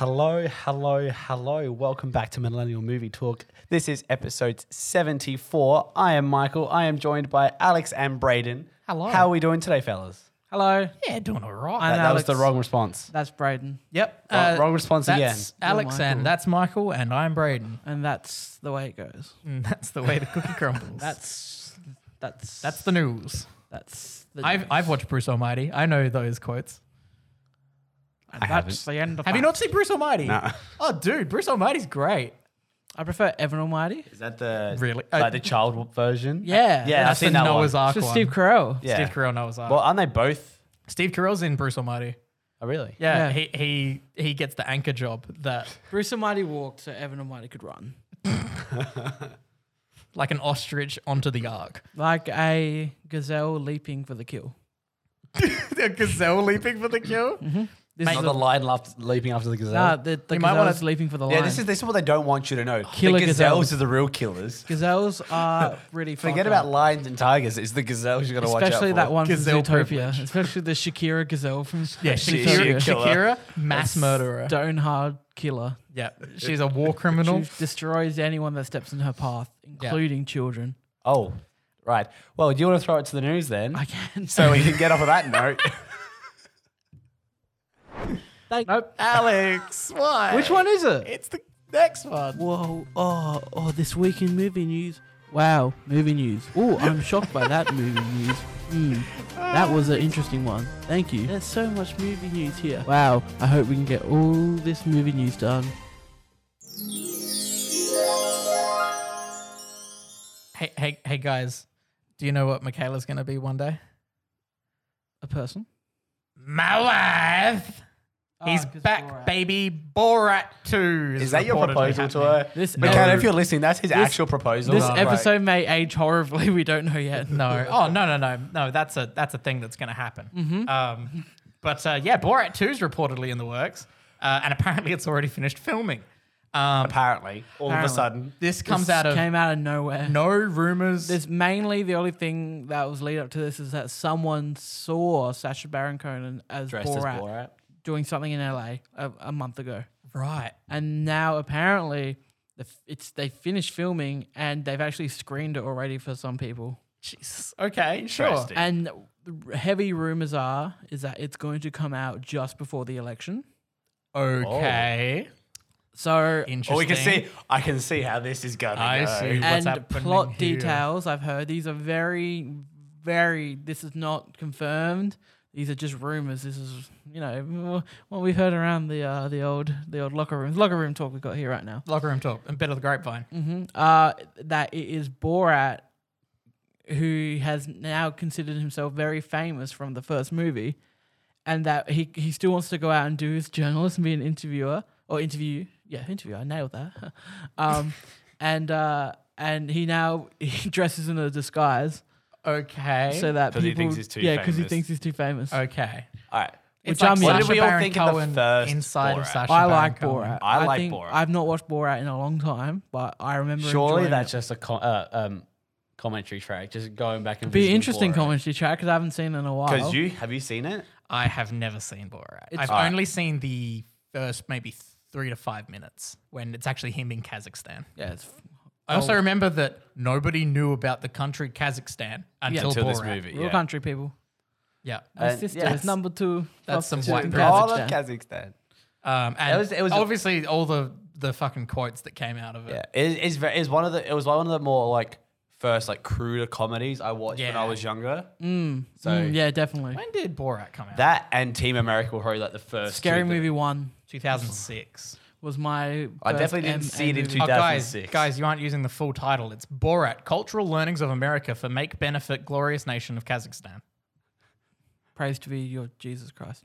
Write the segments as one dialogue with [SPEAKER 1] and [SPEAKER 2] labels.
[SPEAKER 1] Hello, hello, hello. Welcome back to Millennial Movie Talk. This is episode 74. I am Michael. I am joined by Alex and Braden.
[SPEAKER 2] Hello.
[SPEAKER 1] How are we doing today, fellas?
[SPEAKER 2] Hello.
[SPEAKER 3] Yeah, doing all right.
[SPEAKER 1] That, that was
[SPEAKER 2] Alex.
[SPEAKER 1] the wrong response.
[SPEAKER 3] That's Braden.
[SPEAKER 2] Yep.
[SPEAKER 1] Wrong- wrong response
[SPEAKER 2] that's
[SPEAKER 1] again.
[SPEAKER 2] Alex
[SPEAKER 3] You're Michael.
[SPEAKER 2] and that's Michael and I'm Braden.
[SPEAKER 3] And that's the way it goes.
[SPEAKER 2] And that's the way the cookie crumbles.
[SPEAKER 3] That's that's
[SPEAKER 2] that's the news.
[SPEAKER 3] that's the
[SPEAKER 2] I've I've watched Bruce Almighty. I know those quotes.
[SPEAKER 3] and that's the end of
[SPEAKER 2] Have you
[SPEAKER 3] that.
[SPEAKER 2] not seen Bruce Almighty?
[SPEAKER 1] No.
[SPEAKER 2] Oh, dude, Bruce Almighty's great.
[SPEAKER 3] I prefer Evan Almighty.
[SPEAKER 1] Is that the
[SPEAKER 2] Really?
[SPEAKER 1] like the child version?
[SPEAKER 3] Uh, Yeah.
[SPEAKER 1] Yeah,
[SPEAKER 2] That's
[SPEAKER 1] I've seen
[SPEAKER 2] the
[SPEAKER 1] that
[SPEAKER 2] Noah's
[SPEAKER 1] one.
[SPEAKER 2] Ark
[SPEAKER 3] It's just
[SPEAKER 2] one.
[SPEAKER 3] Steve Carell.
[SPEAKER 1] Yeah.
[SPEAKER 2] Steve Carell Noah's Ark.
[SPEAKER 1] Well, aren't they both?
[SPEAKER 2] Steve Carell's in Bruce Almighty.
[SPEAKER 1] Oh, really?
[SPEAKER 2] Yeah,
[SPEAKER 3] Yeah.
[SPEAKER 2] He, he he gets the anchor job that
[SPEAKER 3] Bruce Almighty walked so Evan Almighty could run.
[SPEAKER 2] like an ostrich onto the ark.
[SPEAKER 3] Like a gazelle leaping for the kill.
[SPEAKER 2] a gazelle leaping for the kill.
[SPEAKER 3] This
[SPEAKER 1] Not
[SPEAKER 3] is
[SPEAKER 1] the
[SPEAKER 3] a,
[SPEAKER 1] lion left, leaping after the gazelle.
[SPEAKER 3] nah, the, the
[SPEAKER 2] You might wanna-
[SPEAKER 3] gazelle's leaping for the
[SPEAKER 1] yeah,
[SPEAKER 3] lion.
[SPEAKER 1] this is this is what they don't want you to know.
[SPEAKER 3] Killer
[SPEAKER 1] the gazelles
[SPEAKER 3] gazelles.
[SPEAKER 1] are the real killers.
[SPEAKER 3] Gazelles are really
[SPEAKER 1] Forget about lions and tigers. It's the gazelles you got to watch out for.
[SPEAKER 3] Especially that one
[SPEAKER 2] Gazelle
[SPEAKER 3] from Zootopia.
[SPEAKER 2] privilege.
[SPEAKER 3] Especially the Shakira gazelle from
[SPEAKER 2] Yeah,
[SPEAKER 1] She-
[SPEAKER 2] Shakira,
[SPEAKER 1] she a killer.
[SPEAKER 2] Shakira, mass murderer.
[SPEAKER 3] Stonehard Killer.
[SPEAKER 2] Yeah, she's a war criminal.
[SPEAKER 3] She destroys anyone that steps in her path, including children.
[SPEAKER 1] Oh, right. Well, do you want to throw it to the news then?
[SPEAKER 3] I can.
[SPEAKER 1] so we can get off of that note.
[SPEAKER 3] nope.
[SPEAKER 2] Alex, why?
[SPEAKER 3] Which one is it?
[SPEAKER 2] It's the next one.
[SPEAKER 3] Whoa! Oh! Oh! This week in movie news. Wow! Movie news. Oh, I'm shocked by that movie news. Hmm. That was an interesting one. Thank you. There's so much movie news here. Wow! I hope we can get all this movie news done.
[SPEAKER 2] Hey, hey, hey, guys. Do you know what Michaela's gonna be one day?
[SPEAKER 3] A person.
[SPEAKER 2] My wife. He's
[SPEAKER 3] 'cause
[SPEAKER 2] back,
[SPEAKER 3] Borat.
[SPEAKER 2] baby. Borat two.
[SPEAKER 1] Is that your
[SPEAKER 2] reportedly
[SPEAKER 1] proposal to
[SPEAKER 2] happening.
[SPEAKER 1] her?
[SPEAKER 3] This
[SPEAKER 1] But
[SPEAKER 3] No.
[SPEAKER 1] Ken, if you're listening, that's his
[SPEAKER 3] This-
[SPEAKER 1] actual proposal.
[SPEAKER 3] This
[SPEAKER 1] Right.
[SPEAKER 3] episode may age horribly. We don't know yet.
[SPEAKER 2] No. Oh no no no no. That's a that's a thing that's going to happen. Um, but uh, yeah, Borat two is reportedly in the works, uh, and apparently it's already finished filming. Um,
[SPEAKER 1] apparently, all of a
[SPEAKER 3] Apparently.
[SPEAKER 1] sudden,
[SPEAKER 2] this
[SPEAKER 3] This
[SPEAKER 2] comes out of
[SPEAKER 3] came out of nowhere.
[SPEAKER 2] no rumors.
[SPEAKER 3] There's mainly the only thing that was lead up to this is that someone saw Sasha Baron Cohen as,
[SPEAKER 1] dressed
[SPEAKER 3] Borat,
[SPEAKER 1] as Borat.
[SPEAKER 3] doing something in LA a, a month ago,
[SPEAKER 2] right.
[SPEAKER 3] and now apparently the f- it's they finished filming and they've actually screened it already for some people.
[SPEAKER 2] Jesus. Okay. Sure.
[SPEAKER 1] Interesting.
[SPEAKER 3] And the r- heavy rumors are is that it's going to come out just before the election.
[SPEAKER 2] Okay.
[SPEAKER 3] So
[SPEAKER 1] Or
[SPEAKER 2] Interesting.
[SPEAKER 1] Oh. we can see. I can see how this is going.
[SPEAKER 2] I
[SPEAKER 1] go.
[SPEAKER 2] see. what's
[SPEAKER 3] and
[SPEAKER 2] happening
[SPEAKER 3] plot
[SPEAKER 2] here.
[SPEAKER 3] details I've heard. These are very, very. This is not confirmed. These are just rumors. This is you know wh- what we've heard around the uh, the old the old locker rooms locker room talk we've got here right now.
[SPEAKER 2] Locker room talk. And bit of the grapevine.
[SPEAKER 3] hmm Uh, that it is Borat who has now considered himself very famous from the first movie, and that he he still wants to go out and do his journalist and be an interviewer or interview. Yeah, interview. I nailed that. um, and uh, and he now he dresses in a disguise
[SPEAKER 2] Okay.
[SPEAKER 3] so that
[SPEAKER 1] 'Cause
[SPEAKER 3] people
[SPEAKER 1] he thinks he's too
[SPEAKER 3] yeah because he
[SPEAKER 1] famous. Oh,
[SPEAKER 3] thinks he's too famous.
[SPEAKER 2] okay.
[SPEAKER 1] All right.
[SPEAKER 3] Which
[SPEAKER 2] It's like
[SPEAKER 3] I mean-
[SPEAKER 1] What
[SPEAKER 2] Sacha
[SPEAKER 1] did we all
[SPEAKER 2] Baron
[SPEAKER 1] think of the
[SPEAKER 2] Cohen
[SPEAKER 1] first
[SPEAKER 2] inside of
[SPEAKER 1] Borat?
[SPEAKER 2] Sacha
[SPEAKER 3] I
[SPEAKER 2] Baron
[SPEAKER 3] like
[SPEAKER 2] Cohen.
[SPEAKER 3] Borat.
[SPEAKER 1] I like
[SPEAKER 3] think-
[SPEAKER 1] Borat.
[SPEAKER 3] I've not watched Borat in a long time, but I remember.
[SPEAKER 1] Surely
[SPEAKER 3] enjoying
[SPEAKER 1] that's
[SPEAKER 3] it.
[SPEAKER 1] just a co- uh, um, commentary track, just going back and.
[SPEAKER 3] be an interesting commentary track because I haven't seen it in a while.
[SPEAKER 1] Because you have you seen it?
[SPEAKER 2] I have never seen Borat. I've
[SPEAKER 1] Alright.
[SPEAKER 2] only seen the first maybe three to five minutes when it's actually him in Kazakhstan. Oh.
[SPEAKER 3] Yeah, it's
[SPEAKER 2] I also remember that nobody knew about the country Kazakhstan until,
[SPEAKER 1] Until
[SPEAKER 2] Borat.
[SPEAKER 1] this movie.
[SPEAKER 3] real
[SPEAKER 1] yeah.
[SPEAKER 3] country people.
[SPEAKER 2] Yeah.
[SPEAKER 3] My
[SPEAKER 1] And-
[SPEAKER 3] sister
[SPEAKER 1] yeah.
[SPEAKER 3] is number two.
[SPEAKER 2] That's
[SPEAKER 3] Fuck
[SPEAKER 2] some
[SPEAKER 3] two
[SPEAKER 2] white
[SPEAKER 3] in
[SPEAKER 2] privilege.
[SPEAKER 1] All
[SPEAKER 3] Kazakhstan.
[SPEAKER 1] of Kazakhstan.
[SPEAKER 2] Um, and
[SPEAKER 1] It was- it was a-
[SPEAKER 2] obviously all the, the fucking quotes that came out of it.
[SPEAKER 1] Yeah, it, it's ve- it's one of the it was one of the more like first like cruder comedies I watched when I
[SPEAKER 2] Yeah.
[SPEAKER 1] was younger. So
[SPEAKER 3] Mm, yeah, definitely.
[SPEAKER 2] When did Borat come out?
[SPEAKER 1] that and Team America were probably like the first
[SPEAKER 3] Scary
[SPEAKER 1] two that-
[SPEAKER 3] Movie One
[SPEAKER 2] 2006.
[SPEAKER 3] was my.
[SPEAKER 1] I
[SPEAKER 3] first
[SPEAKER 1] definitely didn't
[SPEAKER 3] M-
[SPEAKER 1] see it in
[SPEAKER 3] movie.
[SPEAKER 1] two-
[SPEAKER 2] Oh, guys,
[SPEAKER 1] 2006.
[SPEAKER 2] guys, you aren't using the full title. It's Borat: Cultural Learnings of America for Make Benefit Glorious Nation of Kazakhstan.
[SPEAKER 3] Praise to be your Jesus Christ.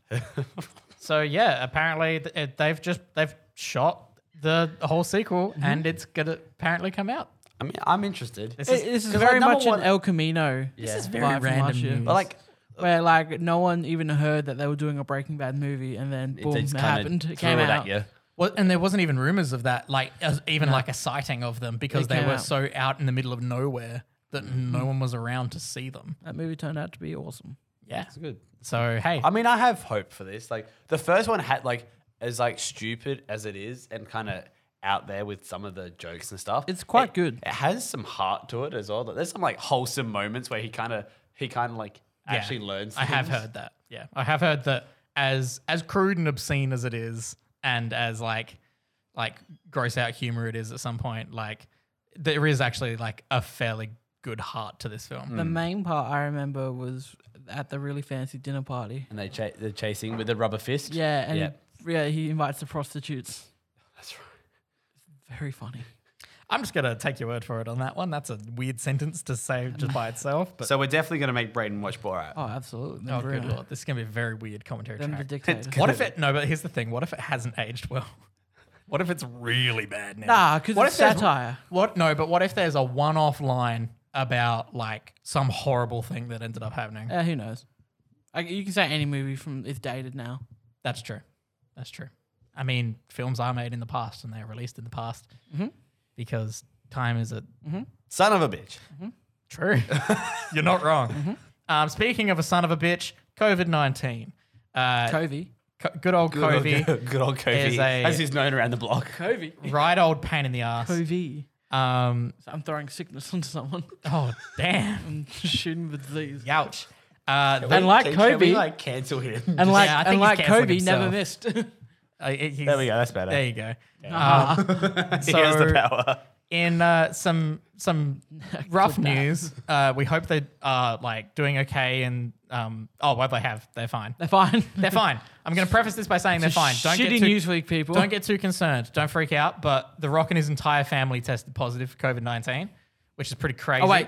[SPEAKER 2] So yeah, apparently th- it, they've just they've shot the whole sequel, and it's gonna apparently come out.
[SPEAKER 1] I mean, I'm interested.
[SPEAKER 2] This
[SPEAKER 3] It-
[SPEAKER 2] is,
[SPEAKER 3] This is
[SPEAKER 1] 'cause, like,
[SPEAKER 3] very
[SPEAKER 1] number
[SPEAKER 3] much
[SPEAKER 1] one- Oh.
[SPEAKER 3] an El Camino.
[SPEAKER 1] Yeah. This is
[SPEAKER 2] very
[SPEAKER 3] vibe from
[SPEAKER 2] random
[SPEAKER 3] last year,
[SPEAKER 2] news.
[SPEAKER 1] but like,
[SPEAKER 3] where like no one even heard that they were doing a Breaking Bad movie, and then
[SPEAKER 1] it
[SPEAKER 3] boom, it,
[SPEAKER 1] just kinda
[SPEAKER 3] happened. It
[SPEAKER 1] threw
[SPEAKER 3] came
[SPEAKER 1] it
[SPEAKER 3] out.
[SPEAKER 1] at you.
[SPEAKER 2] well, and there wasn't even rumors of that, like as, even like a sighting of them because
[SPEAKER 3] They
[SPEAKER 2] they
[SPEAKER 3] came
[SPEAKER 2] were
[SPEAKER 3] out.
[SPEAKER 2] so out Mm-hmm. in the middle of nowhere that no one was around to see them.
[SPEAKER 3] That movie turned out to be awesome.
[SPEAKER 2] Yeah.
[SPEAKER 1] It's good.
[SPEAKER 2] So hey,
[SPEAKER 1] I mean, I have hope for this. Like the first one had like
[SPEAKER 4] as like stupid as it is and kind of out there with some of the jokes and stuff.
[SPEAKER 3] It's quite
[SPEAKER 4] it-
[SPEAKER 3] good.
[SPEAKER 4] It has some heart to it as well. Like, There's some like wholesome moments where he kind of he kind of like
[SPEAKER 2] Yeah.
[SPEAKER 4] actually learns.
[SPEAKER 2] I have
[SPEAKER 4] things.
[SPEAKER 2] heard that. Yeah, I have heard that as as crude and obscene as it is, and as like like gross out humor it is at some point, like there is actually like a fairly good heart to this film.
[SPEAKER 1] Hmm.
[SPEAKER 3] The main part I remember was at the really fancy dinner party.
[SPEAKER 4] And they cha- they're chasing with the rubber fist.
[SPEAKER 3] Yeah, and
[SPEAKER 4] Yeah.
[SPEAKER 3] He, yeah, he invites the prostitutes.
[SPEAKER 4] that's right.
[SPEAKER 3] Very funny.
[SPEAKER 2] I'm just gonna take your word for it on that one. That's a weird sentence to say just by itself. But
[SPEAKER 4] So we're definitely gonna make Braden watch Borat.
[SPEAKER 3] Oh, absolutely.
[SPEAKER 2] oh, good lord, this is gonna be a very weird commentary
[SPEAKER 3] Then the
[SPEAKER 2] track.
[SPEAKER 3] dictator.
[SPEAKER 2] What if it? No, but here's the thing. What if it hasn't aged well? What if it's really bad now?
[SPEAKER 3] Nah, 'cause
[SPEAKER 2] What
[SPEAKER 3] it's
[SPEAKER 2] if there's-
[SPEAKER 3] satire.
[SPEAKER 2] What? No, but what if there's a one-off line about like some horrible thing that ended up happening?
[SPEAKER 3] Uh, who knows? I, you can say any movie from is dated now.
[SPEAKER 2] That's true. That's true. I mean, films are made in the past and they're released in the past because time is a
[SPEAKER 4] Son of a bitch.
[SPEAKER 2] True. You're not wrong. Um, speaking of a son of a bitch, COVID nineteen. Uh,
[SPEAKER 3] Covey.
[SPEAKER 2] co- good old
[SPEAKER 4] Good old-
[SPEAKER 2] Covey,
[SPEAKER 4] Good old Covey,
[SPEAKER 2] is a-
[SPEAKER 4] as he's known around the block.
[SPEAKER 3] Covey.
[SPEAKER 2] right old pain in the ass.
[SPEAKER 3] Covey.
[SPEAKER 2] Um,
[SPEAKER 3] So I'm throwing sickness onto someone.
[SPEAKER 2] oh damn,
[SPEAKER 3] I'm shooting the disease.
[SPEAKER 2] youch. Uh, that,
[SPEAKER 3] And like
[SPEAKER 4] Can- can we,
[SPEAKER 3] Kobe,
[SPEAKER 4] like cancel him.
[SPEAKER 3] and like
[SPEAKER 2] Yeah, I think
[SPEAKER 3] and
[SPEAKER 2] he's
[SPEAKER 3] like
[SPEAKER 2] cancelling
[SPEAKER 3] Kobe, never
[SPEAKER 2] himself.
[SPEAKER 3] missed.
[SPEAKER 2] uh, it- he's-
[SPEAKER 4] there we go. That's better.
[SPEAKER 2] There you go. Uh,
[SPEAKER 4] he has the
[SPEAKER 2] so-
[SPEAKER 4] power.
[SPEAKER 2] in uh, some some rough news. Uh, we hope they are like doing okay and um, oh well they have they're fine
[SPEAKER 3] They're fine.
[SPEAKER 2] they're fine. I'm going to preface this by saying they're fine. Don't
[SPEAKER 3] Shitty
[SPEAKER 2] get too,
[SPEAKER 3] news week, people.
[SPEAKER 2] Don't get too concerned. Don't freak out. But The Rock and his entire family tested positive for COVID nineteen, which is pretty crazy.
[SPEAKER 3] oh wait,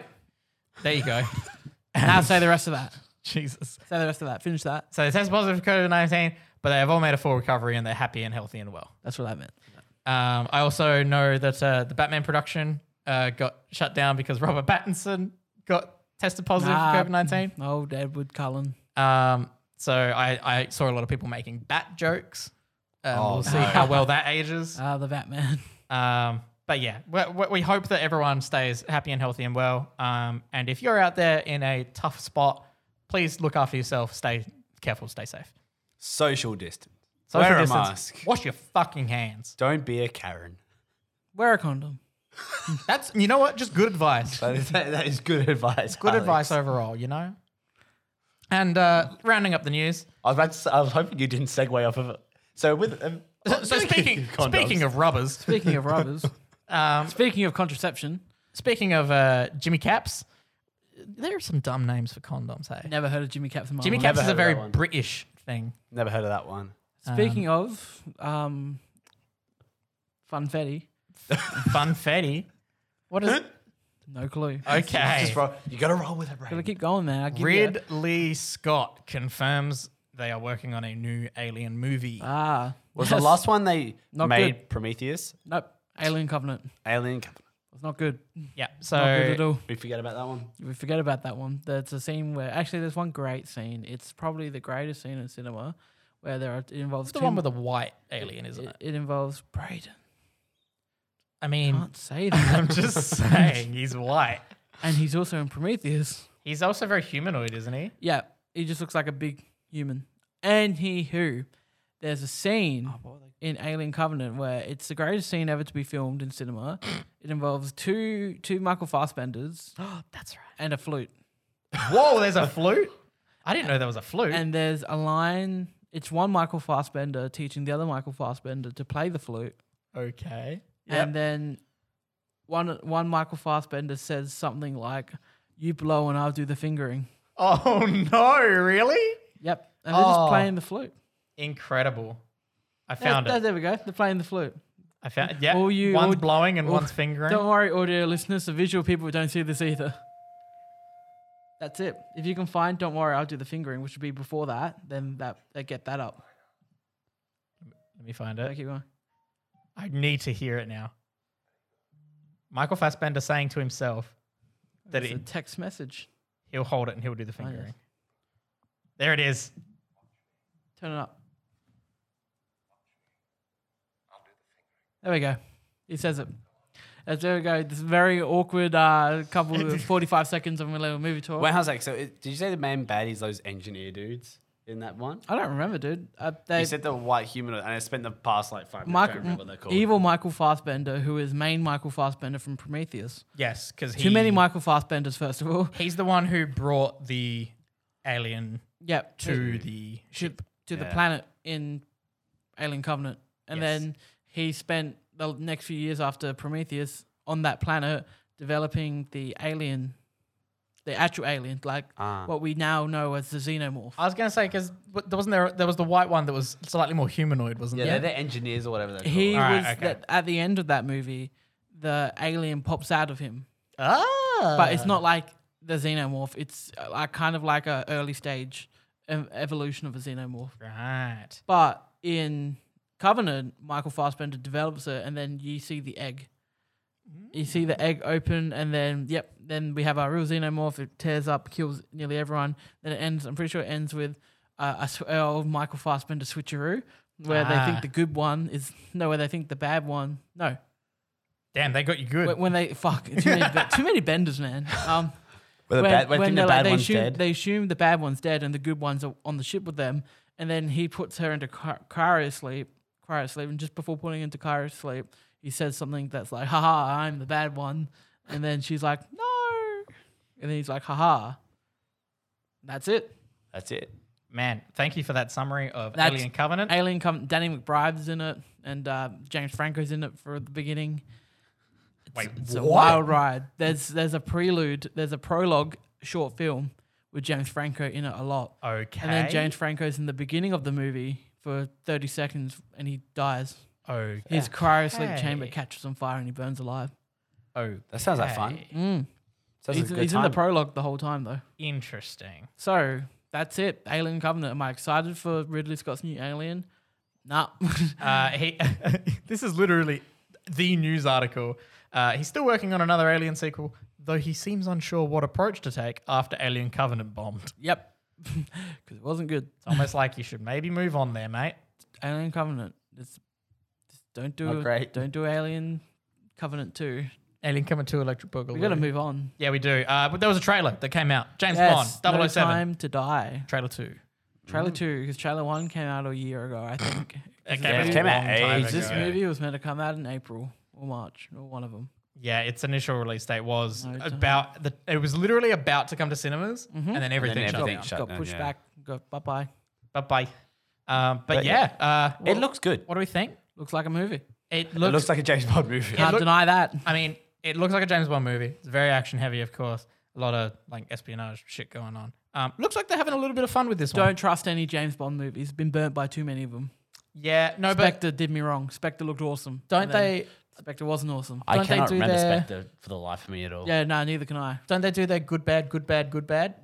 [SPEAKER 2] there you go.
[SPEAKER 3] now say the rest of that.
[SPEAKER 2] Jesus.
[SPEAKER 3] Say the rest of that. Finish that.
[SPEAKER 2] So they tested positive for COVID nineteen, but they have all made a full recovery and they're happy and healthy and well.
[SPEAKER 3] That's what I meant.
[SPEAKER 2] Um, I also know that uh, the Batman production uh, got shut down because Robert Pattinson got tested positive
[SPEAKER 3] Nah.
[SPEAKER 2] for COVID 19.
[SPEAKER 3] Old Edward Cullen.
[SPEAKER 2] Um, so I, I saw a lot of people making bat jokes. Um,
[SPEAKER 4] Oh,
[SPEAKER 2] we'll see
[SPEAKER 4] no.
[SPEAKER 2] how well that ages.
[SPEAKER 3] Ah, the Batman.
[SPEAKER 2] Um, but yeah, we, we- we hope that everyone stays happy and healthy and well. Um, and if you're out there in a tough spot, please look after yourself. Stay careful. Stay safe.
[SPEAKER 4] Social distance.
[SPEAKER 2] Social
[SPEAKER 4] Wear
[SPEAKER 2] distance.
[SPEAKER 4] a mask.
[SPEAKER 2] Wash your fucking hands.
[SPEAKER 4] Don't be a Karen.
[SPEAKER 3] Wear a condom.
[SPEAKER 2] That's you know what? Just good advice.
[SPEAKER 4] That is, that is good advice.
[SPEAKER 2] Good
[SPEAKER 4] Alex.
[SPEAKER 2] advice overall, you know. And uh, rounding up the news.
[SPEAKER 4] I was, about to say, I was hoping you didn't segue off of it. So with um,
[SPEAKER 2] So, so speaking
[SPEAKER 4] Condoms.
[SPEAKER 2] speaking of rubbers,
[SPEAKER 3] Speaking of robbers.
[SPEAKER 2] um,
[SPEAKER 3] speaking of contraception.
[SPEAKER 2] speaking of uh, Jimmy Caps, there are some dumb names for condoms. Hey,
[SPEAKER 3] Never heard of Jimmy Caps. in my
[SPEAKER 2] Jimmy
[SPEAKER 3] life.
[SPEAKER 2] Caps
[SPEAKER 4] Never
[SPEAKER 2] is
[SPEAKER 4] heard
[SPEAKER 2] a
[SPEAKER 4] of
[SPEAKER 2] very
[SPEAKER 4] that one.
[SPEAKER 2] British thing.
[SPEAKER 4] never heard of that one.
[SPEAKER 3] Speaking of um, funfetti.
[SPEAKER 2] Funfetti. What is?
[SPEAKER 3] No clue.
[SPEAKER 2] okay.
[SPEAKER 4] Just roll, you got to roll with it,
[SPEAKER 3] Gotta
[SPEAKER 4] Brad.
[SPEAKER 3] keep going, man. I give you.
[SPEAKER 2] Ridley Scott confirms they are working on a new Alien movie.
[SPEAKER 3] Ah.
[SPEAKER 4] Was the last one they
[SPEAKER 3] Not
[SPEAKER 4] made Prometheus?
[SPEAKER 3] Nope. Alien Covenant.
[SPEAKER 4] Alien. Covenant.
[SPEAKER 3] It's not good.
[SPEAKER 2] yeah.
[SPEAKER 3] Not good at
[SPEAKER 2] So
[SPEAKER 3] all.
[SPEAKER 4] We forget about that one.
[SPEAKER 3] We forget about that one. There's a scene where actually there's one great scene. It's probably the greatest scene in cinema where there are it involves
[SPEAKER 2] it's the
[SPEAKER 3] two-
[SPEAKER 2] one with the white alien, isn't
[SPEAKER 3] it,
[SPEAKER 2] it?
[SPEAKER 3] it involves Braden.
[SPEAKER 2] I mean,
[SPEAKER 3] Can't say that.
[SPEAKER 2] I'm just saying he's white.
[SPEAKER 3] and he's also in Prometheus.
[SPEAKER 2] He's also very humanoid, isn't he?
[SPEAKER 3] Yeah, he just looks like a big human. And he who there's a scene in Alien Covenant where it's the greatest scene ever to be filmed in cinema. it involves two two Michael Fassbenders
[SPEAKER 2] Oh, that's right.
[SPEAKER 3] and a flute.
[SPEAKER 2] Whoa, there's a flute. I didn't know there was a flute.
[SPEAKER 3] And there's a line. It's one Michael Fassbender teaching the other Michael Fassbender to play the flute.
[SPEAKER 2] okay.
[SPEAKER 3] And then one one Michael Fassbender says something like, "You blow and I'll do the fingering."
[SPEAKER 2] Oh no, really?
[SPEAKER 3] Yep, and they're just
[SPEAKER 2] Oh.
[SPEAKER 3] playing the flute.
[SPEAKER 2] Incredible. I
[SPEAKER 3] Yeah,
[SPEAKER 2] found
[SPEAKER 3] there,
[SPEAKER 2] it.
[SPEAKER 3] there we go. They're playing the flute.
[SPEAKER 2] I found yeah.
[SPEAKER 3] All you-
[SPEAKER 2] one's
[SPEAKER 3] all-
[SPEAKER 2] blowing and
[SPEAKER 3] all-
[SPEAKER 2] one's fingering.
[SPEAKER 3] Don't worry, audio listeners, the visual people don't see this either. That's it. If you can find, don't worry, I'll do the fingering, which would be before that. Then that they get that up.
[SPEAKER 2] Let me find
[SPEAKER 3] So
[SPEAKER 2] it.
[SPEAKER 3] keep going.
[SPEAKER 2] I need to hear it now. Michael Fassbender saying to himself that
[SPEAKER 3] It's a
[SPEAKER 2] he,
[SPEAKER 3] text message.
[SPEAKER 2] he'll hold it and he'll do the
[SPEAKER 3] Oh, yes.
[SPEAKER 2] fingering. There it is.
[SPEAKER 3] Turn it up. There we go. He says it. As there we go. This very awkward uh, couple of 45 seconds of a little movie talk.
[SPEAKER 4] Wait, how's that? So it, did you say the main baddies those engineer dudes? in that one?
[SPEAKER 3] I don't remember, dude. Uh, they,
[SPEAKER 4] You said the white humanoid, and I spent the past like five minutes trying to remember what they're called.
[SPEAKER 3] evil Michael Fassbender, who is main Michael Fassbender from Prometheus.
[SPEAKER 2] Yes, because
[SPEAKER 3] Too many Michael Fassbenders, first of all.
[SPEAKER 2] He's the one who brought the alien
[SPEAKER 3] Yep.
[SPEAKER 2] to the ship.
[SPEAKER 3] to the
[SPEAKER 4] Yeah.
[SPEAKER 3] planet in Alien Covenant. And
[SPEAKER 2] Yes.
[SPEAKER 3] then he spent the next few years after Prometheus on that planet developing the alien, the actual alien, like
[SPEAKER 2] Uh-huh.
[SPEAKER 4] Ah.
[SPEAKER 3] what we now know as the xenomorph.
[SPEAKER 2] I was gonna say because there wasn't there there was the white one that was slightly more humanoid, wasn't
[SPEAKER 4] Yeah,
[SPEAKER 2] there?
[SPEAKER 4] they're the engineers or whatever they're called.
[SPEAKER 3] He
[SPEAKER 2] All right,
[SPEAKER 3] was
[SPEAKER 2] okay.
[SPEAKER 3] that, at the end of that movie, the alien pops out of him,
[SPEAKER 2] Ah,
[SPEAKER 3] but it's not like the xenomorph. It's uh, like kind of like a early stage ev- evolution of a xenomorph.
[SPEAKER 2] right.
[SPEAKER 3] But in Covenant, Michael Fassbender develops it, and then you see the egg. You see the egg open, and then yep, then we have our real xenomorph. It tears up, kills nearly everyone. Then it ends. I'm pretty sure it ends with uh, a sw- uh, old Michael Fassbender switcheroo, where they
[SPEAKER 2] Ah.
[SPEAKER 3] think the good one is no, where they think the bad one no.
[SPEAKER 2] Damn, they got you good.
[SPEAKER 3] When, when they fuck too many, be- too many benders, man. Um,
[SPEAKER 4] Well, the
[SPEAKER 3] when-
[SPEAKER 4] bad, when I
[SPEAKER 3] when
[SPEAKER 4] think
[SPEAKER 3] they're
[SPEAKER 4] the
[SPEAKER 3] like-
[SPEAKER 4] bad
[SPEAKER 3] they
[SPEAKER 4] one's
[SPEAKER 3] assume,
[SPEAKER 4] dead.
[SPEAKER 3] They assume the bad one's dead and the good ones are on the ship with them. And then he puts her into Kar- Kara's sleep. Kara's sleep. And just before putting into Kara's sleep, he says something that's like, haha, I'm the bad one. And then she's like, no. And then he's like, haha. That's it.
[SPEAKER 4] That's it.
[SPEAKER 2] Man, thank you for that summary of
[SPEAKER 3] That's-
[SPEAKER 2] Alien Covenant.
[SPEAKER 3] Alien come. Danny McBride's in it. And uh, James Franco's in it for the beginning.
[SPEAKER 2] Wait,
[SPEAKER 3] It's a
[SPEAKER 2] what?
[SPEAKER 3] wild ride. There's, there's a prelude, there's a prologue short film with James Franco in it a lot.
[SPEAKER 2] Okay.
[SPEAKER 3] And then James Franco's in the beginning of the movie for 30 seconds and he dies.
[SPEAKER 2] Oh,
[SPEAKER 3] His cryo sleep chamber
[SPEAKER 2] Okay.
[SPEAKER 3] catches on fire and he burns alive.
[SPEAKER 2] oh,
[SPEAKER 4] That sounds like fun.
[SPEAKER 3] Mm.
[SPEAKER 4] Sounds
[SPEAKER 3] He's,
[SPEAKER 4] like a good
[SPEAKER 3] he's in the
[SPEAKER 4] time.
[SPEAKER 3] prologue the whole time, though.
[SPEAKER 2] Interesting.
[SPEAKER 3] So that's it. Alien Covenant. Am I excited for Ridley Scott's new Alien? Nah.
[SPEAKER 2] Uh, he, this is literally the news article. Uh, he's still working on another Alien sequel, though he seems unsure what approach to take after Alien Covenant bombed.
[SPEAKER 3] yep. Because it wasn't good.
[SPEAKER 2] It's almost like you should maybe move on there, mate.
[SPEAKER 3] Alien Covenant. It's, just don't do
[SPEAKER 4] Not great.
[SPEAKER 3] Don't do Alien Covenant 2.
[SPEAKER 2] Alien Covenant 2 Electric
[SPEAKER 3] we
[SPEAKER 2] Boogaloo.
[SPEAKER 3] got to move on.
[SPEAKER 2] Yeah, we do. Uh, but there was a trailer that came out. James
[SPEAKER 3] Yes,
[SPEAKER 2] Bond,
[SPEAKER 3] no
[SPEAKER 2] 007.
[SPEAKER 3] time to die.
[SPEAKER 2] Trailer 2.
[SPEAKER 3] Trailer
[SPEAKER 4] Mm.
[SPEAKER 3] 2, because trailer 1 came out a year ago, I think.
[SPEAKER 2] It
[SPEAKER 4] Yeah,
[SPEAKER 2] a
[SPEAKER 4] it came out
[SPEAKER 2] long time
[SPEAKER 4] ages
[SPEAKER 3] This
[SPEAKER 2] ago.
[SPEAKER 4] Okay. ago.
[SPEAKER 3] movie was meant to come out in April or March or one of them.
[SPEAKER 2] Yeah, its initial release date was
[SPEAKER 3] No Mm-hmm. time.
[SPEAKER 2] about the. It was literally about to come to cinemas, and then everything shut
[SPEAKER 4] everything
[SPEAKER 2] down.
[SPEAKER 4] shut
[SPEAKER 3] got
[SPEAKER 4] down,
[SPEAKER 3] pushed
[SPEAKER 4] yeah.
[SPEAKER 3] back. Got bye bye.
[SPEAKER 2] But bye. Um, but,
[SPEAKER 4] But
[SPEAKER 2] yeah, Uh,
[SPEAKER 4] it
[SPEAKER 2] what-
[SPEAKER 4] looks good.
[SPEAKER 2] What do we think?
[SPEAKER 3] Looks like a movie.
[SPEAKER 2] It
[SPEAKER 4] it
[SPEAKER 2] looks.
[SPEAKER 4] looks like a James Bond movie.
[SPEAKER 3] Can't
[SPEAKER 2] look-
[SPEAKER 3] deny that.
[SPEAKER 2] I mean, it looks like a James Bond movie. It's very action heavy, of course. A lot of like espionage shit going on. Um, looks like they're having a little bit of fun with this one.
[SPEAKER 3] Don't trust any James Bond movies. Been burnt by too many of them.
[SPEAKER 2] Yeah, no, but
[SPEAKER 3] Spectre did me wrong. Spectre looked awesome.
[SPEAKER 2] don't
[SPEAKER 3] And then
[SPEAKER 2] they?
[SPEAKER 3] Spectre wasn't awesome.
[SPEAKER 4] I
[SPEAKER 2] Don't they
[SPEAKER 4] cannot
[SPEAKER 2] do
[SPEAKER 4] remember
[SPEAKER 2] their-
[SPEAKER 4] Spectre for the life of me at all.
[SPEAKER 3] yeah, no, neither can I.
[SPEAKER 2] Don't they do their good bad, good bad, good bad?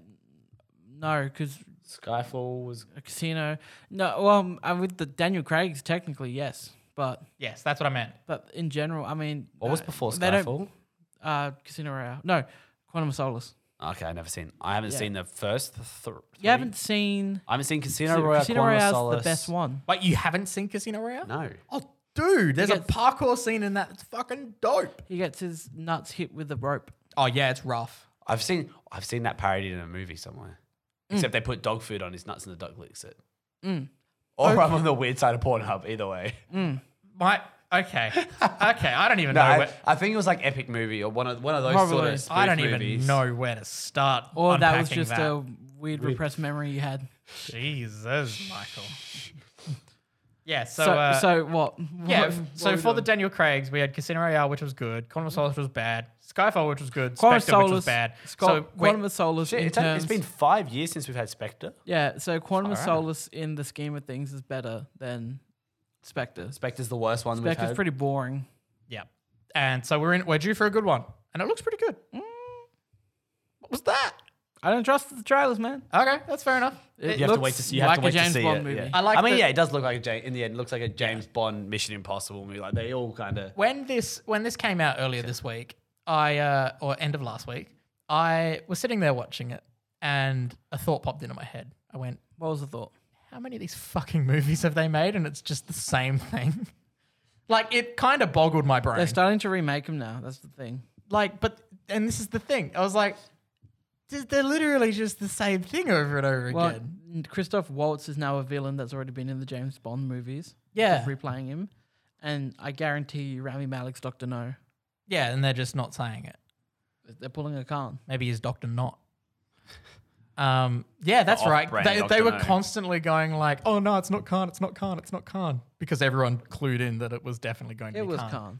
[SPEAKER 3] No, because
[SPEAKER 4] Skyfall was.
[SPEAKER 3] a casino. No, well, um, uh, with the Daniel Craig's, technically yes, but
[SPEAKER 2] Yes, that's what I meant.
[SPEAKER 3] but in general, I mean,
[SPEAKER 4] What was
[SPEAKER 3] no,
[SPEAKER 4] before
[SPEAKER 3] they don't-
[SPEAKER 4] Skyfall?
[SPEAKER 3] Uh, Casino Royale. No, Quantum of Solace.
[SPEAKER 4] Okay, I've never seen. I haven't
[SPEAKER 3] Yeah.
[SPEAKER 4] seen the first. Th- three.
[SPEAKER 3] You haven't seen
[SPEAKER 4] I haven't seen Casino
[SPEAKER 3] Casino
[SPEAKER 4] Royale.
[SPEAKER 3] Casino
[SPEAKER 4] Quantum of
[SPEAKER 3] Royale's
[SPEAKER 4] Solace.
[SPEAKER 3] the best one.
[SPEAKER 2] Wait, you haven't seen Casino Royale?
[SPEAKER 4] No.
[SPEAKER 2] Oh, dude, there's a
[SPEAKER 3] gets-
[SPEAKER 2] parkour scene in that. It's fucking dope.
[SPEAKER 3] He gets his nuts hit with a rope.
[SPEAKER 2] Oh yeah, it's rough.
[SPEAKER 4] I've seen. I've seen that parodied in a movie somewhere.
[SPEAKER 3] Mm.
[SPEAKER 4] Except they put dog food on his nuts and the dog licks it. Or I'm on the weird side of Pornhub. Either way.
[SPEAKER 2] My okay, okay. I don't even
[SPEAKER 4] No,
[SPEAKER 2] know.
[SPEAKER 4] I,
[SPEAKER 2] where,
[SPEAKER 4] I think it was like epic movie or one of one of those sort
[SPEAKER 3] Probably.
[SPEAKER 4] of. spoof
[SPEAKER 2] I don't even
[SPEAKER 4] movies.
[SPEAKER 2] know where to start.
[SPEAKER 3] Or that was just
[SPEAKER 2] that.
[SPEAKER 3] a weird repressed memory you had.
[SPEAKER 2] Jesus, Michael. yeah. So.
[SPEAKER 3] So,
[SPEAKER 2] So,
[SPEAKER 3] so,
[SPEAKER 2] uh,
[SPEAKER 3] what?
[SPEAKER 2] yeah,
[SPEAKER 3] what-
[SPEAKER 2] f-
[SPEAKER 3] what
[SPEAKER 2] so
[SPEAKER 3] we
[SPEAKER 2] for the
[SPEAKER 3] doing?
[SPEAKER 2] Daniel Craig's, we had Casino Royale, which was good. Quantum of Solace was bad. Skyfall, which was good.
[SPEAKER 3] Quantum of
[SPEAKER 2] Spectre, which was
[SPEAKER 3] Solace,
[SPEAKER 2] bad.
[SPEAKER 3] Scott,
[SPEAKER 2] so wait,
[SPEAKER 3] Quantum of Solace.
[SPEAKER 4] Shit,
[SPEAKER 3] in
[SPEAKER 4] it's, only- it's
[SPEAKER 3] terms-
[SPEAKER 4] been five years since we've had Spectre.
[SPEAKER 3] yeah. So Quantum of
[SPEAKER 4] Alright.
[SPEAKER 3] Solace in the scheme of things is better than Spectre.
[SPEAKER 4] Spectre's the worst one we've
[SPEAKER 3] Spectre's
[SPEAKER 4] had.
[SPEAKER 3] pretty boring.
[SPEAKER 2] yeah, and so we're in. We're due for a good one, and it looks pretty good.
[SPEAKER 3] Mm.
[SPEAKER 2] What was that?
[SPEAKER 3] I don't trust the trailers, man.
[SPEAKER 2] Okay, that's fair enough.
[SPEAKER 4] you have
[SPEAKER 3] It
[SPEAKER 4] to
[SPEAKER 3] looks
[SPEAKER 4] wait to see. You have to
[SPEAKER 3] like
[SPEAKER 4] wait
[SPEAKER 3] a James
[SPEAKER 4] to see
[SPEAKER 3] Bond
[SPEAKER 4] it.
[SPEAKER 3] movie.
[SPEAKER 4] yeah.
[SPEAKER 2] I like
[SPEAKER 4] I mean,
[SPEAKER 2] that-
[SPEAKER 4] yeah, it does look like a James. In the end, it looks like a James Bond Mission Impossible movie. Like they all kind of.
[SPEAKER 2] when this when this came out earlier this week, I uh, or end of last week, I was sitting there watching it, and a thought popped into my head. I went,
[SPEAKER 3] What was the thought?
[SPEAKER 2] "How many of these fucking movies have they made?" And it's just the same thing. like it kind of boggled my brain.
[SPEAKER 3] They're starting to remake them now. That's the thing.
[SPEAKER 2] like, but and this is the thing. I was like, Just- They're literally just the same thing over and over
[SPEAKER 3] Well,
[SPEAKER 2] again.
[SPEAKER 3] n- Christoph Waltz is now a villain that's already been in the James Bond movies.
[SPEAKER 2] Yeah.
[SPEAKER 3] Just replaying him. And I guarantee you, Rami Malek's Dr. No.
[SPEAKER 2] Yeah, and they're just not saying it.
[SPEAKER 3] They're pulling a con.
[SPEAKER 2] Maybe he's Doctor Not. Um, yeah, that's right.
[SPEAKER 1] off-brand
[SPEAKER 2] They, they
[SPEAKER 1] Dr.
[SPEAKER 2] were
[SPEAKER 1] No.
[SPEAKER 2] constantly going like, "Oh no, it's not Khan, it's not Khan, it's not Khan," because everyone clued in that it was definitely going to
[SPEAKER 3] It
[SPEAKER 2] be
[SPEAKER 3] was
[SPEAKER 2] Khan.
[SPEAKER 3] con.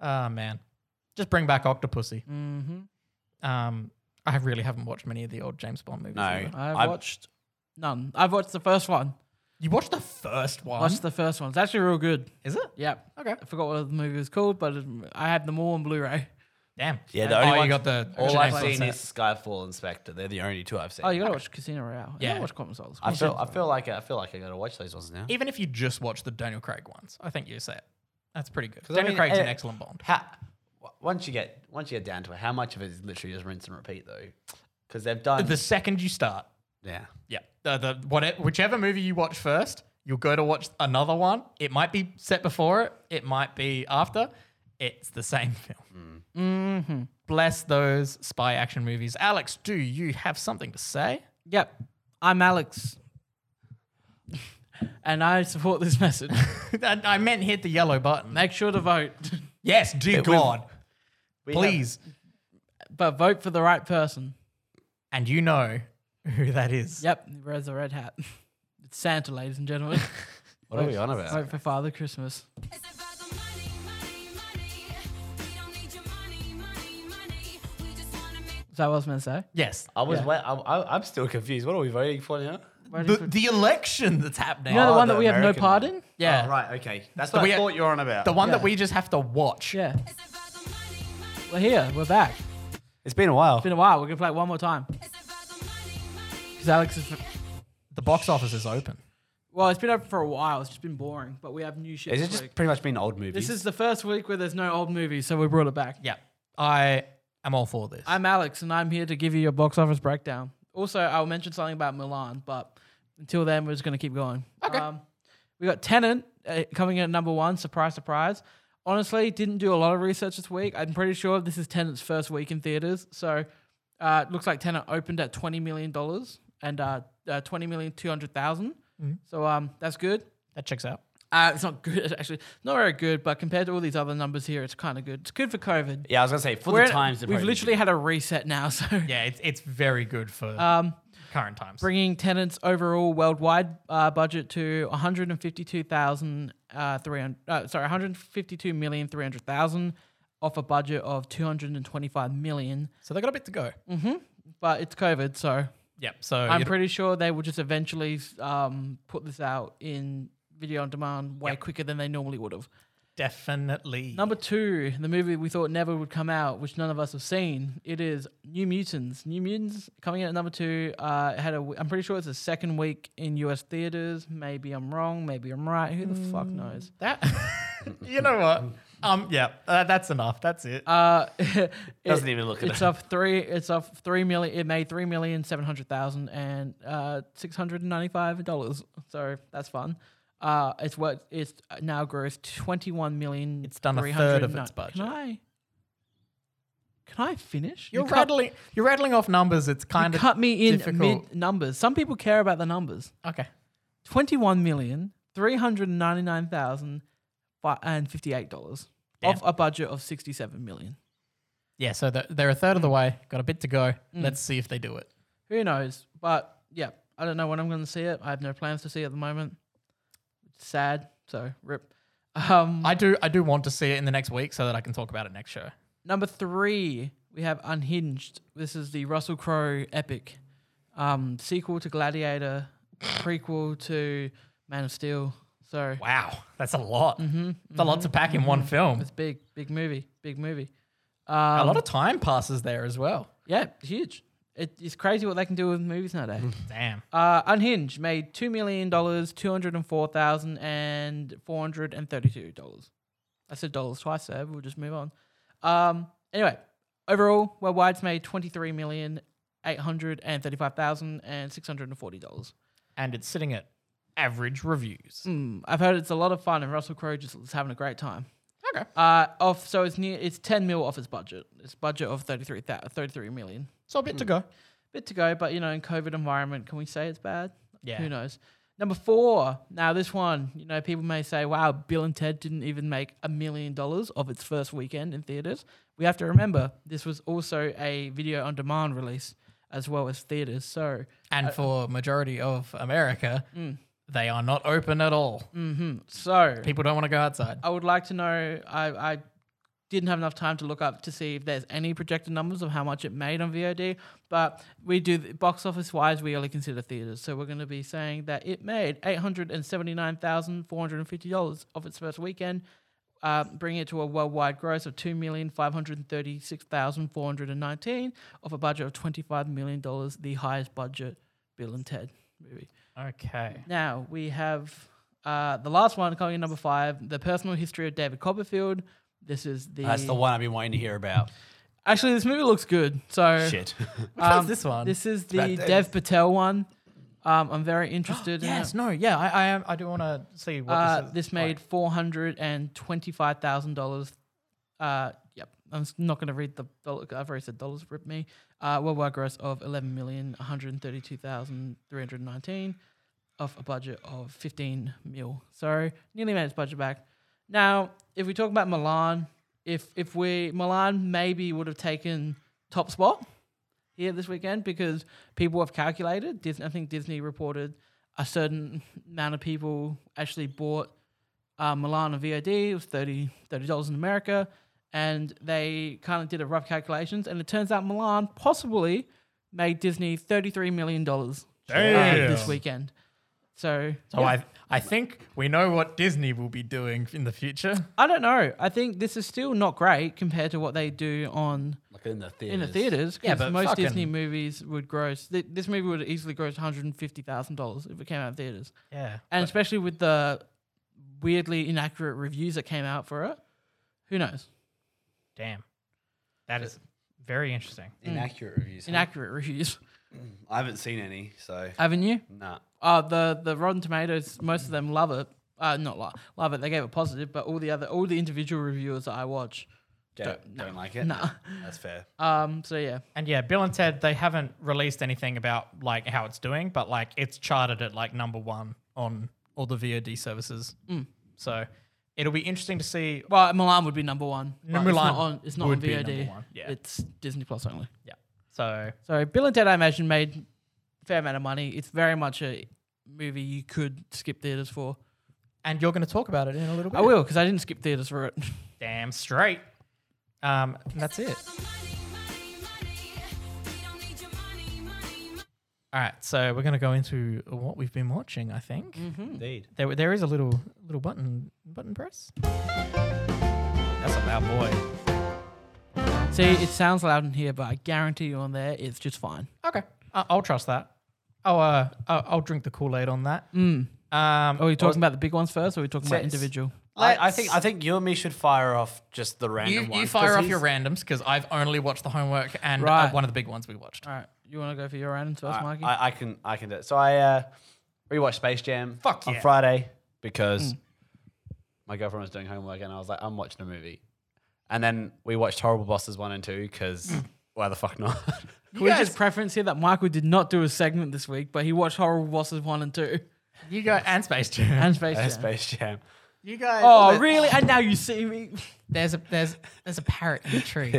[SPEAKER 2] Oh man, just bring back Octopussy.
[SPEAKER 3] Mm-hmm.
[SPEAKER 2] Um, I really haven't watched many of the old James Bond movies.
[SPEAKER 1] No,
[SPEAKER 2] either.
[SPEAKER 3] I've
[SPEAKER 1] I've-
[SPEAKER 3] watched none. I've watched the first one.
[SPEAKER 2] you watched the first one.
[SPEAKER 3] Watched the first one. It's actually real good.
[SPEAKER 2] Is it?
[SPEAKER 3] Yep.
[SPEAKER 2] Okay.
[SPEAKER 3] I forgot what the movie was called, but it, I had them all on Blu-ray.
[SPEAKER 2] Damn.
[SPEAKER 1] Yeah, the
[SPEAKER 2] oh,
[SPEAKER 1] only
[SPEAKER 2] you
[SPEAKER 1] one-
[SPEAKER 2] got the
[SPEAKER 1] All
[SPEAKER 2] original
[SPEAKER 1] I've
[SPEAKER 2] sunset.
[SPEAKER 1] seen is Skyfall and Spectre. They're the only two I've seen.
[SPEAKER 3] Oh, you gotta watch Casino Royale. You
[SPEAKER 2] Yeah.
[SPEAKER 3] gotta watch Quantum Solace.
[SPEAKER 1] I feel I feel like I feel like I gotta watch those ones now.
[SPEAKER 2] even if you just watch the Daniel Craig ones. I think you say it. That's pretty good.
[SPEAKER 1] 'Cause I
[SPEAKER 2] Daniel
[SPEAKER 1] mean,
[SPEAKER 2] Craig's an
[SPEAKER 1] uh,
[SPEAKER 2] excellent Bond.
[SPEAKER 4] How, w- once you get once you get down to it, how much of it is literally just rinse and repeat though? Because they've done
[SPEAKER 2] The second you start,
[SPEAKER 4] yeah.
[SPEAKER 2] Yeah. The, the what whichever movie you watch first, you'll go to watch another one. It might be set before it. It might be after. It's the same film.
[SPEAKER 3] Mm-hmm.
[SPEAKER 2] Bless those spy action movies. Alex, do you have something to say?
[SPEAKER 3] Yep. I'm Alex. and I support this message.
[SPEAKER 2] I I meant hit the yellow button.
[SPEAKER 3] Make sure to vote.
[SPEAKER 2] Yes, dear
[SPEAKER 4] we've-
[SPEAKER 2] God,
[SPEAKER 4] We have-
[SPEAKER 2] please.
[SPEAKER 3] but vote for the right person.
[SPEAKER 2] and you know who that is.
[SPEAKER 3] Yep. He wears a red hat. It's Santa, ladies and gentlemen.
[SPEAKER 4] what are we on about?
[SPEAKER 3] vote for Father Christmas.
[SPEAKER 5] It's about the money, money, money. We don't need your money, money, money. We just wanna make
[SPEAKER 3] Is that what I was meant to say?
[SPEAKER 2] Yes.
[SPEAKER 4] I was wa- I, I, I'm still confused. What are we voting for now?
[SPEAKER 2] The, the election that's happening.
[SPEAKER 3] You know the
[SPEAKER 4] Oh,
[SPEAKER 3] one
[SPEAKER 4] the
[SPEAKER 3] that we have
[SPEAKER 4] American
[SPEAKER 3] no part in?
[SPEAKER 2] yeah.
[SPEAKER 4] Oh, right. Okay. That's
[SPEAKER 2] So
[SPEAKER 4] what
[SPEAKER 2] we-
[SPEAKER 4] I thought you were on about.
[SPEAKER 2] The one
[SPEAKER 3] Yeah.
[SPEAKER 2] that we just have to watch.
[SPEAKER 3] Yeah.
[SPEAKER 5] it's about the money, money,
[SPEAKER 3] We're here. We're back.
[SPEAKER 4] it's been a while.
[SPEAKER 3] It's been a while. We're going to play it one more time.
[SPEAKER 5] it's about the money, money.
[SPEAKER 3] Because Alex is.
[SPEAKER 2] The box office is open.
[SPEAKER 3] Well, it's been open for a while. It's just been boring, but we have new shit.
[SPEAKER 4] It's
[SPEAKER 3] this
[SPEAKER 4] just
[SPEAKER 3] week.
[SPEAKER 4] pretty much been old movies.
[SPEAKER 3] This is the first week where there's no old movies, so we brought it back.
[SPEAKER 2] Yeah. I am all for this.
[SPEAKER 3] I'm Alex, and I'm here to give you your box office breakdown. Also, I'll mention something about Milan, but until then, we're just going to keep going. Okay. Um, we got Tenant uh, coming in at number one. Surprise, surprise. Honestly, didn't do a lot of research this week. I'm pretty sure this is Tenant's first week in theaters. So, uh, it looks like Tenant opened at twenty million dollars and uh, uh, twenty million two hundred thousand. So, um, that's good.
[SPEAKER 2] that checks out.
[SPEAKER 3] Uh, it's not good actually, not very good. But compared to all these other numbers here, it's kind of good. It's good for COVID.
[SPEAKER 4] yeah, I was gonna say for
[SPEAKER 3] We're
[SPEAKER 4] the
[SPEAKER 3] in-
[SPEAKER 4] times.
[SPEAKER 3] we've literally had a reset now, so
[SPEAKER 2] Yeah, it's, it's very good for
[SPEAKER 3] um,
[SPEAKER 2] current times.
[SPEAKER 3] bringing tenants overall worldwide uh, budget to 152,000 uh, 300 uh, sorry 152 million 300,000 off a budget of 225 million
[SPEAKER 2] so they got a bit to go.
[SPEAKER 3] but it's covid so
[SPEAKER 2] Yep. So
[SPEAKER 3] Mm-hmm. i'm
[SPEAKER 2] it-
[SPEAKER 3] pretty sure they will just eventually um, put this out in video on demand way quicker than they normally would have
[SPEAKER 2] definitely
[SPEAKER 3] Number two, the movie we thought never would come out, which none of us have seen. It is New Mutants. New Mutants coming out at number two. Uh, it had a. w- I'm pretty sure it's the second week in U.S. theaters. Maybe I'm wrong. Maybe I'm right. Who the fuck knows?
[SPEAKER 2] that. you know what? Um. Yeah. Uh, that's enough. That's it.
[SPEAKER 3] Uh,
[SPEAKER 4] doesn't
[SPEAKER 3] it-
[SPEAKER 4] even look at
[SPEAKER 3] It's
[SPEAKER 4] it.
[SPEAKER 3] off three. It's off three million. It made three million seven hundred thousand and uh, six hundred and ninety-five dollars. So that's fun. Uh, it's what it's now grossed twenty-one million.
[SPEAKER 2] It's done a third of its budget.
[SPEAKER 3] Can I? Can I finish?
[SPEAKER 2] you're
[SPEAKER 3] You cut-
[SPEAKER 2] rattling. You're rattling off numbers. It's
[SPEAKER 3] you
[SPEAKER 2] kind of
[SPEAKER 3] cut me in
[SPEAKER 2] difficult.
[SPEAKER 3] mid numbers. Some people care about the numbers.
[SPEAKER 2] okay.
[SPEAKER 3] Twenty-one million three hundred ninety-nine thousand and fifty-eight dollars
[SPEAKER 2] Damn.
[SPEAKER 3] off a budget of sixty-seven million.
[SPEAKER 2] Yeah. So they're, they're a third
[SPEAKER 3] Mm.
[SPEAKER 2] of the way. Got a bit to go. Let's see if they do it.
[SPEAKER 3] Who knows? But yeah, I don't know when I'm going to see it. I have no plans to see it at the moment. It's sad. So rip. Um,
[SPEAKER 2] I do. I do want to see it in the next week so that I can talk about it next show.
[SPEAKER 3] number three, we have Unhinged. This is the Russell Crowe epic, um, sequel to Gladiator, prequel to Man of Steel. So
[SPEAKER 2] Wow. That's a lot.
[SPEAKER 3] Mm-hmm.
[SPEAKER 2] It's a lot to pack in one film.
[SPEAKER 3] it's big, big movie, big movie.
[SPEAKER 2] a lot of time passes there as well.
[SPEAKER 3] Yeah, huge. It, it's crazy what they can do with movies nowadays.
[SPEAKER 2] Damn.
[SPEAKER 3] Uh, Unhinged made two million dollars, two hundred and four thousand and four hundred and thirty-two dollars. I said dollars twice there. We'll just move on. Um, anyway, overall, worldwide's made twenty-three million eight hundred and thirty-five thousand and six hundred and forty dollars.
[SPEAKER 2] And it's sitting at average reviews.
[SPEAKER 3] Mm, I've heard it's a lot of fun, and Russell Crowe just is having a great time.
[SPEAKER 2] Okay.
[SPEAKER 3] Uh, off so it's near it's ten mil off his budget. It's budget of 33, 33 million.
[SPEAKER 2] So a bit to go.
[SPEAKER 3] bit to go, but you know, in COVID environment, can we say it's bad?
[SPEAKER 2] Yeah.
[SPEAKER 3] Who knows? Number four. Now this one, you know, people may say, "Wow, Bill and Ted didn't even make a million dollars of its first weekend in theaters." We have to remember this was also a video on demand release as well as theaters. So
[SPEAKER 2] And for majority of America,
[SPEAKER 3] Mm.
[SPEAKER 2] they are not open at all.
[SPEAKER 3] so
[SPEAKER 2] People don't want to go outside.
[SPEAKER 3] I would like to know. I, I didn't have enough time to look up to see if there's any projected numbers of how much it made on VOD, but we do box office wise, we only consider theaters, so we're going to be saying that it made eight hundred and seventy nine thousand four hundred and fifty dollars of its first weekend. Uh, bringing it to a worldwide gross of two million five hundred thirty six thousand four hundred and nineteen, of a budget of twenty five million dollars, the highest budget Bill and Ted movie.
[SPEAKER 2] Oh, Okay.
[SPEAKER 3] Now we have uh, the last one coming in number five: the personal history of David Copperfield. This is the.
[SPEAKER 1] That's the one I've been wanting to hear about.
[SPEAKER 3] Actually, this movie looks good. So
[SPEAKER 1] Shit.
[SPEAKER 2] Which one's this one?
[SPEAKER 3] Um, this is
[SPEAKER 1] about
[SPEAKER 3] the
[SPEAKER 1] David.
[SPEAKER 3] Dev Patel one. Um, I'm very interested.
[SPEAKER 2] yes,
[SPEAKER 3] In it.
[SPEAKER 2] no, yeah, I, I, am- I do want to see what
[SPEAKER 3] Uh,
[SPEAKER 2] this is.
[SPEAKER 3] this made
[SPEAKER 2] like.
[SPEAKER 3] four hundred and twenty-five thousand dollars. Uh, yep. I'm s- not going to read the dollar. I've already said dollars. Rip me. Uh, worldwide gross of eleven million one hundred thirty-two thousand three hundred nineteen, off a budget of fifteen mil. So nearly made its budget back. Now, if we talk about Milan, if if we Milan maybe would have taken top spot here this weekend because people have calculated. Disney, I think Disney reported a certain amount of people actually bought uh, Milan on VOD. It was 30 dollars in America, and they kind of did a rough calculations, and it turns out Milan possibly made Disney thirty three million dollars uh, this weekend. So,
[SPEAKER 2] So I, I think we know what Disney will be doing in the future.
[SPEAKER 3] I don't know. I think this is still not great compared to what they do on
[SPEAKER 1] Like in the theater.
[SPEAKER 3] in the theaters because
[SPEAKER 2] but
[SPEAKER 3] most
[SPEAKER 2] fucking-
[SPEAKER 3] Disney movies would gross. Th- this movie would easily gross one hundred and fifty thousand dollars if it came out in theaters,
[SPEAKER 2] Yeah.
[SPEAKER 3] and especially with the weirdly inaccurate reviews that came out for it. Who knows?
[SPEAKER 2] Damn. That is very interesting.
[SPEAKER 4] Mm.
[SPEAKER 1] Inaccurate reviews. huh?
[SPEAKER 3] Inaccurate reviews.
[SPEAKER 1] I haven't seen any, so
[SPEAKER 3] Haven't you?
[SPEAKER 1] nah.
[SPEAKER 3] Uh, the the Rotten Tomatoes, most of them love it. Uh, not lo- love it. They gave it positive, but all the other all the individual reviewers that I watch,
[SPEAKER 1] Don't, don't like it.
[SPEAKER 3] nah.
[SPEAKER 1] That's fair.
[SPEAKER 3] Um, so yeah,
[SPEAKER 2] And yeah, Bill and Ted, they haven't released anything about like how it's doing, but like it's charted at like number one on all the VOD services.
[SPEAKER 3] Mm.
[SPEAKER 2] So it'll be interesting to see.
[SPEAKER 3] well, Milan would be number one.
[SPEAKER 2] No,
[SPEAKER 3] but
[SPEAKER 2] Milan
[SPEAKER 3] it's not on. It's not
[SPEAKER 2] would
[SPEAKER 3] on
[SPEAKER 2] be
[SPEAKER 3] VOD.
[SPEAKER 2] number one, yeah.
[SPEAKER 3] It's Disney Plus only.
[SPEAKER 2] Yeah. So
[SPEAKER 3] So Bill and Ted, I imagine, made a fair amount of money. It's very much a movie you could skip theaters for.
[SPEAKER 2] and you're going to talk about it in a little bit.
[SPEAKER 3] I will because I didn't skip theaters for it.
[SPEAKER 2] Damn straight. Um, and that's it. All right, so we're going to go into what we've been watching. I think
[SPEAKER 3] Mm-hmm.
[SPEAKER 1] Indeed.
[SPEAKER 2] there there is a little little button button press. That's a loud boy.
[SPEAKER 3] See, it sounds loud in here, but I guarantee you on there, it's just fine.
[SPEAKER 2] Okay, I- I'll trust that. Oh, uh, I'll, I'll drink the Kool Aid on that. Um,
[SPEAKER 3] Are we talking about the big ones first, or are we talking about
[SPEAKER 1] Let's-
[SPEAKER 3] individual?
[SPEAKER 1] I, I
[SPEAKER 2] Let's-
[SPEAKER 1] think I think you and me should fire off just the random
[SPEAKER 2] You,
[SPEAKER 1] one.
[SPEAKER 2] you
[SPEAKER 1] 'cause
[SPEAKER 2] fire off
[SPEAKER 1] he's-
[SPEAKER 2] your randoms because I've only watched the homework and uh,
[SPEAKER 3] Right.
[SPEAKER 2] one of the big ones we watched.
[SPEAKER 3] All right, you want to go for your random first,
[SPEAKER 1] I,
[SPEAKER 3] Mikey?
[SPEAKER 1] I, I can I can do it. So I uh, rewatched Space Jam
[SPEAKER 2] Fuck
[SPEAKER 1] on
[SPEAKER 2] yeah. Mm.
[SPEAKER 1] Friday because my girlfriend was doing homework and I was like, I'm watching a movie. And then we watched Horrible Bosses one and two because
[SPEAKER 2] Mm.
[SPEAKER 1] why the fuck not?
[SPEAKER 3] Can we just preference here that Michael did not do a segment this week, but he watched Horrible Bosses one and two
[SPEAKER 2] You go and Space Jam.
[SPEAKER 3] and Space
[SPEAKER 1] Uh,
[SPEAKER 3] Jam.
[SPEAKER 1] Space Jam.
[SPEAKER 2] you guys.
[SPEAKER 3] Oh, really? And now you see me.
[SPEAKER 2] There's a there's there's a parrot in the tree.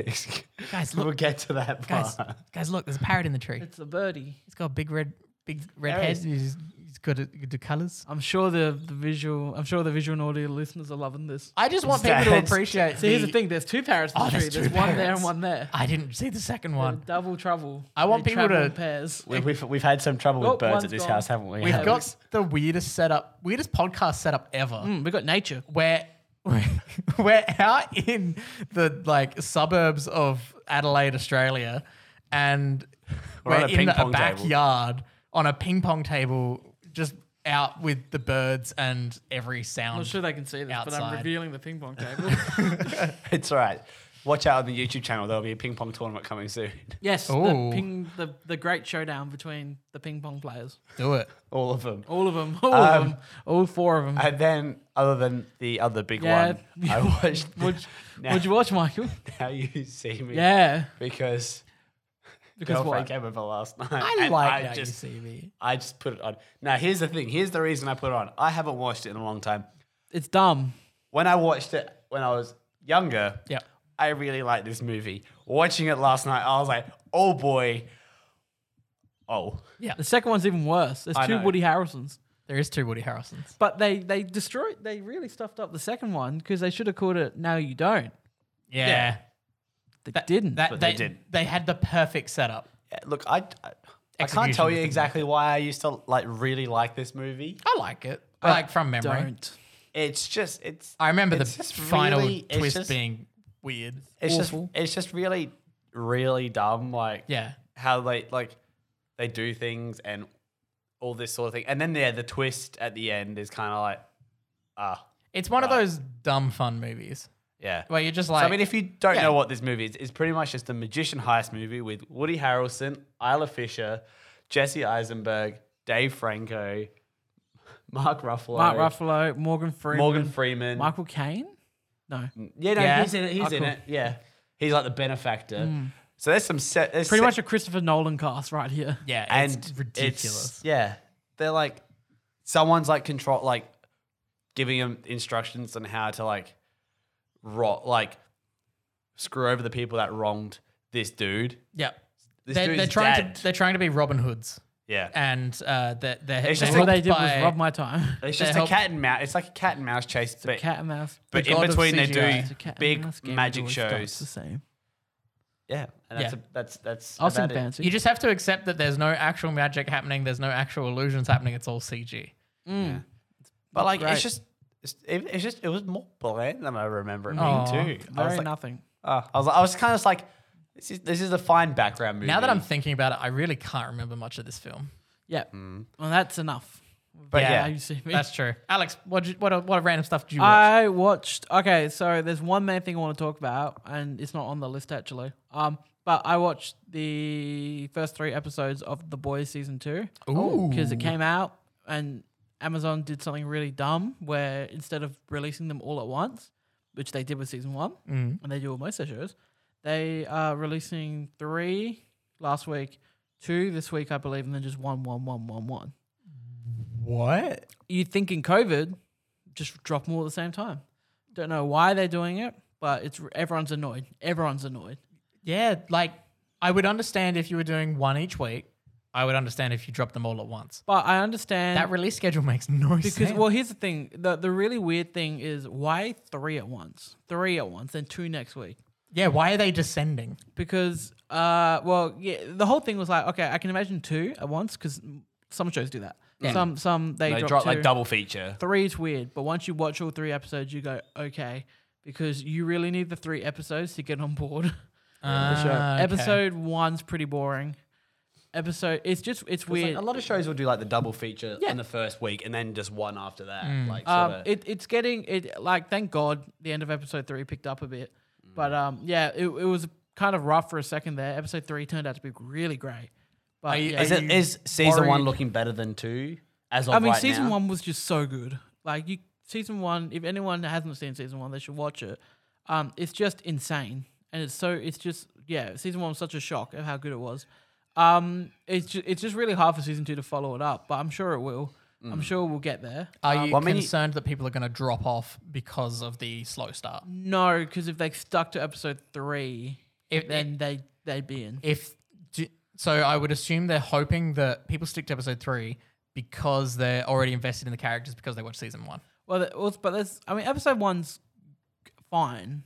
[SPEAKER 2] Guys,
[SPEAKER 1] we'll
[SPEAKER 2] look,
[SPEAKER 1] get to that part.
[SPEAKER 2] guys, guys, look. There's a parrot in the tree.
[SPEAKER 3] It's the birdie.
[SPEAKER 2] It's got a big red big red
[SPEAKER 1] There it
[SPEAKER 2] head.
[SPEAKER 1] is.
[SPEAKER 2] He's, he's good at good at colors.
[SPEAKER 3] I'm sure the, the visual. I'm sure the visual and audio listeners are loving this.
[SPEAKER 2] I just want people to
[SPEAKER 1] That's-
[SPEAKER 2] appreciate.
[SPEAKER 3] So here's the thing: there's two parrots for
[SPEAKER 2] Oh,
[SPEAKER 3] the
[SPEAKER 2] there's
[SPEAKER 3] tree.
[SPEAKER 2] two
[SPEAKER 3] There's one there
[SPEAKER 2] parrots.
[SPEAKER 3] and one there.
[SPEAKER 2] I didn't see the second one.
[SPEAKER 3] Double trouble.
[SPEAKER 2] I want
[SPEAKER 3] They
[SPEAKER 2] people
[SPEAKER 3] travel
[SPEAKER 2] to-
[SPEAKER 3] in pairs.
[SPEAKER 1] We, we've, we've had some trouble
[SPEAKER 3] Oh,
[SPEAKER 1] with birds
[SPEAKER 3] one's
[SPEAKER 1] at this
[SPEAKER 3] gone.
[SPEAKER 1] house, haven't we?
[SPEAKER 2] We've
[SPEAKER 1] Alex?
[SPEAKER 2] got the weirdest setup, weirdest podcast setup ever.
[SPEAKER 3] Mm, we got nature.
[SPEAKER 2] where we're out in the like suburbs of Adelaide, Australia, and
[SPEAKER 1] We're
[SPEAKER 2] we're,
[SPEAKER 1] on a
[SPEAKER 2] in
[SPEAKER 1] ping
[SPEAKER 2] a
[SPEAKER 1] pong table.
[SPEAKER 2] backyard on a ping pong table, just out with the birds and every sound.
[SPEAKER 3] I'm not sure they can see this, but I'm
[SPEAKER 2] Outside.
[SPEAKER 3] revealing the ping pong table.
[SPEAKER 1] It's all right. Watch out on the YouTube channel. There'll be a ping pong tournament coming soon.
[SPEAKER 3] yes, the,
[SPEAKER 2] Ooh.
[SPEAKER 3] ping, the the great showdown between the ping pong players.
[SPEAKER 2] Do it.
[SPEAKER 1] All of them.
[SPEAKER 3] All of them. All
[SPEAKER 1] Um,
[SPEAKER 3] of them. All four of them.
[SPEAKER 1] And then, other than the other big
[SPEAKER 3] Yeah.
[SPEAKER 1] one, I watched.
[SPEAKER 3] Would-
[SPEAKER 1] now,
[SPEAKER 3] What'd you watch, Michael?
[SPEAKER 1] now you see me.
[SPEAKER 3] Yeah.
[SPEAKER 1] Because because girlfriend
[SPEAKER 3] what?
[SPEAKER 1] came over last night.
[SPEAKER 2] I
[SPEAKER 1] and
[SPEAKER 2] like that
[SPEAKER 1] just,
[SPEAKER 2] you see me.
[SPEAKER 1] I just put it on. Now here's the thing. Here's the reason I put it on. I haven't watched it in a long time.
[SPEAKER 3] It's dumb.
[SPEAKER 1] When I watched it when I was younger,
[SPEAKER 2] Yep.
[SPEAKER 1] I really liked this movie. Watching it last night, I was like, oh boy. Oh.
[SPEAKER 3] The second one's even worse. There's
[SPEAKER 1] I
[SPEAKER 3] two
[SPEAKER 1] know.
[SPEAKER 3] Woody Harrelsons.
[SPEAKER 2] There is two Woody Harrelsons.
[SPEAKER 3] But they they destroyed. They really stuffed up the second one because they should have called it "Now You Don't."
[SPEAKER 2] Yeah.
[SPEAKER 3] They
[SPEAKER 2] That-
[SPEAKER 3] didn't.
[SPEAKER 2] That,
[SPEAKER 1] But
[SPEAKER 2] they,
[SPEAKER 1] they
[SPEAKER 2] they
[SPEAKER 1] did.
[SPEAKER 2] had the perfect setup.
[SPEAKER 1] Yeah, Look, I, I, I can't
[SPEAKER 2] Execution
[SPEAKER 1] tell you
[SPEAKER 2] was
[SPEAKER 1] exactly why I used to like really like this movie.
[SPEAKER 2] I like it. like from memory.
[SPEAKER 3] don't.
[SPEAKER 1] It's just it's
[SPEAKER 2] I remember
[SPEAKER 1] it's
[SPEAKER 2] the
[SPEAKER 1] just
[SPEAKER 2] final
[SPEAKER 1] really- it's
[SPEAKER 2] twist
[SPEAKER 1] just-
[SPEAKER 2] being weird.
[SPEAKER 1] it's
[SPEAKER 3] awful.
[SPEAKER 1] just it's just really really dumb like
[SPEAKER 2] Yeah.
[SPEAKER 1] how they like they do things and all this sort of thing. And then yeah, the twist at the end is kind of like ah,
[SPEAKER 2] It's one of those dumb fun movies
[SPEAKER 1] yeah.
[SPEAKER 2] where you're just
[SPEAKER 1] So,
[SPEAKER 2] like,
[SPEAKER 1] I mean, if you don't
[SPEAKER 2] yeah.
[SPEAKER 1] know what this movie is, it's pretty much just a magician heist movie with Woody Harrelson, Isla Fisher, Jesse Eisenberg, Dave Franco, Mark Ruffalo,
[SPEAKER 3] Mark Ruffalo, Morgan Freeman,
[SPEAKER 1] Morgan Freeman. Mm,
[SPEAKER 3] Michael Caine. No,
[SPEAKER 1] yeah, no,
[SPEAKER 2] Yeah.
[SPEAKER 1] he's in it. He's
[SPEAKER 3] Oh,
[SPEAKER 1] in
[SPEAKER 3] cool. Hmm.
[SPEAKER 1] it. Yeah, he's like the benefactor. So there's some set. There's
[SPEAKER 3] pretty
[SPEAKER 1] se-
[SPEAKER 3] much a Christopher Nolan cast right here.
[SPEAKER 2] yeah,
[SPEAKER 1] and
[SPEAKER 2] it's ridiculous.
[SPEAKER 1] it's- yeah, they're like someone's like control, like giving them instructions on how to like rot, like screw over the people that wronged this dude.
[SPEAKER 2] yep.
[SPEAKER 1] This
[SPEAKER 2] They're,
[SPEAKER 1] dude's
[SPEAKER 2] they're trying
[SPEAKER 1] dead.
[SPEAKER 2] to they're trying to be Robin Hoods,
[SPEAKER 1] Yeah,
[SPEAKER 2] and uh, they're they're,
[SPEAKER 1] It's
[SPEAKER 2] they're
[SPEAKER 1] just
[SPEAKER 3] All
[SPEAKER 1] like-
[SPEAKER 3] they
[SPEAKER 2] helped
[SPEAKER 3] did
[SPEAKER 2] by-
[SPEAKER 3] was rob my time.
[SPEAKER 1] it's just
[SPEAKER 2] help-
[SPEAKER 1] a cat and mouse. It's like a cat and mouse chase, but,
[SPEAKER 3] Cat and mouse.
[SPEAKER 1] but
[SPEAKER 2] God
[SPEAKER 1] in
[SPEAKER 2] of
[SPEAKER 1] between they
[SPEAKER 2] CGI.
[SPEAKER 1] do
[SPEAKER 3] It's a cat and
[SPEAKER 1] big
[SPEAKER 3] mouse game, it
[SPEAKER 1] magic
[SPEAKER 3] always starts The
[SPEAKER 1] shows.
[SPEAKER 3] same.
[SPEAKER 1] Yeah, and that's
[SPEAKER 2] Yeah.
[SPEAKER 1] A, that's that's
[SPEAKER 3] I'll sing
[SPEAKER 1] about it.
[SPEAKER 3] fancy.
[SPEAKER 2] You just have to accept that there's no actual magic happening. There's no actual illusions happening. It's all CG.
[SPEAKER 1] But like,
[SPEAKER 3] Right.
[SPEAKER 1] it's just. It's, it, it's just it was more bland than I remember it being
[SPEAKER 2] Aw,
[SPEAKER 1] too. I was
[SPEAKER 3] Very
[SPEAKER 1] like,
[SPEAKER 3] nothing.
[SPEAKER 1] Uh, I was I was kind of like, this is this is a fine background movie.
[SPEAKER 2] Now that I'm thinking about it, I really can't remember much of this film.
[SPEAKER 3] Yeah. Well, that's enough.
[SPEAKER 1] but
[SPEAKER 2] yeah,
[SPEAKER 3] Now
[SPEAKER 1] yeah,
[SPEAKER 3] you see me.
[SPEAKER 2] That's true. Alex, what you, what a- what a random stuff did you watch?
[SPEAKER 3] I watched. Okay, so there's one main thing I want to talk about, and it's not on the list actually. Um, but I watched the first three episodes of The Boys season two because it came out, and Amazon did something really dumb where instead of releasing them all at once, which they did with season one, and they do with most of their shows, they are releasing three last week, two this week, I believe, and then just one, one, one, one, one.
[SPEAKER 2] what?
[SPEAKER 3] You'd think in COVID, just drop them all at the same time. Don't know why they're doing it, but it's everyone's annoyed. Everyone's annoyed.
[SPEAKER 2] Yeah, like I would understand if you were doing one each week. I would understand if you dropped them all at once.
[SPEAKER 3] But I understand
[SPEAKER 2] That release schedule makes no
[SPEAKER 3] because
[SPEAKER 2] sense.
[SPEAKER 3] well, here's the thing: the the really weird thing is why three at once, three at once, then two next week.
[SPEAKER 2] yeah, why are they descending?
[SPEAKER 3] Because uh, well, yeah, the whole thing was like, okay, I can imagine two at once because some shows do that. Some some they,
[SPEAKER 1] they
[SPEAKER 3] drop,
[SPEAKER 1] dropped
[SPEAKER 3] two.
[SPEAKER 1] like double feature.
[SPEAKER 3] Three is weird, but once you watch all three episodes, you go okay because you really need the three episodes to get on board.
[SPEAKER 2] Ah, okay.
[SPEAKER 3] Episode one's pretty boring. Episode, it's just it's weird.
[SPEAKER 1] Like, a lot of shows will do like the double feature
[SPEAKER 3] Yeah.
[SPEAKER 1] in the first week and then just one after that. Like
[SPEAKER 3] um,
[SPEAKER 1] sorta-
[SPEAKER 3] it, it's getting it like thank God the end of episode three picked up a bit,
[SPEAKER 1] Mm.
[SPEAKER 3] but um yeah, it, it was kind of rough for a second there. Episode three turned out to be really great, but
[SPEAKER 2] you-
[SPEAKER 3] yeah,
[SPEAKER 1] is it
[SPEAKER 2] you
[SPEAKER 1] is season one
[SPEAKER 2] worried-
[SPEAKER 1] looking better than two? As of
[SPEAKER 3] I mean
[SPEAKER 1] right
[SPEAKER 3] season
[SPEAKER 1] now?
[SPEAKER 3] one was just so good. Like you, season one. If anyone hasn't seen season one, they should watch it. Um, it's just insane, and it's so it's just yeah. Season one was such a shock of how good it was. Um, it's just, it's just really hard for season two to follow it up, but I'm sure it will. I'm
[SPEAKER 1] Mm.
[SPEAKER 3] sure we'll get there.
[SPEAKER 2] Are you
[SPEAKER 1] well, I mean, you-
[SPEAKER 2] concerned that people are going to drop off because of the slow start?
[SPEAKER 3] No, because if they stuck to episode three,
[SPEAKER 2] If-
[SPEAKER 3] then they they'd be in.
[SPEAKER 2] If do, so, I would assume they're hoping that people stick to episode three because they're already invested in the characters because they watched season one.
[SPEAKER 3] well, that- well, but there's I mean, episode one's fine.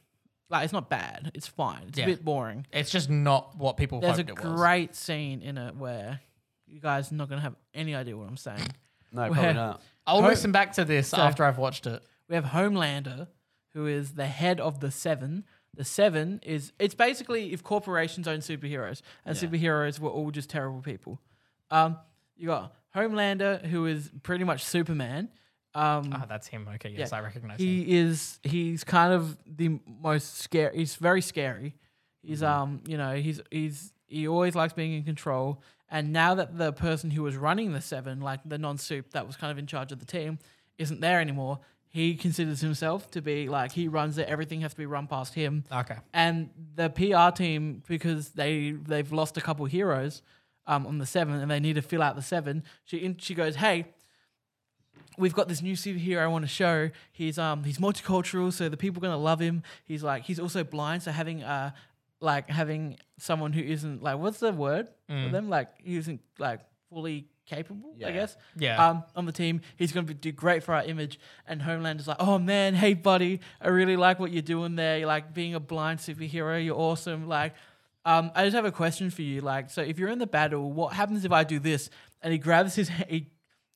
[SPEAKER 3] Like it's not bad. It's fine. It's
[SPEAKER 2] Yeah.
[SPEAKER 3] a bit boring.
[SPEAKER 2] It's just not what people
[SPEAKER 3] There's a
[SPEAKER 2] hoped it was.
[SPEAKER 3] great scene in it where you guys are not gonna have any idea what I'm saying.
[SPEAKER 1] No,
[SPEAKER 3] Where-
[SPEAKER 1] probably not.
[SPEAKER 2] I'll listen back to this after I've watched it.
[SPEAKER 3] We have Homelander, who is the head of the Seven. The Seven is it's basically if corporations own superheroes, and superheroes were all just terrible people. Um, you got Homelander, who is pretty much Superman. Um,
[SPEAKER 2] Oh, that's him. Okay, yes, I recognize him.
[SPEAKER 3] he is he's kind of the most scary he's very scary he's
[SPEAKER 2] Mm-hmm.
[SPEAKER 3] um you know he's he's he always likes being in control and now that the person who was running the seven like the non-soup that was kind of in charge of the team isn't there anymore he considers himself to be like he runs it. Everything has to be run past him.
[SPEAKER 2] Okay.
[SPEAKER 3] And the PR team, because they they've lost a couple heroes um, on the seven, and they need to fill out the seven. She in, she goes, hey. We've got this new superhero I want to show. He's um he's multicultural, so the people are gonna love him. He's like he's also blind, so having uh like having someone who isn't like what's the word for them like he isn't like fully capable, I
[SPEAKER 1] Yeah.
[SPEAKER 3] guess.
[SPEAKER 2] Yeah.
[SPEAKER 3] Um, on the team, he's gonna be, do great for our image. And Homeland is like, oh man, hey buddy, I really like what you're doing there. You're like being a blind superhero, you're awesome. Like, um, I just have a question for you. Like, so if you're in the battle, what happens if I do this? And he grabs his ha- he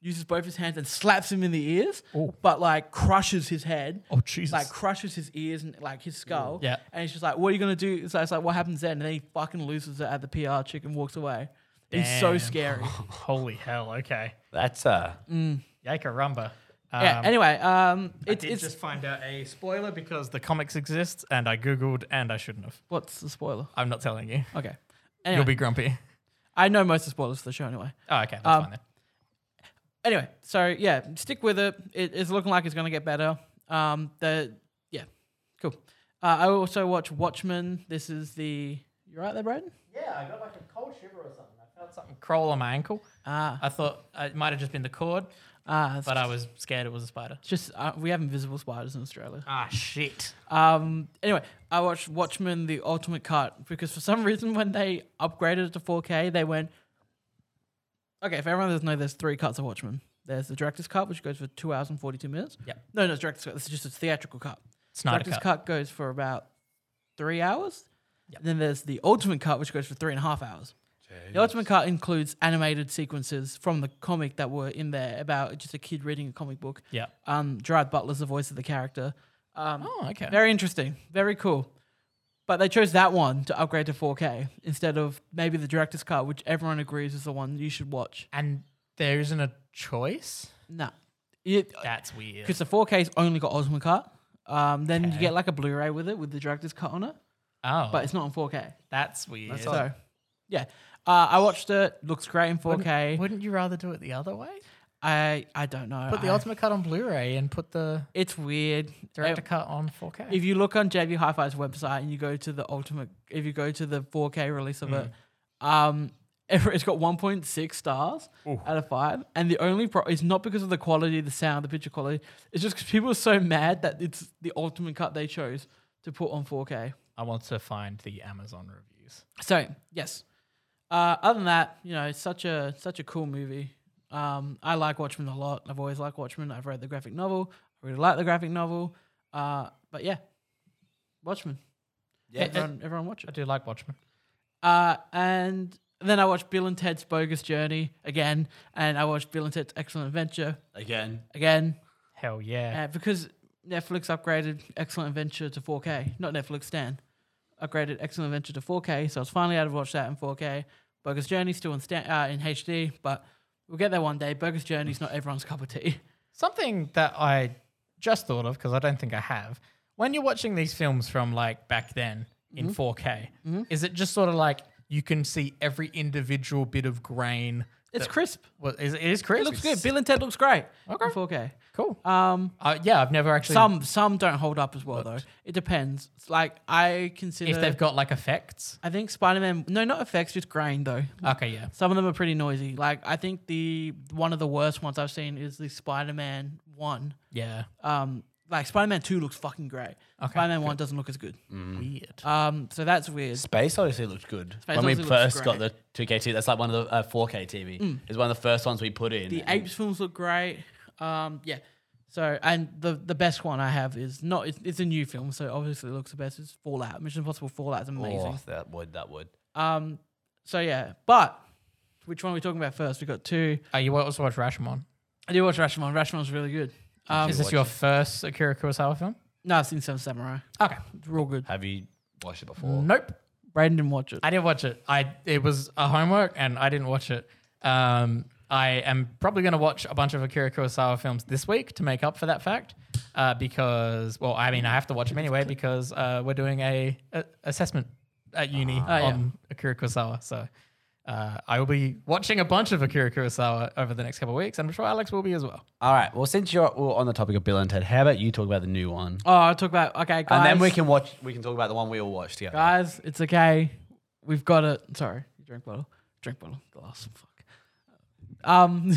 [SPEAKER 3] uses both his hands and slaps him in the ears, but like crushes his head
[SPEAKER 2] Oh Jesus.
[SPEAKER 3] like crushes his ears and like his skull.
[SPEAKER 2] Yeah.
[SPEAKER 3] And he's just like, what are you gonna do? So it's like, what happens then? And then he fucking loses it at the PR chick and walks away. It's so
[SPEAKER 2] Damn.
[SPEAKER 3] scary.
[SPEAKER 2] Holy hell. Okay.
[SPEAKER 4] That's uh,
[SPEAKER 2] Yaka rumba. Um,
[SPEAKER 3] yeah. Anyway, um,
[SPEAKER 2] I
[SPEAKER 3] it's
[SPEAKER 2] did
[SPEAKER 3] it's
[SPEAKER 2] just find out a spoiler because the comics exist and I googled and I shouldn't have.
[SPEAKER 3] what's the spoiler?
[SPEAKER 2] I'm not telling you.
[SPEAKER 3] Okay.
[SPEAKER 2] You'll
[SPEAKER 3] Anyway,
[SPEAKER 2] be grumpy.
[SPEAKER 3] I know most of the spoilers for the show anyway.
[SPEAKER 2] Oh, okay. That's
[SPEAKER 3] Um,
[SPEAKER 2] fine then.
[SPEAKER 3] Anyway, so yeah, stick with it. it it's looking like it's gonna get better. Um, the yeah, cool. Uh, I also watch Watchmen. This is the you right there, Braden?
[SPEAKER 2] Yeah, I got like a cold shiver or something. I felt something crawl on my ankle.
[SPEAKER 3] Ah,
[SPEAKER 2] I thought uh, it might have just been the cord,
[SPEAKER 3] ah, it's
[SPEAKER 2] but I was scared it was a spider.
[SPEAKER 3] just uh, we have invisible spiders in Australia.
[SPEAKER 2] Ah, shit.
[SPEAKER 3] Um, anyway, I watched Watchmen: The Ultimate Cut because for some reason when they upgraded it to 4K, they went, okay. For everyone doesn't know, there's three cuts of Watchmen. There's the director's cut, which goes for two hours and 42 minutes.
[SPEAKER 2] Yep.
[SPEAKER 3] No, no, it's director's cut. This is just a theatrical cut.
[SPEAKER 2] Snyder
[SPEAKER 3] director's
[SPEAKER 2] cut.
[SPEAKER 3] cut. goes for about three hours. Then there's the ultimate cut, which goes for three and a half hours. The ultimate cut includes animated sequences from the comic that were in there about just a kid reading a comic book.
[SPEAKER 2] Yeah.
[SPEAKER 3] Um, Gerard Butler's the voice of the character. Um,
[SPEAKER 2] Oh, okay.
[SPEAKER 3] very interesting. Very cool. But they chose that one to upgrade to 4K instead of maybe the director's cut, which everyone agrees is the one you should watch.
[SPEAKER 2] and there isn't a choice?
[SPEAKER 3] No. Because
[SPEAKER 2] That's weird.
[SPEAKER 3] the 4K's only got Ultimate Cut. Um, then you get like a Blu ray with it, with the director's cut on it,
[SPEAKER 2] Oh,
[SPEAKER 3] but it's not in 4K.
[SPEAKER 2] that's weird.
[SPEAKER 3] So, yeah. Uh, I watched it. Looks great in 4K.
[SPEAKER 2] Wouldn't you rather do it the other way?
[SPEAKER 3] I, I don't know.
[SPEAKER 2] Put the
[SPEAKER 3] I-
[SPEAKER 2] ultimate cut on Blu-ray and put the
[SPEAKER 3] It's weird.
[SPEAKER 2] director
[SPEAKER 3] Uh,
[SPEAKER 2] cut on 4K.
[SPEAKER 3] if you look on JV Hi-Fi's website and you go to the ultimate, if you go to the 4K release of it, um, it's got 1.6 stars out of five, and the only pro it's not because of the quality, the sound, the picture quality. It's just because people are so mad that it's the ultimate cut they chose to put on 4K.
[SPEAKER 2] I want to find the Amazon reviews.
[SPEAKER 3] So yes. Uh, other than that, you know, it's such a such a cool movie. Um, I like Watchmen a lot. I've always liked Watchmen. I've read the graphic novel. I really like the graphic novel. Uh, but yeah, Watchmen.
[SPEAKER 2] Yeah,
[SPEAKER 3] everyone, everyone watch
[SPEAKER 2] I
[SPEAKER 3] it.
[SPEAKER 2] do like Watchmen.
[SPEAKER 3] Uh, and then I watched Bill and Ted's Bogus Journey again, and I watched Bill and Ted's Excellent Adventure
[SPEAKER 4] again,
[SPEAKER 3] again
[SPEAKER 2] Hell yeah.
[SPEAKER 3] uh, because Netflix upgraded Excellent Adventure to 4K. Not Netflix, Stan upgraded Excellent Adventure to 4K, so I was finally able to watch that in 4K. Bogus Journey still in Stan, uh, in HD, but we'll get there one day. Bogus Journey's not everyone's cup of tea.
[SPEAKER 2] Something that I just thought of because I don't think I have. When you're watching these films from like back then
[SPEAKER 3] Mm-hmm.
[SPEAKER 2] in 4K, is it just sort of like you can see every individual bit of grain?
[SPEAKER 3] It's
[SPEAKER 2] that-
[SPEAKER 3] crisp.
[SPEAKER 2] What is it is crisp?
[SPEAKER 3] It looks good. Bill and Ted looks great.
[SPEAKER 2] Okay.
[SPEAKER 3] In 4K.
[SPEAKER 2] Cool.
[SPEAKER 3] Um,
[SPEAKER 2] Uh, yeah, I've never actually
[SPEAKER 3] some some don't hold up as well though. It depends. It's like I consider.
[SPEAKER 2] if they've got like effects.
[SPEAKER 3] I think Spider Man. No, not effects, just grain though.
[SPEAKER 2] Okay, yeah.
[SPEAKER 3] Some of them are pretty noisy. Like I think the one of the worst ones I've seen is the Spider Man one.
[SPEAKER 2] Yeah.
[SPEAKER 3] Um, like Spider Man two looks fucking great.
[SPEAKER 2] Okay,
[SPEAKER 3] Spider Man one doesn't look as good.
[SPEAKER 2] Weird.
[SPEAKER 3] Um, so that's weird.
[SPEAKER 1] Space Odyssey looked good.
[SPEAKER 3] Space
[SPEAKER 1] when we
[SPEAKER 3] Odyssey looks Mm.
[SPEAKER 1] first got the 2K TV, that's like one of the uh, 4K TV. It's one of the first ones we put in.
[SPEAKER 3] The apes films look great. Um, yeah. So and the the best one I have is not it's, it's a new film, so obviously it looks the best. It's Fallout. Mission Impossible Fallout is amazing.
[SPEAKER 1] Oh, that would, that would.
[SPEAKER 3] Um, so yeah, but which one are we talking about first? We got two.
[SPEAKER 2] Oh, you also watch Rashomon.
[SPEAKER 3] I did watch Rashomon. Rashomon's really good. Um,
[SPEAKER 2] Is this your first Akira Kurosawa film?
[SPEAKER 3] no, I've seen Seven Samurai.
[SPEAKER 2] Okay.
[SPEAKER 3] It's real good.
[SPEAKER 1] Have you watched it before?
[SPEAKER 2] Nope.
[SPEAKER 3] Braden didn't watch it.
[SPEAKER 2] I didn't watch it. I it was a homework and I didn't watch it. Um, I am probably going to watch a bunch of Akira Kurosawa films this week to make up for that fact, uh, because well, I mean, I have to watch them anyway because uh, we're doing a, a assessment at uni
[SPEAKER 3] Ah, yeah.
[SPEAKER 2] on Akira Kurosawa. So uh, I will be watching a bunch of Akira Kurosawa over the next couple of weeks, and I'm sure Alex will be as well.
[SPEAKER 1] All right. Well, since you're well, on the topic of Bill and Ted, how about you talk about the new one,
[SPEAKER 3] Oh, I'll talk about okay, guys.
[SPEAKER 1] and then we can watch. We can talk about the one we all watched together.
[SPEAKER 3] guys. It's okay. We've got it. Sorry, drink bottle, drink bottle, glass. Fuck. Um.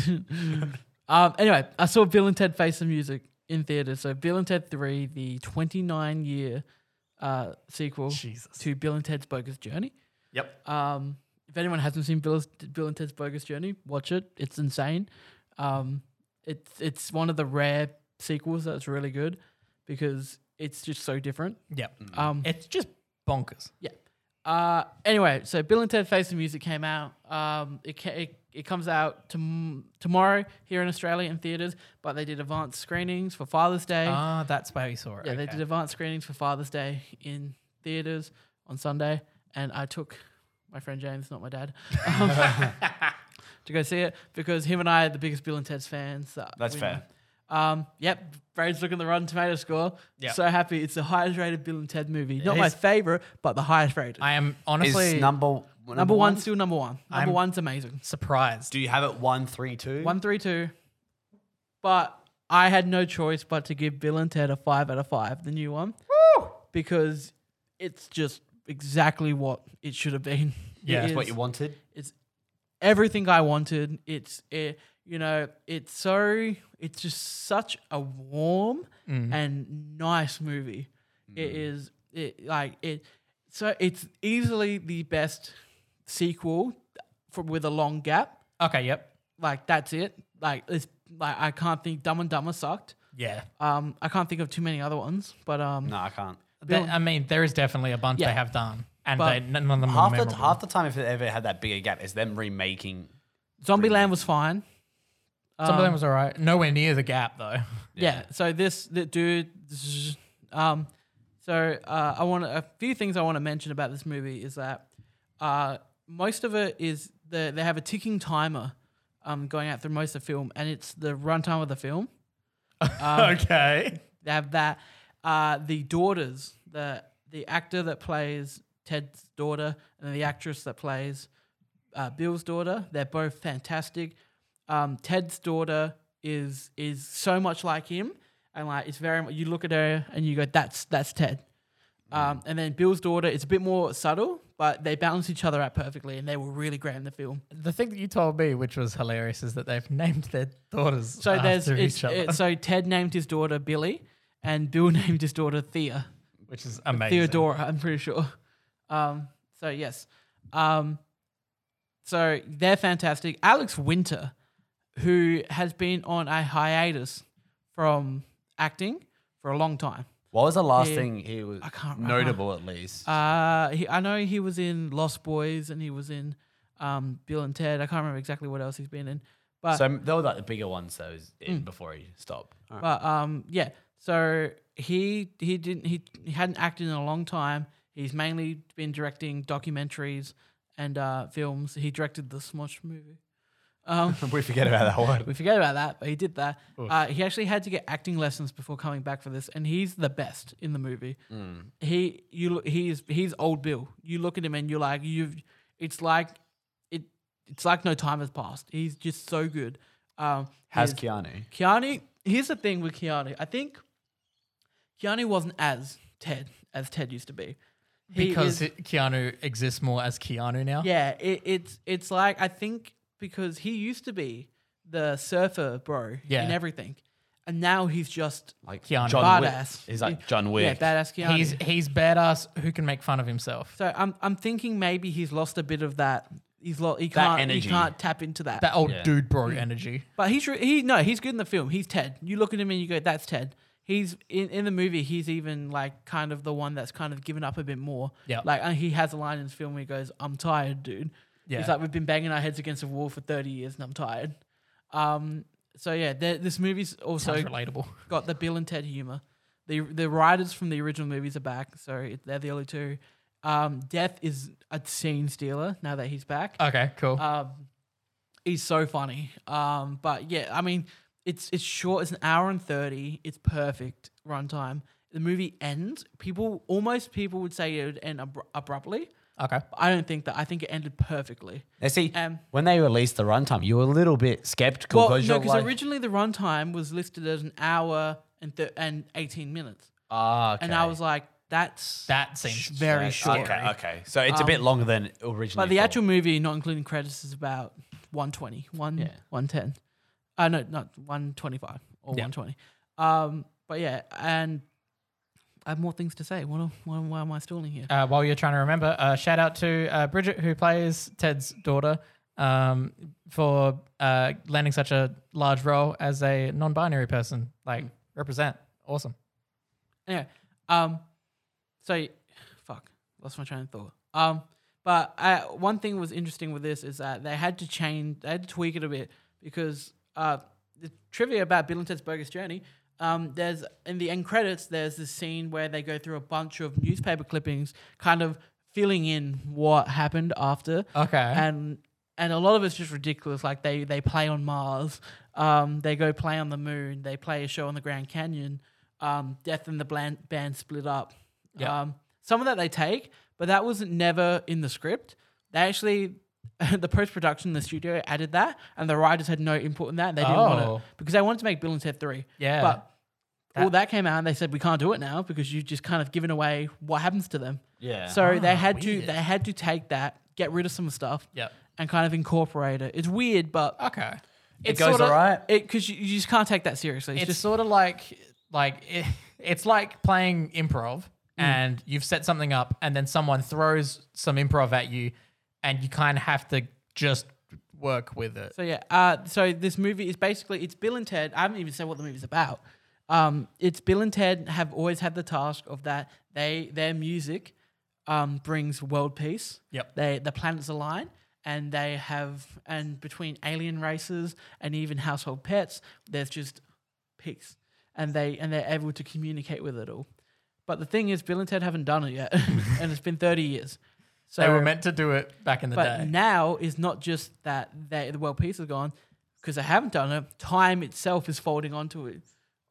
[SPEAKER 3] um. Anyway, I saw Bill and Ted Face the Music in theater. So Bill and Ted Three, the 29 year uh, sequel
[SPEAKER 2] Jesus.
[SPEAKER 3] to Bill and Ted's Bogus Journey.
[SPEAKER 4] Yep.
[SPEAKER 3] Um, if anyone hasn't seen Bill's, Bill and Ted's Bogus Journey, watch it. It's insane. Um, it's it's one of the rare sequels that's really good because it's just so different.
[SPEAKER 2] Yep.
[SPEAKER 4] Mm.
[SPEAKER 3] Um,
[SPEAKER 2] It's just bonkers.
[SPEAKER 3] yeah. Uh, anyway, so Bill and Ted Face the Music came out. Um, it, ca- it it comes out tom- tomorrow here in Australia in theaters, but they did advanced screenings for Father's Day.
[SPEAKER 2] Ah, that's where we saw it.
[SPEAKER 3] yeah, they
[SPEAKER 2] Okay.
[SPEAKER 3] did advanced screenings for Father's Day in theaters on Sunday, and I took my friend James, not my dad, um, to go see it because him and I are the biggest Bill and Ted's fans. that
[SPEAKER 4] That's
[SPEAKER 3] we
[SPEAKER 4] fair.
[SPEAKER 3] know. Um, yep, Braid's looking at the Rotten Tomato score.
[SPEAKER 2] Yep.
[SPEAKER 3] So happy. It's the highest rated Bill and Ted movie. Not my
[SPEAKER 2] is.
[SPEAKER 3] favorite, but the highest rated.
[SPEAKER 2] I am
[SPEAKER 4] Is
[SPEAKER 2] honestly
[SPEAKER 4] number number,
[SPEAKER 3] number one's still number one. Number
[SPEAKER 2] I'm-
[SPEAKER 3] one's amazing.
[SPEAKER 2] surprised.
[SPEAKER 4] Do you have it one three two?
[SPEAKER 3] One, three, two. But I had no choice but to give Bill and Ted a five out of five, the new one. Because it's just exactly what it should have been. It
[SPEAKER 2] Yeah. It's
[SPEAKER 4] That's
[SPEAKER 3] is-
[SPEAKER 4] what you wanted.
[SPEAKER 3] it's everything I wanted. It's it, you know, it's so it's just such a warm and nice movie. It is it like it so it's easily the best sequel from with a long gap.
[SPEAKER 2] Okay, yep.
[SPEAKER 3] Like that's it. Like it's like I can't think Dumb and Dumber sucked.
[SPEAKER 2] Yeah.
[SPEAKER 3] Um I can't think of too many other ones, but um
[SPEAKER 4] No, I can't.
[SPEAKER 2] They- I mean, there is definitely a bunch
[SPEAKER 3] Yeah.
[SPEAKER 2] they have done, and
[SPEAKER 3] But
[SPEAKER 2] they, none of them are
[SPEAKER 4] Half the
[SPEAKER 2] memorable.
[SPEAKER 4] half the time, if it ever had that bigger gap, is them remaking.
[SPEAKER 3] Zombieland was fine.
[SPEAKER 2] Some of them was all right. Nowhere near the gap, though.
[SPEAKER 3] yeah. So this the dude, zzz, um, so uh, I want a few things I want to mention about this movie is that uh, most of it is the they have a ticking timer um, going out through most of the film, and it's the runtime of the film.
[SPEAKER 2] Um, okay.
[SPEAKER 3] They have that uh, the daughters, the the actor that plays Ted's daughter and the actress that plays uh, Bill's daughter. They're both fantastic. Um, Ted's daughter is is so much like him, and like it's very. mu- You look at her and you go, "That's that's Ted." Um, and then Bill's daughter, it's a bit more subtle, but they balance each other out perfectly, and they were really great in the film.
[SPEAKER 2] The thing that you told me, which was hilarious, is that they've named their daughters
[SPEAKER 3] So there's
[SPEAKER 2] after
[SPEAKER 3] it's,
[SPEAKER 2] each other,
[SPEAKER 3] it's- so Ted named his daughter Billy, and Bill named his daughter Thea.
[SPEAKER 2] which is amazing.
[SPEAKER 3] Theodora, I'm pretty sure. Um, so yes, um, so they're fantastic. Alex Winter, who has been on a hiatus from acting for a long time.
[SPEAKER 4] What was the last
[SPEAKER 3] Yeah.
[SPEAKER 4] thing he was
[SPEAKER 3] can't remember.
[SPEAKER 4] notable at least?
[SPEAKER 3] Uh, he, I know he was in Lost Boys and he was in um, Bill and Ted. I can't remember exactly what else he's been in, but
[SPEAKER 4] so they were like the bigger ones that was in
[SPEAKER 3] Mm.
[SPEAKER 4] before he stopped. All right.
[SPEAKER 3] But um, yeah. So he he didn't he, he hadn't acted in a long time. He's mainly been directing documentaries and uh, films. He directed the Smosh movie. Um,
[SPEAKER 4] we forget about that one.
[SPEAKER 3] we forget about that, but he did that. Uh, he actually had to get acting lessons before coming back for this, and he's the best in the movie. He you lo- he's he's old Bill. You look at him and you're like you've. It's like it. It's like no time has passed. He's just so good. Um,
[SPEAKER 4] Has
[SPEAKER 3] his-
[SPEAKER 4] Keanu?
[SPEAKER 3] Keanu, here's the thing with Keanu. I think Keanu wasn't as Ted as Ted used to be. He
[SPEAKER 2] because
[SPEAKER 3] is-
[SPEAKER 2] he- Keanu exists more as Keanu now.
[SPEAKER 3] yeah, it, it's it's like I think because he used to be the surfer bro
[SPEAKER 2] Yeah.
[SPEAKER 3] and everything, and now he's just
[SPEAKER 4] Like
[SPEAKER 2] Keanu.
[SPEAKER 4] John Wick.
[SPEAKER 3] badass.
[SPEAKER 4] He's like John Wick.
[SPEAKER 3] Yeah, badass Keanu.
[SPEAKER 2] he's he's badass who can make fun of himself.
[SPEAKER 3] so I'm I'm thinking maybe he's lost a bit of that. He's lost. He
[SPEAKER 4] That
[SPEAKER 3] can't.
[SPEAKER 4] energy.
[SPEAKER 3] He can't tap into that.
[SPEAKER 2] That old dude bro energy.
[SPEAKER 3] But he's re- he no, he's good in the film. He's Ted. You look at him and you go, that's Ted. He's in, in the movie. He's even like kind of the one that's kind of given up a bit more.
[SPEAKER 2] Yeah.
[SPEAKER 3] Like and he has a line in his film where he goes, "I'm tired, dude." Yeah.
[SPEAKER 2] Yeah.
[SPEAKER 3] He's like, "We've been banging our heads against a wall for 30 years, and I'm tired." Um. So yeah, there- this movie's also
[SPEAKER 2] Sounds relatable.
[SPEAKER 3] got the Bill and Ted humor. The the writers from the original movies are back, so it, they're the only two. Um, Death is a scene stealer now that he's back
[SPEAKER 2] Okay, cool.
[SPEAKER 3] Um, he's so funny. Um, but yeah, I mean, it's it's short. It's an hour and thirty. It's perfect runtime. The movie ends. People almost people would say it would end abru- abruptly,
[SPEAKER 2] Okay.
[SPEAKER 3] But I don't think that. I think it ended perfectly.
[SPEAKER 1] Now, see,
[SPEAKER 3] Um,
[SPEAKER 1] when they released the runtime, you were a little bit skeptical
[SPEAKER 3] well,
[SPEAKER 1] because
[SPEAKER 3] no,
[SPEAKER 1] you're
[SPEAKER 3] because
[SPEAKER 1] like,
[SPEAKER 3] originally the runtime was listed as an hour and th- and eighteen minutes,
[SPEAKER 1] ah,
[SPEAKER 3] and I was like, that's
[SPEAKER 2] That seems
[SPEAKER 3] sh- very short.
[SPEAKER 1] okay, okay. So it's a bit longer than originally.
[SPEAKER 3] Um, But the
[SPEAKER 1] thought.
[SPEAKER 3] actual movie, not including credits, is about 120, one, 110. Uh, no, not 125 or
[SPEAKER 2] Yeah.
[SPEAKER 3] 120. Um, but yeah, and I have more things to say. What, am- why, why am I stalling here?
[SPEAKER 2] Uh, while you're trying to remember, uh, shout out to uh, Bridget, who plays Ted's daughter, um, for uh, landing such a large role as a non binary person. Like, represent. Awesome.
[SPEAKER 3] Anyway, um, so fuck, lost my train of thought. Um, but I, one thing was interesting with this is that they had to change, they had to tweak it a bit because uh, the trivia about Bill and Ted's Bogus Journey. Um, there's in the end credits, there's this scene where they go through a bunch of newspaper clippings, kind of filling in what happened after
[SPEAKER 2] Okay.
[SPEAKER 3] and and a lot of it's just ridiculous. Like they they play on Mars, um, they go play on the moon, they play a show on the Grand Canyon. Um, Death and the bland, band split up.
[SPEAKER 2] Yeah.
[SPEAKER 3] Um, some of that they take, but that was never in the script. They actually. the post production, the studio added that, and the writers had no input in that. They didn't
[SPEAKER 2] Oh.
[SPEAKER 3] want it because they wanted to make Bill and Ted Three.
[SPEAKER 2] Yeah.
[SPEAKER 3] but all that came out, and they said we can't do it now because you've just kind of given away what happens to them.
[SPEAKER 1] yeah.
[SPEAKER 3] So they had to they had to take that, get rid of some stuff,
[SPEAKER 2] Yep.
[SPEAKER 3] and kind of incorporate it. It's weird, but
[SPEAKER 2] Okay.
[SPEAKER 3] it's
[SPEAKER 1] goes
[SPEAKER 3] sorta,
[SPEAKER 1] alright.
[SPEAKER 3] It because you, you just can't take that seriously. It's,
[SPEAKER 2] It's,
[SPEAKER 3] just
[SPEAKER 2] sort of like like it, it's like playing improv and you've set something up and then someone throws some improv at you and you kind of have to just work with it.
[SPEAKER 3] so yeah. Uh, so this movie is basically it's Bill and Ted. I haven't even said what the movie's about. Um, it's Bill and Ted have always had the task of that they their music um, brings world peace.
[SPEAKER 2] Yep.
[SPEAKER 3] They the planets align. And they have, and between alien races and even household pets, there's just peace, and they and they're able to communicate with it all. But the thing is, Bill and Ted haven't done it yet, and it's been 30 years. So
[SPEAKER 2] they were meant to do it back in the
[SPEAKER 3] but
[SPEAKER 2] day.
[SPEAKER 3] now is not just that they, the world peace is gone because they haven't done it. Time itself is folding onto it,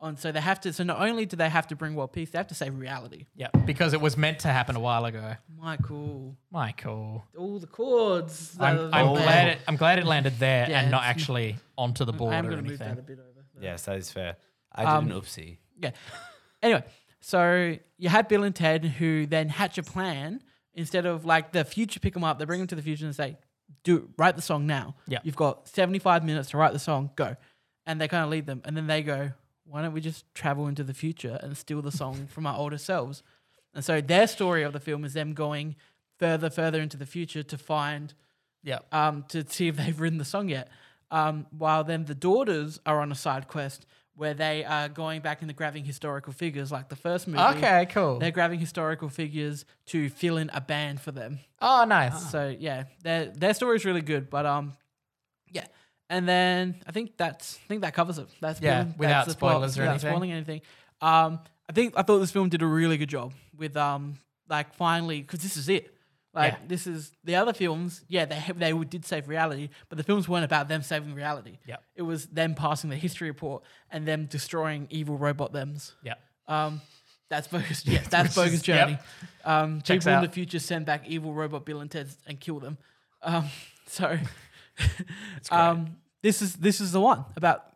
[SPEAKER 3] on so they have to. So not only do they have to bring world peace, they have to save reality.
[SPEAKER 2] yeah, because it was meant to happen a while ago.
[SPEAKER 3] Michael,
[SPEAKER 2] Michael,
[SPEAKER 3] all the chords. that
[SPEAKER 2] I'm,
[SPEAKER 3] are
[SPEAKER 2] I'm
[SPEAKER 3] there.
[SPEAKER 2] glad it, I'm glad it landed there
[SPEAKER 3] Yeah,
[SPEAKER 2] and not
[SPEAKER 3] it's-
[SPEAKER 2] actually onto the board
[SPEAKER 3] I am
[SPEAKER 2] or
[SPEAKER 3] going to move that a
[SPEAKER 2] anything.
[SPEAKER 3] bit over.
[SPEAKER 1] Yes, that is fair. I
[SPEAKER 3] Um,
[SPEAKER 1] did an oopsie.
[SPEAKER 3] Yeah. Anyway, so you had Bill and Ted who then hatch a plan instead of like the future pick them up, they bring them to the future and say, "Do write the song now.
[SPEAKER 2] Yeah.
[SPEAKER 3] You've got 75 minutes to write the song. Go." And they kind of lead them, and then they go, "Why don't we just travel into the future and steal the song from our older selves?" And so their story of the film is them going further, further into the future to find
[SPEAKER 2] Yeah.
[SPEAKER 3] um, to see if they've written the song yet. Um, while then the daughters are on a side quest where they are going back and they're grabbing historical figures like the first movie.
[SPEAKER 2] Okay, cool.
[SPEAKER 3] They're grabbing historical figures to fill in a band for them.
[SPEAKER 2] Oh, nice.
[SPEAKER 3] So yeah, their their story is really good, but um, yeah. And then I think that's I think that covers it. That's
[SPEAKER 2] Yeah,
[SPEAKER 3] that's
[SPEAKER 2] without
[SPEAKER 3] the plot,
[SPEAKER 2] spoilers or
[SPEAKER 3] without
[SPEAKER 2] anything.
[SPEAKER 3] spoiling anything. Um, I think I thought this film did a really good job with um, like finally because this is it. Like
[SPEAKER 2] Yeah.
[SPEAKER 3] this is the other films. Yeah, they ha- they did save reality, but the films weren't about them saving reality.
[SPEAKER 2] Yep.
[SPEAKER 3] it was them passing the history report and them destroying evil robot them's.
[SPEAKER 2] yeah.
[SPEAKER 3] Um, that's bogus. Yeah, that's
[SPEAKER 2] Which
[SPEAKER 3] bogus
[SPEAKER 2] is-
[SPEAKER 3] journey.
[SPEAKER 2] yep.
[SPEAKER 3] Um,
[SPEAKER 2] Checks
[SPEAKER 3] people in
[SPEAKER 2] out.
[SPEAKER 3] the future send back evil robot Bill and Ted and kill them. Um, so, um, this is this is the one about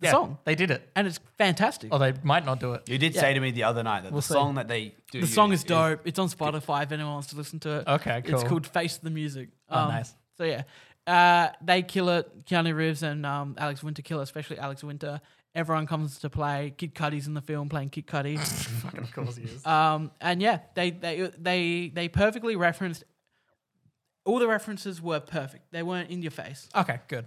[SPEAKER 3] the
[SPEAKER 2] yeah. Oh,
[SPEAKER 3] song,
[SPEAKER 2] They did it.
[SPEAKER 3] and it's fantastic.
[SPEAKER 2] Or they might not do it.
[SPEAKER 1] You did say to me the other night that
[SPEAKER 2] We'll
[SPEAKER 1] the
[SPEAKER 2] see.
[SPEAKER 1] song that they do
[SPEAKER 3] the
[SPEAKER 1] use
[SPEAKER 3] song is dope. It's on Spotify if anyone wants to listen to it.
[SPEAKER 2] Okay,
[SPEAKER 3] It's
[SPEAKER 2] cool.
[SPEAKER 3] called Face the Music. Um,
[SPEAKER 2] Oh, nice.
[SPEAKER 3] So yeah, uh, they kill it. Keanu Reeves and um, Alex Winter kill it, especially Alex Winter. Everyone comes to play. Kid Cudi's in the film playing Kid Cudi.
[SPEAKER 2] Of course he is.
[SPEAKER 3] Um, and yeah, they they they they perfectly referenced. All the references were perfect. They weren't in your face.
[SPEAKER 2] Okay, good.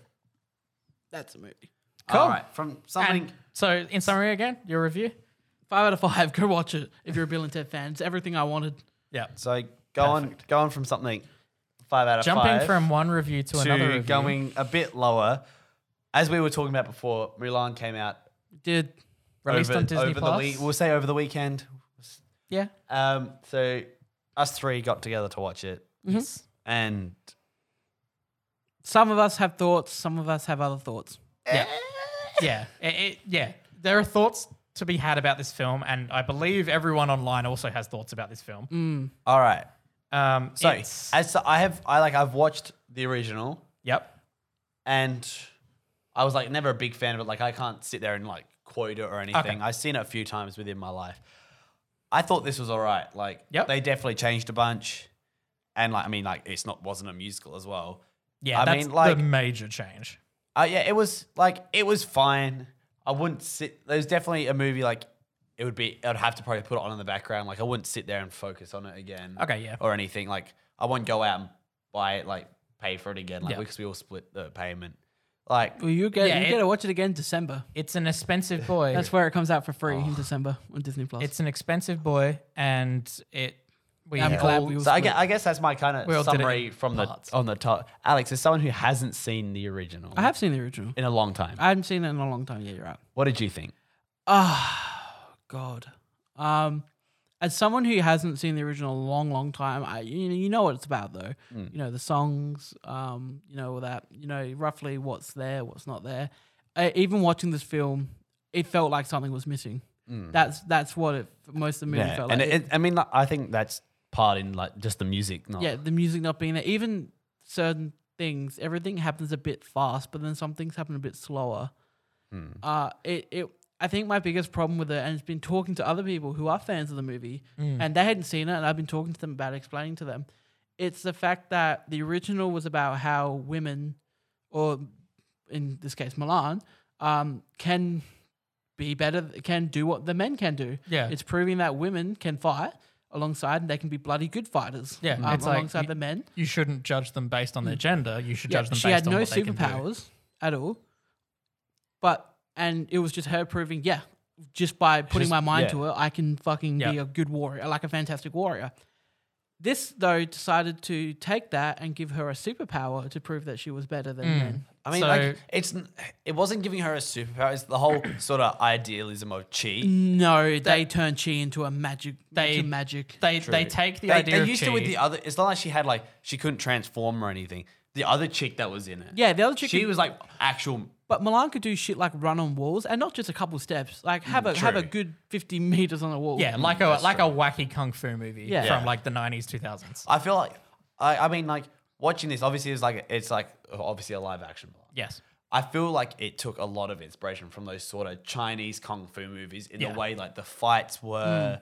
[SPEAKER 3] That's a movie.
[SPEAKER 1] All right, from something.
[SPEAKER 2] And so, in summary, again, your review.
[SPEAKER 3] Five out of five. Go watch it if you're a Bill and Ted fan. It's everything I wanted.
[SPEAKER 2] Yeah.
[SPEAKER 1] so go on, go on from something five out of
[SPEAKER 2] Jumping
[SPEAKER 1] five
[SPEAKER 2] from one review to, another
[SPEAKER 1] to
[SPEAKER 2] review.
[SPEAKER 1] going a bit lower. As we were talking about before, Mulan came out
[SPEAKER 3] Did
[SPEAKER 2] released
[SPEAKER 1] over,
[SPEAKER 2] on Disney
[SPEAKER 1] over
[SPEAKER 2] Plus.
[SPEAKER 1] the week. We'll say over the weekend.
[SPEAKER 3] yeah.
[SPEAKER 1] Um, so us three got together to watch it,
[SPEAKER 2] Yes.
[SPEAKER 1] and
[SPEAKER 3] Some of us have thoughts. Some of us have other thoughts.
[SPEAKER 2] Yeah. yeah. It- it- yeah. There are thoughts to
[SPEAKER 3] Mm.
[SPEAKER 2] be had about this film, and I believe everyone online also has thoughts about this film.
[SPEAKER 1] all right,
[SPEAKER 2] Um,
[SPEAKER 1] So
[SPEAKER 2] it's-
[SPEAKER 1] as to- I have, I like, I've watched the original,
[SPEAKER 2] yep.
[SPEAKER 1] and I was like never a big fan of it. Like I can't sit there and like quote it or anything. I've seen it a few times within my life. I thought this was all right. Like
[SPEAKER 2] Yep.
[SPEAKER 1] they definitely changed a bunch, and like I mean, like it's not wasn't a musical as well.
[SPEAKER 2] Yeah,
[SPEAKER 1] I
[SPEAKER 2] that's
[SPEAKER 1] mean, like-
[SPEAKER 2] the major change.
[SPEAKER 1] Uh, yeah, it was like it was fine. I wouldn't sit. There's definitely a movie like it would be. I'd have to probably put it on in the background. Like I wouldn't sit there and focus on it again.
[SPEAKER 2] Okay, yeah.
[SPEAKER 1] Or anything like I won't go out and buy it. Like pay for it again. Like
[SPEAKER 2] Yeah.
[SPEAKER 1] because we all split the payment. Like
[SPEAKER 3] Well, you get
[SPEAKER 2] Yeah,
[SPEAKER 3] you
[SPEAKER 2] it-
[SPEAKER 3] get to watch it again in December.
[SPEAKER 2] It's an expensive boy.
[SPEAKER 3] That's where it comes out for free in December on Disney Plus.
[SPEAKER 2] Oh. it's an expensive boy, and it. We
[SPEAKER 3] I'm
[SPEAKER 2] all-
[SPEAKER 3] glad we all
[SPEAKER 1] so I
[SPEAKER 3] split.
[SPEAKER 1] guess, I guess that's my kind
[SPEAKER 2] We all
[SPEAKER 1] of
[SPEAKER 2] did it
[SPEAKER 1] summary
[SPEAKER 2] in
[SPEAKER 1] from
[SPEAKER 2] parts.
[SPEAKER 1] the on the top. Alex is someone who hasn't seen the original.
[SPEAKER 3] I have seen the original.
[SPEAKER 1] in a long time.
[SPEAKER 3] I haven't seen it in a long time. Yeah, you're right.
[SPEAKER 1] what did you think?
[SPEAKER 3] Oh God. Um, as someone who hasn't seen the original in a long, long time, I you know, you know what it's about though.
[SPEAKER 1] Hmm.
[SPEAKER 3] You know the songs. Um, you know all that. You know roughly what's there, what's not there. Uh, even watching this film, it felt like something was missing. That's that's what it, most of the movie
[SPEAKER 1] Hmm. Yeah,
[SPEAKER 3] felt
[SPEAKER 1] and
[SPEAKER 3] like.
[SPEAKER 1] it, it- I mean, like, I think that's part in like just the music. Not
[SPEAKER 3] yeah, the music not being there. Even certain things, everything happens a bit fast, but then some things happen a bit slower. Uh, it, it, I think my biggest problem with it, and it's been talking to other people who are fans of the movie, and they hadn't seen it, and I've been talking to them about it, explaining to them. It's the fact that the original was about how women, or in this case Milan, um, can be better, can do what the men can do.
[SPEAKER 2] Yeah.
[SPEAKER 3] it's proving that women can fight alongside, and they can be bloody good fighters.
[SPEAKER 2] Yeah,
[SPEAKER 3] um,
[SPEAKER 2] it's like
[SPEAKER 3] alongside
[SPEAKER 2] you-
[SPEAKER 3] the men.
[SPEAKER 2] you shouldn't judge them based on their gender. You should
[SPEAKER 3] Yeah,
[SPEAKER 2] judge them.
[SPEAKER 3] she
[SPEAKER 2] based
[SPEAKER 3] had
[SPEAKER 2] on
[SPEAKER 3] no
[SPEAKER 2] what they can do.
[SPEAKER 3] superpowers at all, but and it was just her proving, yeah, just by putting
[SPEAKER 1] Just-
[SPEAKER 3] my mind
[SPEAKER 1] yeah.
[SPEAKER 3] to it, I can fucking be
[SPEAKER 2] Yeah.
[SPEAKER 3] a good warrior, like a fantastic warrior. This though decided to take that and give her a superpower to prove that she was better
[SPEAKER 2] Mm.
[SPEAKER 3] than men.
[SPEAKER 1] I mean,
[SPEAKER 2] So-
[SPEAKER 1] like it's n- it wasn't giving her a superpower. It's the whole sort of idealism of chi.
[SPEAKER 3] No, they turned Chi into a magic. They
[SPEAKER 2] They-
[SPEAKER 3] into magic.
[SPEAKER 2] They they take the
[SPEAKER 1] They,
[SPEAKER 2] idea
[SPEAKER 1] they
[SPEAKER 2] of
[SPEAKER 1] used it
[SPEAKER 2] chi-
[SPEAKER 1] with the other. It's not like she had like she couldn't transform or anything. The other chick that was in it.
[SPEAKER 3] yeah, the other chick.
[SPEAKER 1] she
[SPEAKER 3] could-
[SPEAKER 1] was like actual.
[SPEAKER 3] but Milan could do shit like run on walls and not just a couple steps. Like have a have a
[SPEAKER 1] true.
[SPEAKER 3] good fifty meters on a wall.
[SPEAKER 2] yeah, like a like a wacky kung fu movie
[SPEAKER 3] Yeah.
[SPEAKER 2] from
[SPEAKER 1] Yeah. Uh,
[SPEAKER 2] like the nineties, two thousands.
[SPEAKER 1] I feel like I, I mean like watching this. Obviously, it's like it's like obviously a live action. Part.
[SPEAKER 2] Yes,
[SPEAKER 1] I feel like it took a lot of inspiration from those sort of Chinese kung fu movies in
[SPEAKER 2] Yeah.
[SPEAKER 1] the way like the fights were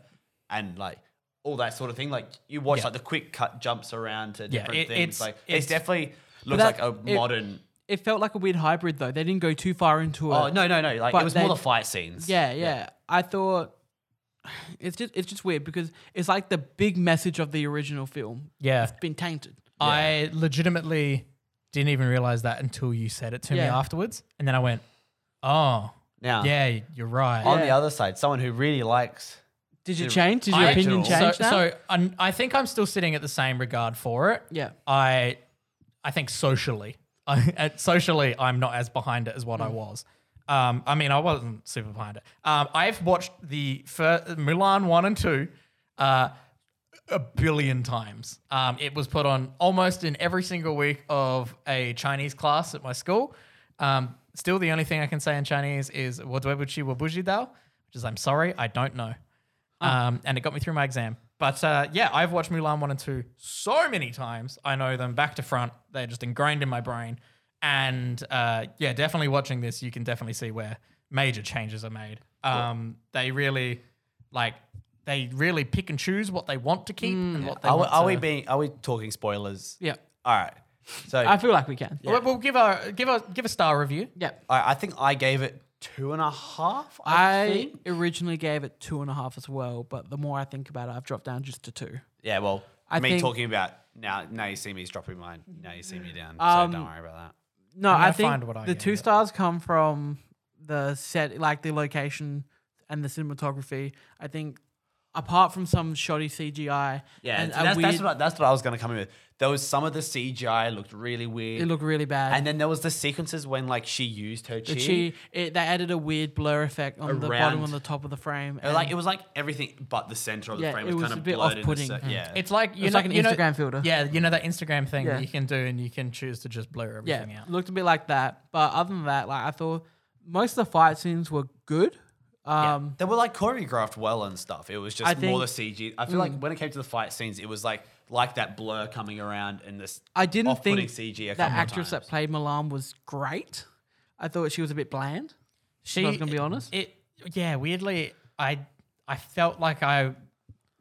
[SPEAKER 1] and like all that sort of thing. Like you watch
[SPEAKER 2] Yeah.
[SPEAKER 1] like the quick cut jumps around to different
[SPEAKER 2] it-
[SPEAKER 1] things.
[SPEAKER 2] it's-
[SPEAKER 1] like
[SPEAKER 2] it's-
[SPEAKER 1] it's, definitely looks like
[SPEAKER 3] that-
[SPEAKER 1] a
[SPEAKER 3] it-
[SPEAKER 1] modern.
[SPEAKER 3] it felt like a weird hybrid though. They didn't go too far into it.
[SPEAKER 1] Oh no no no! Like
[SPEAKER 3] but
[SPEAKER 1] it was
[SPEAKER 3] they-
[SPEAKER 1] more the fight scenes.
[SPEAKER 3] Yeah, yeah. I thought it's just it's just weird because it's like the big message of the original film.
[SPEAKER 2] Yeah.
[SPEAKER 3] it's been tainted.
[SPEAKER 2] I legitimately didn't even realize that until you said it to me
[SPEAKER 3] Yeah.
[SPEAKER 2] afterwards, and then I went, "Oh,
[SPEAKER 1] Now
[SPEAKER 2] yeah, you're right."
[SPEAKER 1] on the
[SPEAKER 3] Yeah.
[SPEAKER 1] other side, someone who really likes
[SPEAKER 3] Did you
[SPEAKER 1] The
[SPEAKER 3] change? Did your opinion
[SPEAKER 1] original.
[SPEAKER 3] change
[SPEAKER 2] so,
[SPEAKER 3] now?
[SPEAKER 2] so i I think I'm still sitting at the same regard for it.
[SPEAKER 3] Yeah.
[SPEAKER 2] I, I think socially, I, at- socially, I'm not as behind it as
[SPEAKER 3] Hmm.
[SPEAKER 2] what I was. Um, I mean, I wasn't super behind it. Um, I've watched the first, Mulan one and two, uh, a billion times. Um, it was put on almost in every single week of a Chinese class at my school. Um, still, the only thing I can say in Chinese is "wadwebuchi wabuji dao," which is "I'm sorry, I don't know." Um, and it got me through my exam. But uh, yeah, I've watched Mulan one and two so many times. I know them back to front. They're just ingrained in my brain. And uh, yeah, definitely watching this, you can definitely see where major changes are made. Um, They really like they really pick and choose what they want to keep
[SPEAKER 3] Mm.
[SPEAKER 2] and what they
[SPEAKER 1] Are, we-
[SPEAKER 2] want
[SPEAKER 1] are we
[SPEAKER 2] to-
[SPEAKER 1] being? Are we talking spoilers?
[SPEAKER 3] yeah,
[SPEAKER 1] All right. So
[SPEAKER 3] I feel like we can.
[SPEAKER 2] We'll, we'll give a give a give a star review.
[SPEAKER 3] Yeah.
[SPEAKER 1] I, I think I gave it two and a half. I,
[SPEAKER 3] I
[SPEAKER 1] think.
[SPEAKER 3] originally gave it two and a half as well, but the more I think about it, I've dropped down just to two.
[SPEAKER 1] Yeah, well,
[SPEAKER 3] I
[SPEAKER 1] me
[SPEAKER 3] think-
[SPEAKER 1] talking about now. Now you see me is dropping mine. Now you see me down.
[SPEAKER 3] Um,
[SPEAKER 1] so don't worry about that.
[SPEAKER 3] No,
[SPEAKER 2] I'm gonna
[SPEAKER 3] I think
[SPEAKER 2] find what I
[SPEAKER 3] the
[SPEAKER 2] gave
[SPEAKER 3] two
[SPEAKER 2] it.
[SPEAKER 3] stars come from the set, like the location and the cinematography. I think apart from some shoddy CGI,
[SPEAKER 1] Yeah,
[SPEAKER 3] and
[SPEAKER 1] so
[SPEAKER 3] a
[SPEAKER 1] that's, that's
[SPEAKER 3] weird-
[SPEAKER 1] what I, that's what I was going to come in with. There was some of the CGI looked really weird,
[SPEAKER 3] it looked really bad.
[SPEAKER 1] and then there was the sequences when like she used her chi.
[SPEAKER 3] But she, it, they added a weird blur effect on the bottom
[SPEAKER 1] Around-
[SPEAKER 3] and the top of the frame.
[SPEAKER 1] It was like
[SPEAKER 3] and
[SPEAKER 1] it was like everything but the center of the
[SPEAKER 3] Yeah,
[SPEAKER 1] frame
[SPEAKER 3] it
[SPEAKER 1] was,
[SPEAKER 3] was
[SPEAKER 1] kind
[SPEAKER 3] a
[SPEAKER 1] of
[SPEAKER 3] bit
[SPEAKER 1] blurred. in the
[SPEAKER 3] off-putting.
[SPEAKER 1] se-
[SPEAKER 3] Mm.
[SPEAKER 1] Yeah,
[SPEAKER 2] It's like you
[SPEAKER 3] It's
[SPEAKER 2] know
[SPEAKER 3] like an
[SPEAKER 2] you know-
[SPEAKER 3] Instagram filter.
[SPEAKER 2] Yeah, you know that Instagram thing
[SPEAKER 3] Yeah.
[SPEAKER 2] that you can do, and you can choose to just blur
[SPEAKER 3] yeah,
[SPEAKER 2] everything out.
[SPEAKER 3] looked a bit like that. But other than that, like I thought, most of the fight scenes were good. Um,
[SPEAKER 1] they were like choreographed well and stuff. It was just
[SPEAKER 3] I
[SPEAKER 1] more the
[SPEAKER 3] think- Hmm.
[SPEAKER 1] CG. I feel like when it came to the fight scenes, it was like like that blur coming around and this
[SPEAKER 3] I didn't
[SPEAKER 1] off-putting
[SPEAKER 3] think
[SPEAKER 1] CG a
[SPEAKER 3] that
[SPEAKER 1] couple of
[SPEAKER 3] actress that
[SPEAKER 1] times.
[SPEAKER 3] played Milan was great. I thought she was a bit bland.
[SPEAKER 2] She,
[SPEAKER 3] I was gonna be honest.
[SPEAKER 2] It, yeah, weirdly, I I felt like I.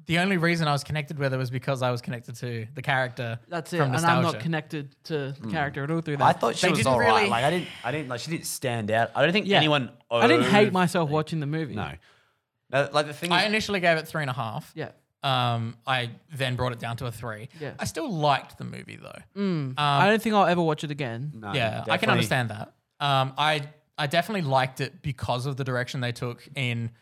[SPEAKER 2] The only reason I was connected with her was because I was connected to the character.
[SPEAKER 3] That's it.
[SPEAKER 2] from
[SPEAKER 3] And I'm not
[SPEAKER 2] nostalgia.
[SPEAKER 3] connected to the character at all through that.
[SPEAKER 1] Hmm. I thought she
[SPEAKER 2] They
[SPEAKER 1] was
[SPEAKER 2] didn't
[SPEAKER 1] all right.
[SPEAKER 2] really-
[SPEAKER 1] Like I didn't, I didn't like she didn't stand out. I don't think
[SPEAKER 3] Yeah.
[SPEAKER 1] anyone.
[SPEAKER 3] I didn't hate
[SPEAKER 2] Oh,
[SPEAKER 1] owed-
[SPEAKER 3] myself watching the movie.
[SPEAKER 1] No, No, like the thing
[SPEAKER 2] I
[SPEAKER 1] is,
[SPEAKER 2] initially gave it three and a half.
[SPEAKER 3] Yeah.
[SPEAKER 2] Um, I then brought it down to a three.
[SPEAKER 3] Yeah.
[SPEAKER 2] I still liked the movie though. Um,
[SPEAKER 3] I don't think I'll ever watch it again.
[SPEAKER 1] no,
[SPEAKER 2] yeah, I can
[SPEAKER 1] Um, definitely-
[SPEAKER 2] understand that. Um, I I definitely liked it because of the direction they took in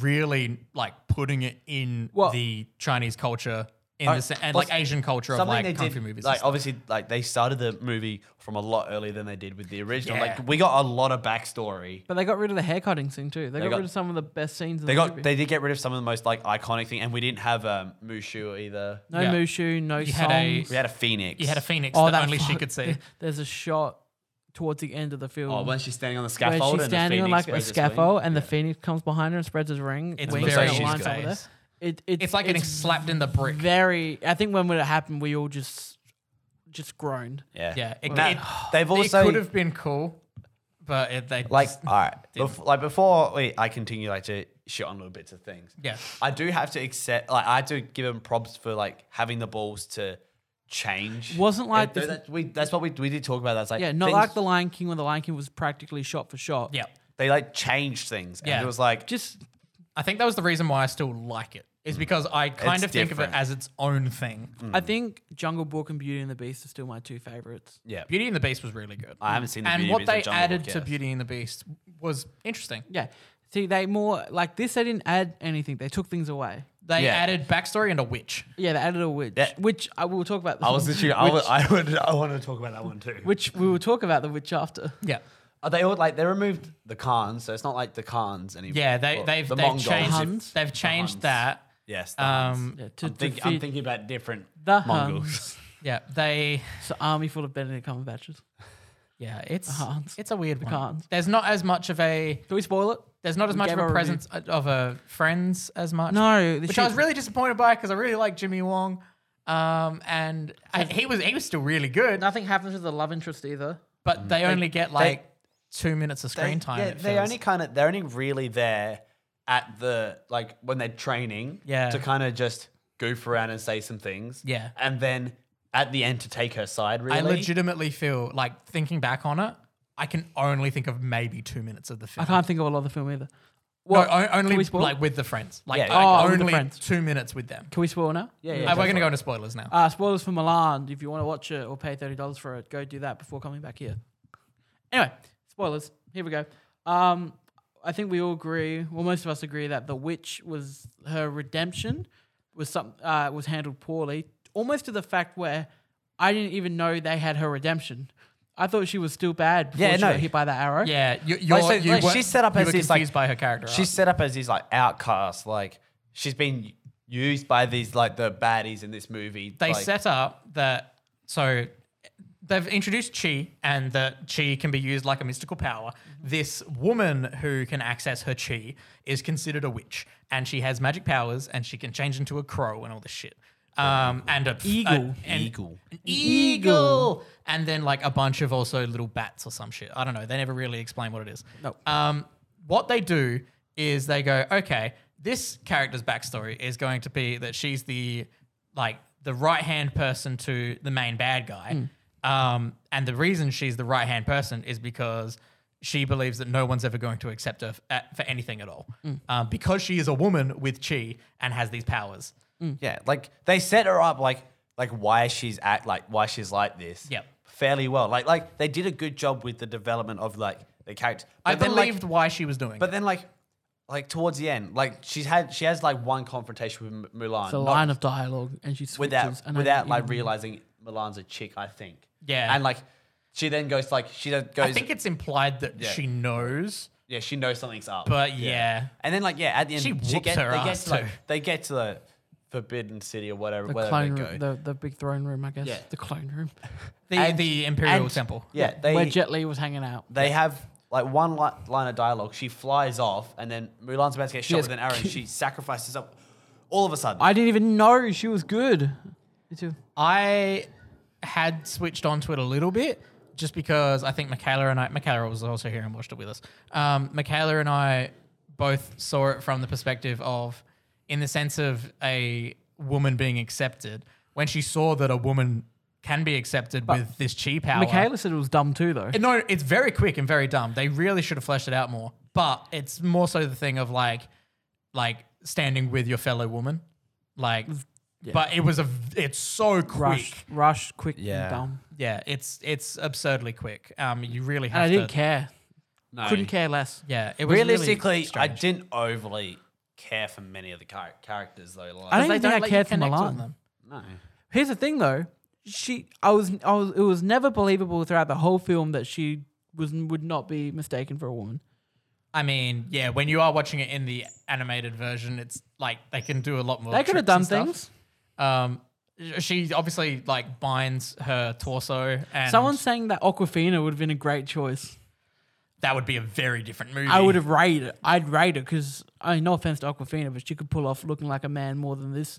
[SPEAKER 2] really like putting it in
[SPEAKER 3] Well-
[SPEAKER 2] the Chinese culture in
[SPEAKER 1] I-
[SPEAKER 2] the, se- and
[SPEAKER 1] plus
[SPEAKER 2] like Asian culture of
[SPEAKER 1] Something
[SPEAKER 2] like
[SPEAKER 1] they
[SPEAKER 2] kung
[SPEAKER 1] did,
[SPEAKER 2] fu movies. and
[SPEAKER 1] like
[SPEAKER 2] stuff.
[SPEAKER 1] obviously, like they started the movie from a lot earlier than they did with the original.
[SPEAKER 2] Yeah.
[SPEAKER 1] Like we got a lot of backstory.
[SPEAKER 3] But they got rid of the haircutting scene too. They, got,
[SPEAKER 1] got-
[SPEAKER 3] rid of some of the best scenes. In
[SPEAKER 1] They
[SPEAKER 3] the
[SPEAKER 1] got,
[SPEAKER 3] movie.
[SPEAKER 1] they did get rid of some of the most like iconic thing, and we didn't have um, Mushu either.
[SPEAKER 3] no
[SPEAKER 2] Yeah.
[SPEAKER 3] Mushu, no
[SPEAKER 2] You
[SPEAKER 3] songs.
[SPEAKER 2] had a-
[SPEAKER 1] We had a phoenix.
[SPEAKER 2] you had a phoenix
[SPEAKER 3] Oh,
[SPEAKER 2] that,
[SPEAKER 3] that
[SPEAKER 2] only she
[SPEAKER 3] fuck-
[SPEAKER 2] could see.
[SPEAKER 3] There's a shot towards the end of the film
[SPEAKER 1] Oh, when she's standing on the
[SPEAKER 3] where
[SPEAKER 1] scaffold and
[SPEAKER 3] she's
[SPEAKER 1] the
[SPEAKER 3] standing on
[SPEAKER 1] phoenix
[SPEAKER 3] like a
[SPEAKER 1] spreads its
[SPEAKER 3] scaffold,
[SPEAKER 1] wing.
[SPEAKER 3] and the phoenix comes behind her and spreads his ring.
[SPEAKER 2] It's
[SPEAKER 3] wings
[SPEAKER 1] very
[SPEAKER 3] and
[SPEAKER 1] she's
[SPEAKER 3] lines
[SPEAKER 1] good.
[SPEAKER 3] over there. It, it,
[SPEAKER 2] It's like getting slapped in the brick.
[SPEAKER 3] very. I think when it happened, we all just just groaned.
[SPEAKER 1] yeah,
[SPEAKER 2] yeah, it-
[SPEAKER 1] Nah,
[SPEAKER 2] it-
[SPEAKER 1] they've also
[SPEAKER 2] it could have been cool, but it, they
[SPEAKER 1] like
[SPEAKER 2] just-
[SPEAKER 1] all right bef- like before we, i continue like to shit on little bits of things
[SPEAKER 2] Yeah.
[SPEAKER 1] i do have to accept like i do give them props for like having the balls to change
[SPEAKER 3] Wasn't like
[SPEAKER 1] And
[SPEAKER 3] this-
[SPEAKER 1] that, we, that's what we, we did talk about that's like
[SPEAKER 3] Yeah, not
[SPEAKER 1] things-
[SPEAKER 3] like the Lion King when the Lion King was practically shot for shot.
[SPEAKER 2] yeah.
[SPEAKER 1] they like changed things and
[SPEAKER 2] Yeah.
[SPEAKER 1] it was like
[SPEAKER 3] just
[SPEAKER 2] I think that was the reason why I still like it. Is because I kind
[SPEAKER 1] Hmm. It's
[SPEAKER 2] of think of
[SPEAKER 1] different.
[SPEAKER 2] it as its own thing.
[SPEAKER 1] Mm.
[SPEAKER 3] I think Jungle Book and Beauty and the Beast are still my two favorites.
[SPEAKER 1] yeah
[SPEAKER 2] Beauty and the Beast was really good.
[SPEAKER 1] i haven't seen the
[SPEAKER 2] and
[SPEAKER 1] Beauty
[SPEAKER 2] what
[SPEAKER 1] Beast and
[SPEAKER 2] they
[SPEAKER 1] Jungle
[SPEAKER 2] added
[SPEAKER 1] Book
[SPEAKER 2] to
[SPEAKER 1] yet.
[SPEAKER 2] Beauty and the Beast was interesting.
[SPEAKER 3] Yeah, see, they more like this. They didn't add anything. They took things away.
[SPEAKER 2] They
[SPEAKER 1] Yeah.
[SPEAKER 2] added backstory and a witch.
[SPEAKER 3] Yeah, they added a witch,
[SPEAKER 1] Yeah.
[SPEAKER 3] which I will talk about.
[SPEAKER 1] i was literally I,
[SPEAKER 3] which,
[SPEAKER 1] would, I would i want to talk about that one too
[SPEAKER 3] which we will talk about the witch after.
[SPEAKER 2] Yeah,
[SPEAKER 1] are they all like they removed the khans so it's not like the khans anymore
[SPEAKER 2] yeah. They
[SPEAKER 1] Well,
[SPEAKER 2] they've
[SPEAKER 1] the
[SPEAKER 2] they've
[SPEAKER 1] Mongols,
[SPEAKER 2] changed
[SPEAKER 3] Huns.
[SPEAKER 2] they've
[SPEAKER 1] Huns.
[SPEAKER 2] changed that.
[SPEAKER 1] yes the Huns.
[SPEAKER 2] Um,
[SPEAKER 3] Yeah, to,
[SPEAKER 1] I'm,
[SPEAKER 3] to
[SPEAKER 1] think, I'm
[SPEAKER 3] feed
[SPEAKER 1] thinking about different
[SPEAKER 3] the
[SPEAKER 1] mongols
[SPEAKER 3] Huns.
[SPEAKER 2] yeah, they
[SPEAKER 3] It's an army full of Benedict Cumberbatches.
[SPEAKER 2] yeah. It's
[SPEAKER 3] Huns.
[SPEAKER 2] it's a weird one.
[SPEAKER 3] Huns.
[SPEAKER 2] There's not as much of a
[SPEAKER 3] Can we spoil it?
[SPEAKER 2] there's not as
[SPEAKER 3] We
[SPEAKER 2] much
[SPEAKER 3] gave
[SPEAKER 2] of
[SPEAKER 3] our
[SPEAKER 2] a
[SPEAKER 3] review.
[SPEAKER 2] presence of a friends as much.
[SPEAKER 3] No,
[SPEAKER 2] which I was really disappointed by because I really like Jimmy Wong. Um, and I, he was he was still really good,
[SPEAKER 3] Nothing happens to the love interest either.
[SPEAKER 2] but they only get like two minutes of screen
[SPEAKER 1] they,
[SPEAKER 2] time.
[SPEAKER 1] yeah,
[SPEAKER 2] it
[SPEAKER 1] they
[SPEAKER 2] feels.
[SPEAKER 1] only kind of they're only really there at the like when they're training.
[SPEAKER 2] Yeah.
[SPEAKER 1] To kind of just goof around and say some things.
[SPEAKER 2] Yeah.
[SPEAKER 1] And then at the end to take her side. Really.
[SPEAKER 2] I legitimately feel like thinking back on it, I can only think of maybe two minutes of the
[SPEAKER 3] I
[SPEAKER 2] film.
[SPEAKER 3] can't think of a lot of the film either.
[SPEAKER 2] No,
[SPEAKER 3] Well,
[SPEAKER 2] o-
[SPEAKER 3] can
[SPEAKER 2] only
[SPEAKER 3] we spoil?
[SPEAKER 2] like with the friends. Like
[SPEAKER 1] Yeah,
[SPEAKER 2] I-
[SPEAKER 3] Oh, with the
[SPEAKER 2] only
[SPEAKER 3] friends.
[SPEAKER 2] two minutes with them.
[SPEAKER 3] Can we spoil now?
[SPEAKER 1] yeah,
[SPEAKER 2] Uh, we're gonna go into spoilers now.
[SPEAKER 3] Uh, spoilers for Milan. If you want to watch it or pay thirty dollars for it, go do that before coming back here. Anyway, spoilers. Here we go. Um, I think we all agree. Well, most of us agree that the witch was her redemption was some uh, was handled poorly, almost to the fact where I didn't even know they had her redemption. I thought she was still bad before
[SPEAKER 1] Yeah,
[SPEAKER 3] she
[SPEAKER 1] no.
[SPEAKER 3] got hit by that arrow.
[SPEAKER 2] yeah, you, you're,
[SPEAKER 1] Like, so,
[SPEAKER 2] you
[SPEAKER 1] like,
[SPEAKER 2] were,
[SPEAKER 1] she's set up
[SPEAKER 2] you
[SPEAKER 1] as
[SPEAKER 2] were
[SPEAKER 1] this,
[SPEAKER 2] confused
[SPEAKER 1] like-
[SPEAKER 2] by her character.
[SPEAKER 1] She's set up as this like outcast. Like she's been used by these like the baddies in this movie.
[SPEAKER 2] they
[SPEAKER 1] like,
[SPEAKER 2] set up that so they've introduced chi and that chi can be used like a mystical power
[SPEAKER 1] Mm-hmm.
[SPEAKER 2] this woman who can access her chi is considered a witch and she has magic powers and she can change into a crow and all this shit um, and a
[SPEAKER 3] Eagle.
[SPEAKER 2] a- an-
[SPEAKER 1] Eagle.
[SPEAKER 2] an eagle and then like a bunch of also little bats or some shit i don't know they never really explain what it is
[SPEAKER 3] No.
[SPEAKER 2] um, what they do is they go, okay, this character's backstory is going to be that she's the like the right hand person to the main bad guy,
[SPEAKER 1] Hmm.
[SPEAKER 2] um, and the reason she's the right hand person is because she believes that no one's ever going to accept her f- at- for anything at all,
[SPEAKER 1] Hmm.
[SPEAKER 2] um, because she is a woman with chi and has these powers.
[SPEAKER 1] Yeah. Like they set her up like like why she's at like why she's like this.
[SPEAKER 2] Yep.
[SPEAKER 1] Fairly well. Like like they did a good job with the development of like the character.
[SPEAKER 2] I
[SPEAKER 1] But then, like,
[SPEAKER 2] believed why she was doing.
[SPEAKER 1] But
[SPEAKER 2] But
[SPEAKER 1] then like like towards the end, like she's had she has like one confrontation with M- Mulan.
[SPEAKER 3] It's a
[SPEAKER 1] not
[SPEAKER 3] line of dialogue, and she switches
[SPEAKER 1] without
[SPEAKER 3] and I
[SPEAKER 1] without
[SPEAKER 3] didn't
[SPEAKER 1] like
[SPEAKER 3] even-
[SPEAKER 1] realizing Mulan's a chick, I think.
[SPEAKER 2] Yeah.
[SPEAKER 1] And like she then goes like she then goes
[SPEAKER 2] I think it's implied that
[SPEAKER 1] Yeah.
[SPEAKER 2] she knows,
[SPEAKER 1] yeah, she knows something's up.
[SPEAKER 2] but yeah.
[SPEAKER 1] and then like yeah, at the end
[SPEAKER 2] She whoops her
[SPEAKER 1] they
[SPEAKER 2] ass
[SPEAKER 1] get to like,
[SPEAKER 2] too.
[SPEAKER 1] they get to the Forbidden City or whatever
[SPEAKER 3] the
[SPEAKER 1] wherever
[SPEAKER 3] clone
[SPEAKER 1] they go.
[SPEAKER 3] room, the, the big throne room, I guess.
[SPEAKER 1] Yeah.
[SPEAKER 3] The clone room
[SPEAKER 2] The,
[SPEAKER 1] And-
[SPEAKER 2] the Imperial
[SPEAKER 1] and-
[SPEAKER 2] Temple.
[SPEAKER 1] Yeah, they
[SPEAKER 3] where Jet Li was hanging out.
[SPEAKER 1] they have like one li- line of dialogue. She flies off, and then Mulan's about to get shot
[SPEAKER 3] Yes.
[SPEAKER 1] with an arrow, and she sacrifices up. All of a sudden,
[SPEAKER 3] I didn't even know she was good. You too.
[SPEAKER 2] I had switched onto it a little bit just because I think Michaela and I, Michaela was also here and watched it with us. Um, Michaela and I both saw it from the perspective of, in the sense of a woman being accepted. When she saw that a woman can be accepted with this chi power,
[SPEAKER 3] Michaela said it was dumb too, though.
[SPEAKER 2] Uh, No, it's very quick and very dumb. They really should have fleshed it out more. But it's more so the thing of like, like standing with your fellow woman, like.
[SPEAKER 3] Mm,
[SPEAKER 2] But it was a. v- It's so quick.
[SPEAKER 3] rush, rush, quick,
[SPEAKER 1] Yeah.
[SPEAKER 3] and dumb.
[SPEAKER 2] Yeah, it's it's absurdly quick. Um, you really have
[SPEAKER 3] And I didn't
[SPEAKER 2] to.
[SPEAKER 3] care.
[SPEAKER 4] No.
[SPEAKER 3] Couldn't care less.
[SPEAKER 2] Yeah, it was really
[SPEAKER 1] Realistically, I
[SPEAKER 2] strange.
[SPEAKER 1] didn't overly care for many of the char- characters though. Like,
[SPEAKER 3] I don't
[SPEAKER 2] 'Cause
[SPEAKER 3] even
[SPEAKER 2] they
[SPEAKER 3] think I
[SPEAKER 2] let you
[SPEAKER 3] cared for
[SPEAKER 2] connect with
[SPEAKER 3] Milan.
[SPEAKER 2] them.
[SPEAKER 1] no.
[SPEAKER 3] Here's the thing, though. She, I was, I was, it was never believable throughout the whole film that she was would not be mistaken for a woman.
[SPEAKER 2] I mean, yeah, when you are watching it in the animated version, it's like they can do a lot more.
[SPEAKER 3] They could have
[SPEAKER 2] tricks
[SPEAKER 3] done
[SPEAKER 2] and stuff.
[SPEAKER 3] things.
[SPEAKER 2] Um, she obviously like binds her torso, and
[SPEAKER 3] Someone saying that Aquafina would have been a great choice.
[SPEAKER 2] that would be a very different movie.
[SPEAKER 3] I would have rated. I'd rate it because I mean, no offense to Aquafina, but she could pull off looking like a man more than this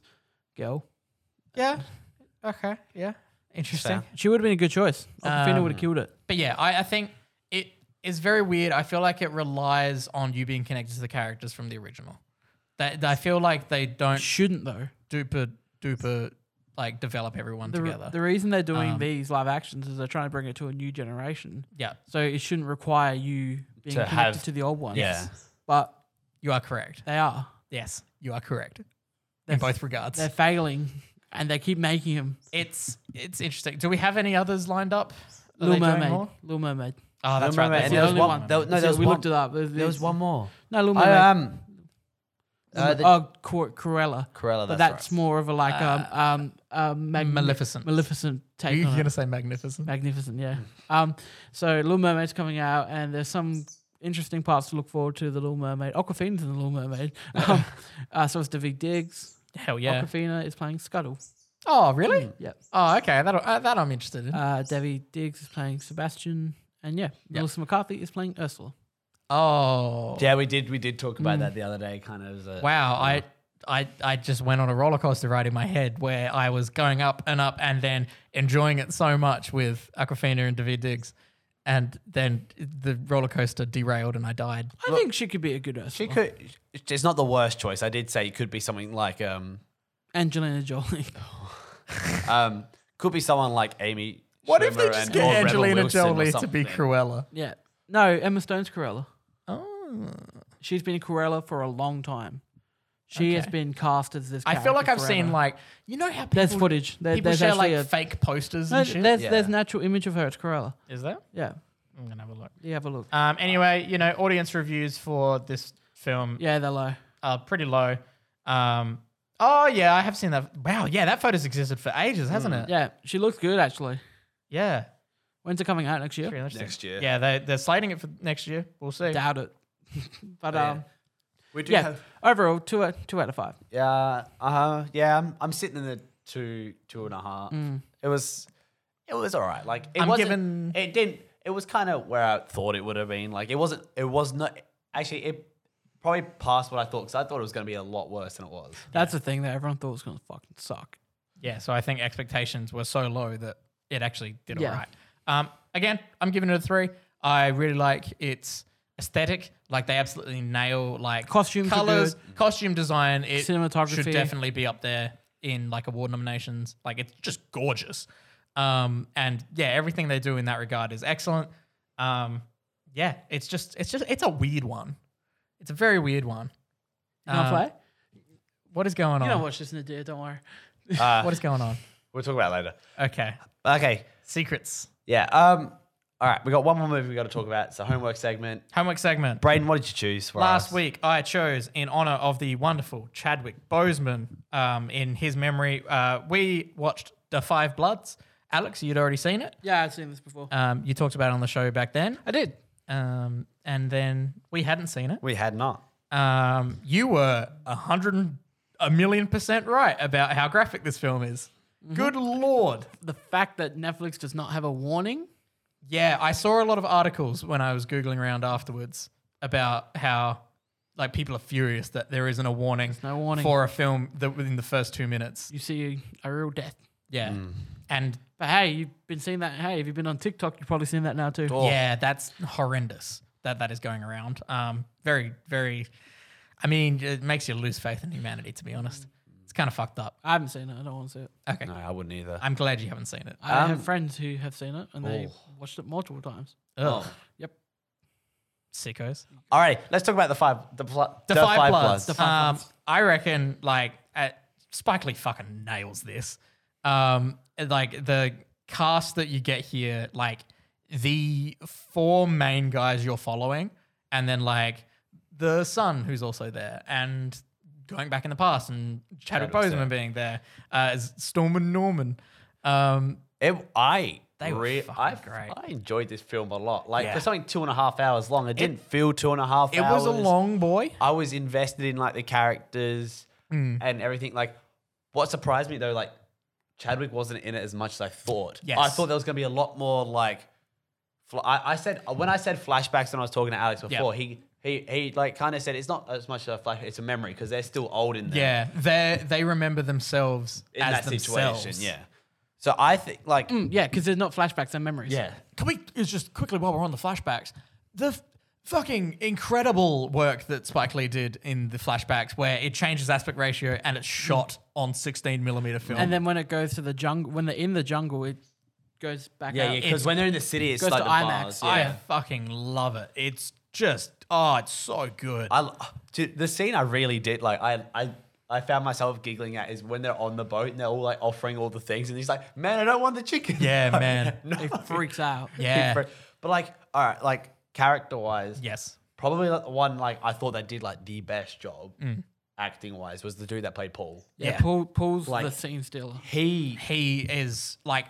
[SPEAKER 3] girl.
[SPEAKER 2] Yeah. Okay. Yeah. Interesting.
[SPEAKER 3] She would have been a good choice. Aquafina
[SPEAKER 2] Um,
[SPEAKER 3] would have killed it.
[SPEAKER 2] But yeah, I, I think it is very weird. I feel like it relies on you being connected to the characters from the original. That I feel like they don't
[SPEAKER 3] Shouldn't though.
[SPEAKER 2] duper duper like develop everyone
[SPEAKER 3] The,
[SPEAKER 2] together.
[SPEAKER 3] the reason they're doing
[SPEAKER 2] Um,
[SPEAKER 3] these live actions is they're trying to bring it to a new generation.
[SPEAKER 2] yeah,
[SPEAKER 3] So it shouldn't require you being
[SPEAKER 1] To
[SPEAKER 3] connected
[SPEAKER 1] have-
[SPEAKER 3] to the old ones.
[SPEAKER 1] Yeah.
[SPEAKER 3] But
[SPEAKER 2] you are correct.
[SPEAKER 3] they are.
[SPEAKER 2] Yes, you are correct in
[SPEAKER 3] That's-
[SPEAKER 2] both regards.
[SPEAKER 3] They're failing and they keep making them.
[SPEAKER 2] It's it's interesting. Do we have any others lined up? Are
[SPEAKER 3] Little
[SPEAKER 2] they doing
[SPEAKER 3] Mermaid.
[SPEAKER 2] more?
[SPEAKER 3] Little Mermaid.
[SPEAKER 2] Oh, that's
[SPEAKER 1] Little
[SPEAKER 2] right.
[SPEAKER 1] Mermaid.
[SPEAKER 2] That's
[SPEAKER 1] And there
[SPEAKER 2] the
[SPEAKER 1] was
[SPEAKER 2] only
[SPEAKER 1] one-
[SPEAKER 2] one.
[SPEAKER 1] there was- no,
[SPEAKER 3] See,
[SPEAKER 1] there was
[SPEAKER 3] we
[SPEAKER 1] one-
[SPEAKER 3] looked it up. There's,
[SPEAKER 1] There was one more.
[SPEAKER 3] No, Little Mermaid.
[SPEAKER 1] I, um, uh, the,
[SPEAKER 3] oh, Cor- Cruella.
[SPEAKER 1] Cruella,
[SPEAKER 3] But
[SPEAKER 1] that's Uh,
[SPEAKER 3] that's more of a like um um um mag-
[SPEAKER 2] Maleficent.
[SPEAKER 3] Maleficent
[SPEAKER 2] Are
[SPEAKER 3] take.
[SPEAKER 2] you
[SPEAKER 3] on it.
[SPEAKER 2] gonna say magnificent?
[SPEAKER 3] Magnificent,
[SPEAKER 2] Hmm.
[SPEAKER 3] yeah. Um, so Little Mermaid's coming out, and there's some interesting parts to look forward to. The Little Mermaid, Aquafina's in the Little Mermaid. Um, uh, so it's David Diggs.
[SPEAKER 2] Hell yeah.
[SPEAKER 3] Aquafina is playing Scuttle.
[SPEAKER 2] Oh really?
[SPEAKER 3] Yep.
[SPEAKER 2] Oh okay. That uh, that I'm interested in.
[SPEAKER 3] Uh, Debbie Diggs is playing Sebastian, and yeah, Melissa McCarthy is playing Ursula.
[SPEAKER 2] oh
[SPEAKER 1] yeah, we did. We did talk about that the other day. Kind of. As a,
[SPEAKER 2] Wow, I, I I just went on a roller coaster ride in my head where I was going up and up and then enjoying it so much with Aquafina and David Diggs. And then the roller coaster derailed and I died.
[SPEAKER 3] I think she could be a good Ursula.
[SPEAKER 1] She could. It's not the worst choice. I did say it could be something like um
[SPEAKER 3] Angelina Jolie.
[SPEAKER 2] Oh.
[SPEAKER 1] um could be someone like Amy. Schumer and- or Rebel Wilson or something.
[SPEAKER 2] Cruella?
[SPEAKER 3] yeah. No, Emma Stone's Corella.
[SPEAKER 2] Oh.
[SPEAKER 3] She's been Corella for a long time. She has
[SPEAKER 2] Okay.
[SPEAKER 3] been cast as this.
[SPEAKER 2] I feel like I've
[SPEAKER 3] character
[SPEAKER 2] seen
[SPEAKER 3] forever.
[SPEAKER 2] like you know how people,
[SPEAKER 3] There's footage. There-
[SPEAKER 2] people
[SPEAKER 3] there's
[SPEAKER 2] share
[SPEAKER 3] actually
[SPEAKER 2] like
[SPEAKER 3] a-
[SPEAKER 2] fake posters
[SPEAKER 3] No,
[SPEAKER 2] and shit.
[SPEAKER 3] there's there's
[SPEAKER 1] Yeah.
[SPEAKER 3] an actual image of her. It's Corella.
[SPEAKER 2] Is there?
[SPEAKER 3] Yeah,
[SPEAKER 2] I'm gonna have a look.
[SPEAKER 3] you have a look.
[SPEAKER 2] Um, anyway, you know, audience reviews for this film
[SPEAKER 3] Yeah, they're low.
[SPEAKER 2] uh, pretty low. Um, oh yeah, I have seen that. Wow, yeah, that photo's existed for ages, hasn't it?
[SPEAKER 3] Yeah, she looks good actually.
[SPEAKER 2] Yeah,
[SPEAKER 3] When's it coming out next
[SPEAKER 2] it's
[SPEAKER 3] year?
[SPEAKER 2] really interesting.
[SPEAKER 1] Next year.
[SPEAKER 2] Yeah, they they're slating it for next year. We'll see.
[SPEAKER 3] Doubt it. but
[SPEAKER 1] Oh, Yeah.
[SPEAKER 3] um,
[SPEAKER 1] We do
[SPEAKER 3] yeah.
[SPEAKER 1] have.
[SPEAKER 3] Overall, two out- two out of five.
[SPEAKER 1] Yeah. Uh huh. Yeah. I'm, I'm sitting in the two two and a half. It was. It was all right. Like it
[SPEAKER 2] Mm. I'm
[SPEAKER 1] wasn't.
[SPEAKER 2] given-
[SPEAKER 1] It didn't. It was kind of where I thought it would have been. Like it wasn't. It was not. Actually, it probably passed what I thought because I thought it was going to be a lot worse than it was.
[SPEAKER 3] That's the thing that everyone thought was gonna fucking suck.
[SPEAKER 2] Yeah, so I think expectations were so low that it actually did
[SPEAKER 3] Yeah.
[SPEAKER 2] all right. Um, again, I'm giving it a three. I really like its aesthetic. Like they absolutely nail like
[SPEAKER 3] Costumes are
[SPEAKER 2] colors, costume design. It should
[SPEAKER 3] Cinematography.
[SPEAKER 2] definitely be up there in like award nominations. Like it's just gorgeous. Um, and yeah, everything they do in that regard is excellent. Um, yeah, it's just it's just it's a weird one. It's a very weird one.
[SPEAKER 3] You know
[SPEAKER 2] Um,
[SPEAKER 3] play?
[SPEAKER 2] What is going
[SPEAKER 3] Uh, You
[SPEAKER 2] on?
[SPEAKER 3] don't watch this in the day. Don't worry.
[SPEAKER 2] what is going on?
[SPEAKER 1] We'll talk about it later.
[SPEAKER 2] Okay,
[SPEAKER 1] Okay.
[SPEAKER 2] secrets.
[SPEAKER 1] Yeah. Um. All right. We got one more movie we got to talk about. It's a homework segment.
[SPEAKER 2] Homework segment.
[SPEAKER 1] Braden, what did you choose for
[SPEAKER 2] Last
[SPEAKER 1] us?
[SPEAKER 2] week, I chose in honor of the wonderful Chadwick Boseman. Um, in his memory, uh, we watched The Five Bloods. Alex, you'd already seen it.
[SPEAKER 3] Yeah, I've seen this before.
[SPEAKER 2] Um, you talked about it on the show back then,
[SPEAKER 3] I did.
[SPEAKER 2] um, and then we hadn't seen it.
[SPEAKER 1] We had not.
[SPEAKER 2] Um, you were a hundred and a million percent right about how graphic this film is.
[SPEAKER 3] Mm-hmm.
[SPEAKER 2] Good lord!
[SPEAKER 3] The fact that Netflix does not have a warning.
[SPEAKER 2] Yeah, I saw a lot of articles when I was googling around afterwards about how like people are furious that there isn't a warning,
[SPEAKER 3] no warning.
[SPEAKER 2] for a film that within the first two minutes.
[SPEAKER 3] You see a real death.
[SPEAKER 2] Yeah. And
[SPEAKER 3] But hey, you've been seeing that. Hey, if you've been on TikTok, you've probably seen that now too.
[SPEAKER 1] Oh.
[SPEAKER 2] yeah, that's horrendous that that is going around. Um, very, very, I mean, it makes you lose faith in humanity, to be honest. It's kind of fucked up.
[SPEAKER 3] I haven't seen it. I don't want to see it.
[SPEAKER 2] Okay.
[SPEAKER 1] No, I wouldn't either.
[SPEAKER 2] I'm glad you haven't seen it.
[SPEAKER 3] I
[SPEAKER 1] Um,
[SPEAKER 3] have friends who have seen it and they
[SPEAKER 1] Oh.
[SPEAKER 3] watched it multiple times.
[SPEAKER 2] Ugh.
[SPEAKER 3] Yep.
[SPEAKER 2] Sickos.
[SPEAKER 1] All right, let's talk about the five. The, pl-
[SPEAKER 2] The five,
[SPEAKER 1] five
[SPEAKER 2] bloods.
[SPEAKER 1] bloods.
[SPEAKER 2] um, I reckon, like, at, Spike Lee fucking nails this. Um, like the cast that you get here, like the four main guys you're following, and then like the son who's also there, and going back in the past, and Chadwick
[SPEAKER 1] Chadwick's
[SPEAKER 2] Boseman being there, uh, is Storm and Norman. Um,
[SPEAKER 1] It, I
[SPEAKER 2] They were
[SPEAKER 1] re-
[SPEAKER 2] fucking
[SPEAKER 1] I,
[SPEAKER 2] great.
[SPEAKER 1] I enjoyed this film a lot. Like
[SPEAKER 2] Yeah.
[SPEAKER 1] for something two and a half hours long, it, didn't feel two and a half.
[SPEAKER 2] it
[SPEAKER 1] hours.
[SPEAKER 2] was a long boy.
[SPEAKER 1] I was invested in like the characters
[SPEAKER 2] Mm.
[SPEAKER 1] and everything. Like, what surprised me though, like Chadwick wasn't in it as much as I thought.
[SPEAKER 2] Yes.
[SPEAKER 1] I thought there was gonna be a lot more like. Fl- I, I said when I said flashbacks when I was talking to Alex before he. He, he like kind of said it's not as much a flash it's a memory because they're still old in there
[SPEAKER 2] Yeah, they they remember themselves
[SPEAKER 1] in
[SPEAKER 2] as
[SPEAKER 1] that
[SPEAKER 2] themselves.
[SPEAKER 1] situation yeah so I think like
[SPEAKER 3] Mm, yeah, because there's not flashbacks and memories.
[SPEAKER 1] yeah
[SPEAKER 2] Can we it's just quickly while we're on the flashbacks, the f- fucking incredible work that Spike Lee did in the flashbacks, where it changes aspect ratio and
[SPEAKER 1] Mm.
[SPEAKER 2] it's shot on 16 millimeter film.
[SPEAKER 3] And then when it goes to the jungle, when they're in the jungle, it goes back
[SPEAKER 1] yeah
[SPEAKER 3] out.
[SPEAKER 1] yeah because when they're in the city Uh, it's
[SPEAKER 3] goes
[SPEAKER 1] like
[SPEAKER 3] to
[SPEAKER 1] the
[SPEAKER 3] IMAX.
[SPEAKER 1] bars yeah.
[SPEAKER 2] I fucking love it. It's just oh, it's so good.
[SPEAKER 1] I l- dude, the scene I really did like. I I I found myself giggling at is when they're on the boat and they're all like offering all the things, and he's like, "Man, I don't want the chicken."
[SPEAKER 2] yeah, man.
[SPEAKER 1] no.
[SPEAKER 3] it freaks out.
[SPEAKER 2] Yeah.
[SPEAKER 1] But like, all right, like character wise,
[SPEAKER 2] Yes.
[SPEAKER 1] probably like the one like I thought that did like the best job acting wise was the dude that played Paul.
[SPEAKER 3] Yeah,
[SPEAKER 2] Yeah.
[SPEAKER 3] Paul, Paul's
[SPEAKER 1] Like-
[SPEAKER 3] the scene stealer.
[SPEAKER 1] He
[SPEAKER 2] He is like,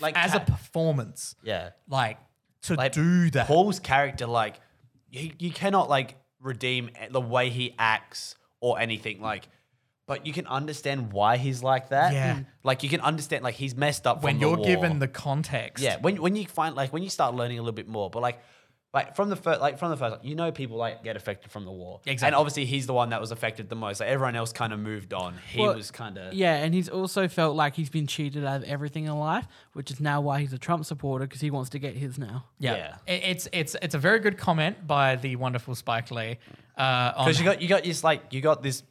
[SPEAKER 1] Like
[SPEAKER 2] as
[SPEAKER 1] Cat-
[SPEAKER 2] a performance,
[SPEAKER 1] yeah,
[SPEAKER 2] like to
[SPEAKER 1] Like,
[SPEAKER 2] do that.
[SPEAKER 1] Paul's character like you, you cannot like redeem the way he acts or anything like but you can understand why he's like that. Hmm.
[SPEAKER 2] Yeah.
[SPEAKER 1] Like you can understand like he's messed up
[SPEAKER 2] when
[SPEAKER 1] from
[SPEAKER 2] you're
[SPEAKER 1] the war.
[SPEAKER 2] given the context.
[SPEAKER 1] Yeah, when when you find like when you start learning a little bit more, but like like from the first like from the first you know people like get affected from the war. And
[SPEAKER 2] Exactly.
[SPEAKER 1] obviously he's the one that was affected the most. Like everyone else kind of moved on. He
[SPEAKER 3] Well,
[SPEAKER 1] was kind of
[SPEAKER 3] Yeah, and he's also felt like he's been cheated out of everything in life, which is now why he's a Trump supporter because he wants to get his now.
[SPEAKER 2] Yeah. It, it's it's it's a very good comment by the wonderful Spike Lee. Uh, on
[SPEAKER 1] Because you got you got this like you got this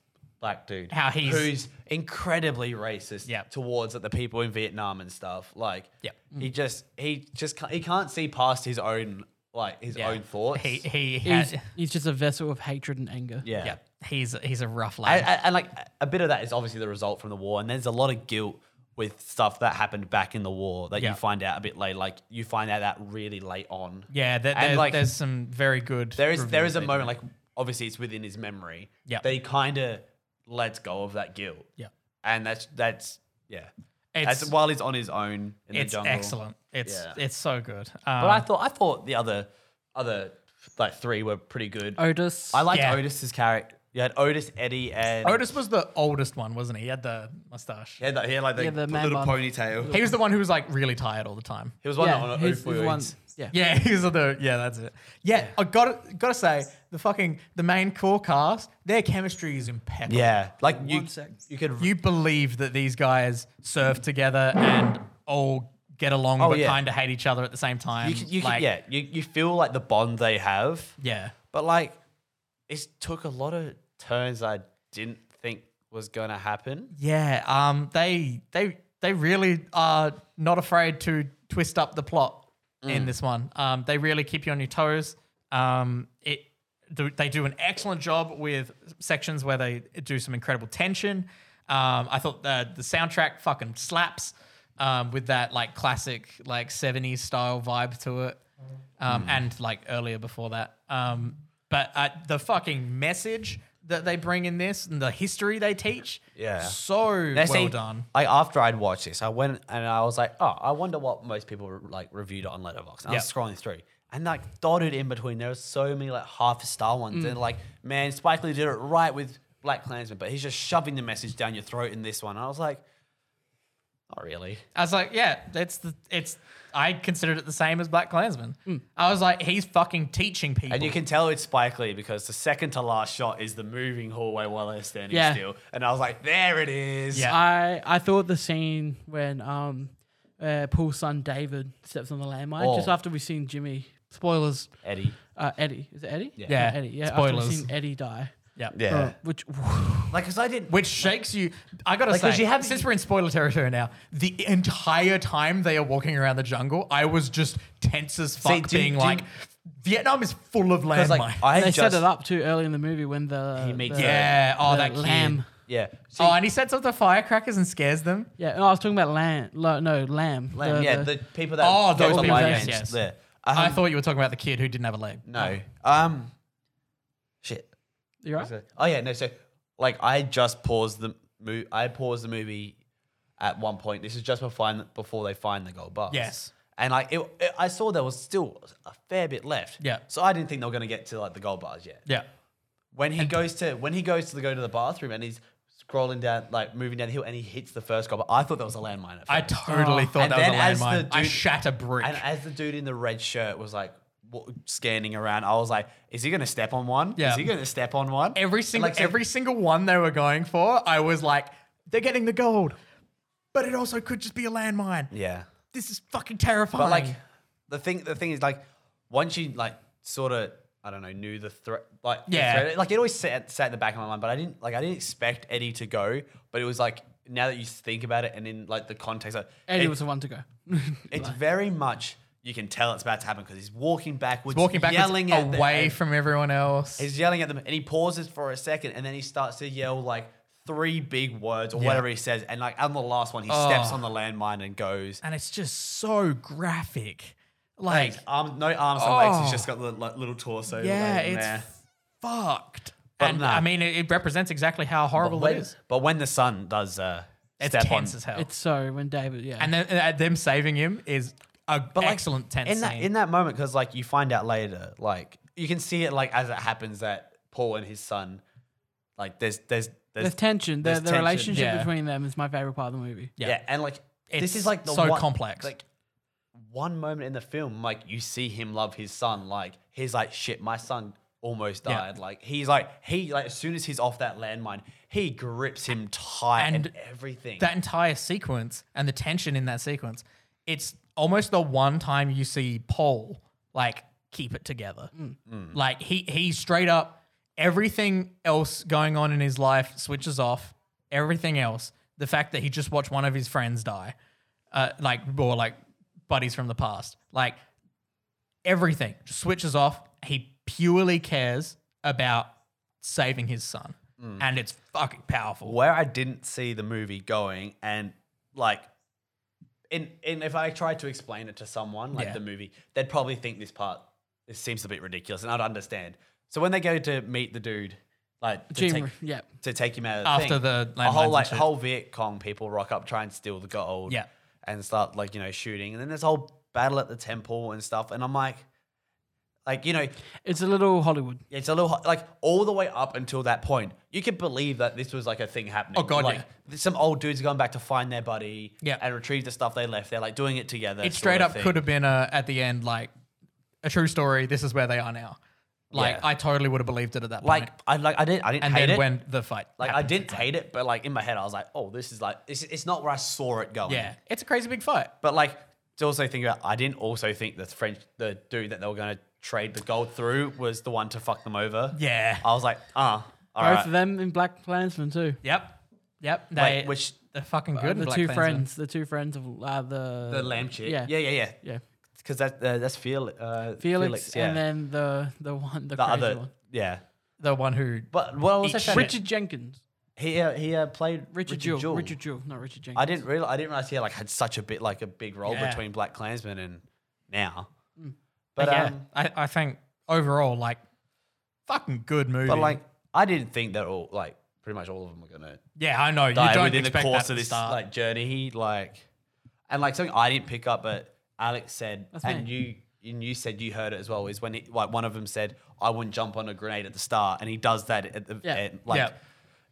[SPEAKER 1] black dude
[SPEAKER 2] How he's-
[SPEAKER 1] who's incredibly racist
[SPEAKER 2] Yep.
[SPEAKER 1] towards like, the people in Vietnam and stuff. Like
[SPEAKER 2] Yep.
[SPEAKER 1] he just he just can't, he can't see past his own like his
[SPEAKER 2] yeah.
[SPEAKER 1] own thoughts.
[SPEAKER 2] He he
[SPEAKER 3] He's,
[SPEAKER 2] has,
[SPEAKER 3] he's just a vessel of hatred and anger.
[SPEAKER 1] yeah.
[SPEAKER 2] yeah. He's he's a rough lad.
[SPEAKER 1] And, and, and, like a bit of that is obviously the result from the war, and there's a lot of guilt with stuff that happened back in the war that
[SPEAKER 2] Yeah.
[SPEAKER 1] you find out a bit late. Like you find out that really late on.
[SPEAKER 2] yeah, there,
[SPEAKER 1] and,
[SPEAKER 2] there-
[SPEAKER 1] like,
[SPEAKER 2] there's some very good.
[SPEAKER 1] There is there
[SPEAKER 2] reviews
[SPEAKER 1] is a
[SPEAKER 2] they
[SPEAKER 1] moment like obviously it's within his memory.
[SPEAKER 2] Yep.
[SPEAKER 1] That he kind of lets go of that guilt.
[SPEAKER 2] do. Yeah,
[SPEAKER 1] and that's that's yeah.
[SPEAKER 2] It's-
[SPEAKER 1] That's while he's on his own in
[SPEAKER 2] it's
[SPEAKER 1] the jungle.
[SPEAKER 2] excellent. It's
[SPEAKER 1] Yeah.
[SPEAKER 2] it's so good. Um,
[SPEAKER 1] But I thought I thought the other other like three were pretty good.
[SPEAKER 3] Otis.
[SPEAKER 1] I liked
[SPEAKER 2] Yeah.
[SPEAKER 1] Otis's character. You had Otis, Eddie, and
[SPEAKER 2] Otis was the oldest one, wasn't he? He had the mustache.
[SPEAKER 1] He had, that, he had like the,
[SPEAKER 3] Yeah, the man
[SPEAKER 1] little
[SPEAKER 3] bun.
[SPEAKER 1] ponytail.
[SPEAKER 2] He was the one who was like really tired all the time.
[SPEAKER 1] He was one
[SPEAKER 3] yeah,
[SPEAKER 1] on
[SPEAKER 3] he's- he's the one-
[SPEAKER 1] opioids.
[SPEAKER 3] yeah.
[SPEAKER 2] Yeah, he's the yeah, that's it. Yeah, I got got to say the fucking the main core cast, their chemistry is impeccable.
[SPEAKER 1] Yeah, like you,
[SPEAKER 3] One sec.
[SPEAKER 1] you could.
[SPEAKER 2] you believe that these guys serve together and all get along but
[SPEAKER 1] Oh, yeah.
[SPEAKER 2] kind of hate each other at the same time.
[SPEAKER 1] you, could, you could-
[SPEAKER 2] like,
[SPEAKER 1] yeah, you, you feel like the bond they have,
[SPEAKER 2] yeah.
[SPEAKER 1] but like it took a lot of turns I didn't think was gonna happen.
[SPEAKER 2] Yeah, Um, they they they really are not afraid to twist up the plot in this one. Um, they really keep you on your toes. Um, it do- they do an excellent job with sections where they do some incredible tension. Um, I thought the the soundtrack fucking slaps. Um, with that like classic like 70s style vibe to it um, and like earlier before that. Um, but uh, the fucking message that they bring in this and the history they teach,
[SPEAKER 1] Yeah.
[SPEAKER 2] so
[SPEAKER 1] They
[SPEAKER 2] well
[SPEAKER 1] say-
[SPEAKER 2] done.
[SPEAKER 1] Like after I'd watched this, I went and I was like, oh, I wonder what most people re- like reviewed it on Letterboxd. And I was
[SPEAKER 2] Yep.
[SPEAKER 1] scrolling through. And like dotted in between, there were so many like half a star ones. And like, man, Spike Lee did it right with Black Klansman, but he's just shoving the message down your throat in this one. And I was like, Not really.
[SPEAKER 2] I was like, yeah, that's the it's. I considered it the same as Black Klansman. I was like, he's fucking teaching people.
[SPEAKER 1] Hmm. And you can tell it's Spike Lee because the second to last shot is the moving hallway while they're standing
[SPEAKER 3] Yeah.
[SPEAKER 1] still. And I was like, there it is.
[SPEAKER 2] Yeah.
[SPEAKER 3] I I thought the scene when um uh, Paul's son David steps on the landmine just
[SPEAKER 1] Oh.
[SPEAKER 3] after we've seen Jimmy spoilers
[SPEAKER 1] Eddie.
[SPEAKER 3] uh, Eddie is it Eddie yeah,
[SPEAKER 2] yeah,
[SPEAKER 3] Eddie yeah after
[SPEAKER 2] spoilers.
[SPEAKER 3] we've seen Eddie die
[SPEAKER 2] yeah,
[SPEAKER 1] Yeah.
[SPEAKER 3] Uh, which
[SPEAKER 1] Like, because I didn't.
[SPEAKER 2] Which shakes you. I gotta
[SPEAKER 1] Like, 'cause
[SPEAKER 2] say,
[SPEAKER 1] you have-
[SPEAKER 2] since we're in spoiler territory now, the entire time they are walking around the jungle, I was just tense as fuck,
[SPEAKER 1] do you-
[SPEAKER 2] being
[SPEAKER 1] do you-
[SPEAKER 2] like, Vietnam is full of landmines.
[SPEAKER 1] Because, like, I
[SPEAKER 3] they set
[SPEAKER 1] just.
[SPEAKER 3] it up too early in the movie when the
[SPEAKER 1] He meets
[SPEAKER 3] the-
[SPEAKER 2] yeah, oh
[SPEAKER 1] Uh,
[SPEAKER 3] the
[SPEAKER 2] that kid.
[SPEAKER 3] lamb
[SPEAKER 1] Yeah. See,
[SPEAKER 2] Oh, and he sets up the firecrackers and scares them.
[SPEAKER 3] yeah no, I was talking about lamb lo- no lamb
[SPEAKER 1] Lamb,
[SPEAKER 3] The-
[SPEAKER 1] yeah,
[SPEAKER 3] the-
[SPEAKER 1] the, people that
[SPEAKER 2] Oh,
[SPEAKER 1] go
[SPEAKER 2] those
[SPEAKER 1] to
[SPEAKER 2] people,
[SPEAKER 1] live
[SPEAKER 2] yes,
[SPEAKER 1] games,
[SPEAKER 2] yes.
[SPEAKER 1] there.
[SPEAKER 2] I
[SPEAKER 1] Um,
[SPEAKER 2] thought you were talking about the kid who didn't have a leg.
[SPEAKER 1] no. Um, shit.
[SPEAKER 3] you right
[SPEAKER 1] So- oh yeah, no. So like I just paused the mo- I paused the movie at one point. This is just before before they find the gold bars.
[SPEAKER 2] Yes.
[SPEAKER 1] And like it, it- I saw there was still a fair bit left.
[SPEAKER 2] Yeah.
[SPEAKER 1] So I didn't think they were gonna get to like the gold bars yet.
[SPEAKER 2] Yeah.
[SPEAKER 1] When he goes to when he goes to the, go to the bathroom and he's scrolling down like moving down the hill and he hits the first gold bar. I thought that was a landmine. At
[SPEAKER 2] I
[SPEAKER 1] first.
[SPEAKER 2] totally thought
[SPEAKER 1] Oh. And
[SPEAKER 2] that
[SPEAKER 1] then as
[SPEAKER 2] was a
[SPEAKER 1] the
[SPEAKER 2] landmine. I
[SPEAKER 1] dude-
[SPEAKER 2] shat a brick.
[SPEAKER 1] and as the dude in the red shirt was like wa- scanning around, I was like, "Is he gonna step on one?
[SPEAKER 2] Yeah.
[SPEAKER 1] Is he gonna step on one?"
[SPEAKER 2] every single
[SPEAKER 1] Like, so-
[SPEAKER 2] every single one they were going for, I was like, they're getting the gold, but it also could just be a landmine.
[SPEAKER 1] yeah.
[SPEAKER 2] This is fucking terrifying.
[SPEAKER 1] But like the thing, the thing is like once you like sort of I don't know knew the threat, like the
[SPEAKER 2] Yeah.
[SPEAKER 1] threat- like it always sat, sat in the back of my mind. But I didn't like I didn't expect Eddie to go. But it was like now that you think about it and in like the context, like,
[SPEAKER 3] Eddie
[SPEAKER 1] it-
[SPEAKER 3] was the one to go
[SPEAKER 1] it's very much you can tell it's about to happen because he's walking backwards,
[SPEAKER 2] walking backwards
[SPEAKER 1] yelling at the-
[SPEAKER 2] away
[SPEAKER 1] and
[SPEAKER 2] from everyone else.
[SPEAKER 1] he's yelling at them, and he pauses for a second, and then he starts to yell like. Three big words or whatever he says, and like on the last one, he steps
[SPEAKER 2] Oh.
[SPEAKER 1] on the landmine and goes.
[SPEAKER 2] and it's just so graphic. Like,
[SPEAKER 1] Arm, no arms and legs.
[SPEAKER 2] Oh.
[SPEAKER 1] He's just got the like, little torso.
[SPEAKER 2] yeah,
[SPEAKER 1] laying
[SPEAKER 2] it's
[SPEAKER 1] there.
[SPEAKER 2] fucked.
[SPEAKER 1] But
[SPEAKER 2] and
[SPEAKER 1] no.
[SPEAKER 2] I mean, it, it represents exactly how horrible
[SPEAKER 1] when,
[SPEAKER 2] it is.
[SPEAKER 1] But when the sun does uh,
[SPEAKER 2] It's
[SPEAKER 1] step
[SPEAKER 2] tense
[SPEAKER 1] on,
[SPEAKER 2] as hell.
[SPEAKER 3] it's so when David yeah
[SPEAKER 2] and then uh, them saving him is a
[SPEAKER 1] like,
[SPEAKER 2] excellent tense
[SPEAKER 1] in that
[SPEAKER 2] scene.
[SPEAKER 1] in that moment because like you find out later, like you can see it like as it happens that Paul and his son, like there's there's there's,
[SPEAKER 3] there's tension the,
[SPEAKER 1] there's
[SPEAKER 3] the
[SPEAKER 1] tension.
[SPEAKER 3] relationship
[SPEAKER 2] yeah.
[SPEAKER 3] between them is my favorite part of the movie
[SPEAKER 1] yeah.
[SPEAKER 2] Yeah.
[SPEAKER 1] and like
[SPEAKER 2] It's
[SPEAKER 1] this is like the
[SPEAKER 2] so
[SPEAKER 1] one-
[SPEAKER 2] complex.
[SPEAKER 1] like one moment in the film, like you see him love his son, like he's like shit, my son almost
[SPEAKER 2] Yeah.
[SPEAKER 1] died. Like he's like he like as soon as he's off that landmine, he grips him tight and,
[SPEAKER 2] And
[SPEAKER 1] everything.
[SPEAKER 2] that entire sequence and the tension in that sequence, it's almost the one time you see Paul like keep it together.
[SPEAKER 1] Mm.
[SPEAKER 2] Like he he straight up everything else going on in his life switches off. Everything else, the fact that he just watched one of his friends die, uh, like or like buddies from the past, like everything just switches off. He purely cares about saving his son,
[SPEAKER 1] Mm.
[SPEAKER 2] and it's fucking powerful.
[SPEAKER 1] where I didn't see the movie going, and like, in in if I tried to explain it to someone like
[SPEAKER 2] Yeah.
[SPEAKER 1] the movie, they'd probably think this part it seems a bit ridiculous, and I'd understand. So when they go to meet the dude, like to
[SPEAKER 3] Jim
[SPEAKER 1] take,
[SPEAKER 3] yeah
[SPEAKER 1] to take him out of the
[SPEAKER 2] After
[SPEAKER 1] thing,
[SPEAKER 2] the
[SPEAKER 1] a
[SPEAKER 2] landmines
[SPEAKER 1] whole
[SPEAKER 2] and
[SPEAKER 1] like
[SPEAKER 2] shit.
[SPEAKER 1] whole Viet Cong people rock up, try and steal the gold,
[SPEAKER 2] Yeah.
[SPEAKER 1] and start like you know shooting, and then there's a whole battle at the temple and stuff, and I'm like, like you know,
[SPEAKER 3] it's a little Hollywood
[SPEAKER 1] it's a little like all the way up until that point, you could believe that this was like a thing happening.
[SPEAKER 2] Oh, God,
[SPEAKER 1] like
[SPEAKER 2] yeah.
[SPEAKER 1] th- some old dudes are going back to find their buddy,
[SPEAKER 2] Yeah.
[SPEAKER 1] and retrieve the stuff they left. They're like doing it together.
[SPEAKER 2] it straight up could have been a, at the end like a true story. This is where they are now. Like
[SPEAKER 1] Yeah.
[SPEAKER 2] I totally would have believed it at that
[SPEAKER 1] like
[SPEAKER 2] point.
[SPEAKER 1] I like I didn't I didn't
[SPEAKER 2] And
[SPEAKER 1] hate
[SPEAKER 2] then
[SPEAKER 1] it.
[SPEAKER 2] when the fight,
[SPEAKER 1] like I
[SPEAKER 2] happened.
[SPEAKER 1] didn't hate it, but like in my head I was like, oh, this is like it's, it's not where I saw it going.
[SPEAKER 2] yeah, it's a crazy big fight.
[SPEAKER 1] but like to also think about, I didn't also think the French the dude that they were going to trade the gold through was the one to fuck them over.
[SPEAKER 2] Yeah.
[SPEAKER 1] I was like, ah, all
[SPEAKER 3] both
[SPEAKER 1] right.
[SPEAKER 3] of them in Black Klansman too Uh,
[SPEAKER 2] Yep, yep. They,
[SPEAKER 1] Like, which
[SPEAKER 2] they're fucking
[SPEAKER 3] the
[SPEAKER 2] good. in Black
[SPEAKER 3] two
[SPEAKER 2] Klansman.
[SPEAKER 3] friends the two friends of uh, the
[SPEAKER 1] the lamb chick.
[SPEAKER 3] yeah.
[SPEAKER 1] Yeah, yeah, yeah.
[SPEAKER 3] yeah
[SPEAKER 1] Because that uh, that's Fel- uh,
[SPEAKER 3] Felix,
[SPEAKER 1] yeah.
[SPEAKER 3] and then the the one the,
[SPEAKER 1] the
[SPEAKER 3] crazy
[SPEAKER 1] other
[SPEAKER 3] one.
[SPEAKER 1] yeah.
[SPEAKER 2] the one who.
[SPEAKER 1] But what I was
[SPEAKER 2] Each
[SPEAKER 1] saying,
[SPEAKER 2] Richard-
[SPEAKER 3] Richard Jenkins.
[SPEAKER 1] he uh, he uh, played
[SPEAKER 3] Richard, Richard Jewell. Richard Jewell, not Richard Jenkins.
[SPEAKER 1] I didn't realize I didn't realize he like had such a bit like a big role
[SPEAKER 2] Yeah.
[SPEAKER 1] between Black Klansman and now.
[SPEAKER 3] Mm.
[SPEAKER 2] But
[SPEAKER 1] But
[SPEAKER 2] yeah,
[SPEAKER 1] um,
[SPEAKER 2] I, I think overall like fucking good movie.
[SPEAKER 1] but like I didn't think that all like pretty much all of them were gonna
[SPEAKER 2] yeah, I know you
[SPEAKER 1] die
[SPEAKER 2] don't
[SPEAKER 1] within the
[SPEAKER 2] expect
[SPEAKER 1] course
[SPEAKER 2] that
[SPEAKER 1] of
[SPEAKER 2] to
[SPEAKER 1] this
[SPEAKER 2] start.
[SPEAKER 1] like journey. He like and like something I didn't pick up, but Alex said,
[SPEAKER 3] That's
[SPEAKER 1] and
[SPEAKER 3] me.
[SPEAKER 1] you and you said you heard it as well. Is when he, like one of them said, "I wouldn't jump on a grenade at the start," and he does that at the
[SPEAKER 3] Yeah.
[SPEAKER 1] end, like.
[SPEAKER 2] Yeah.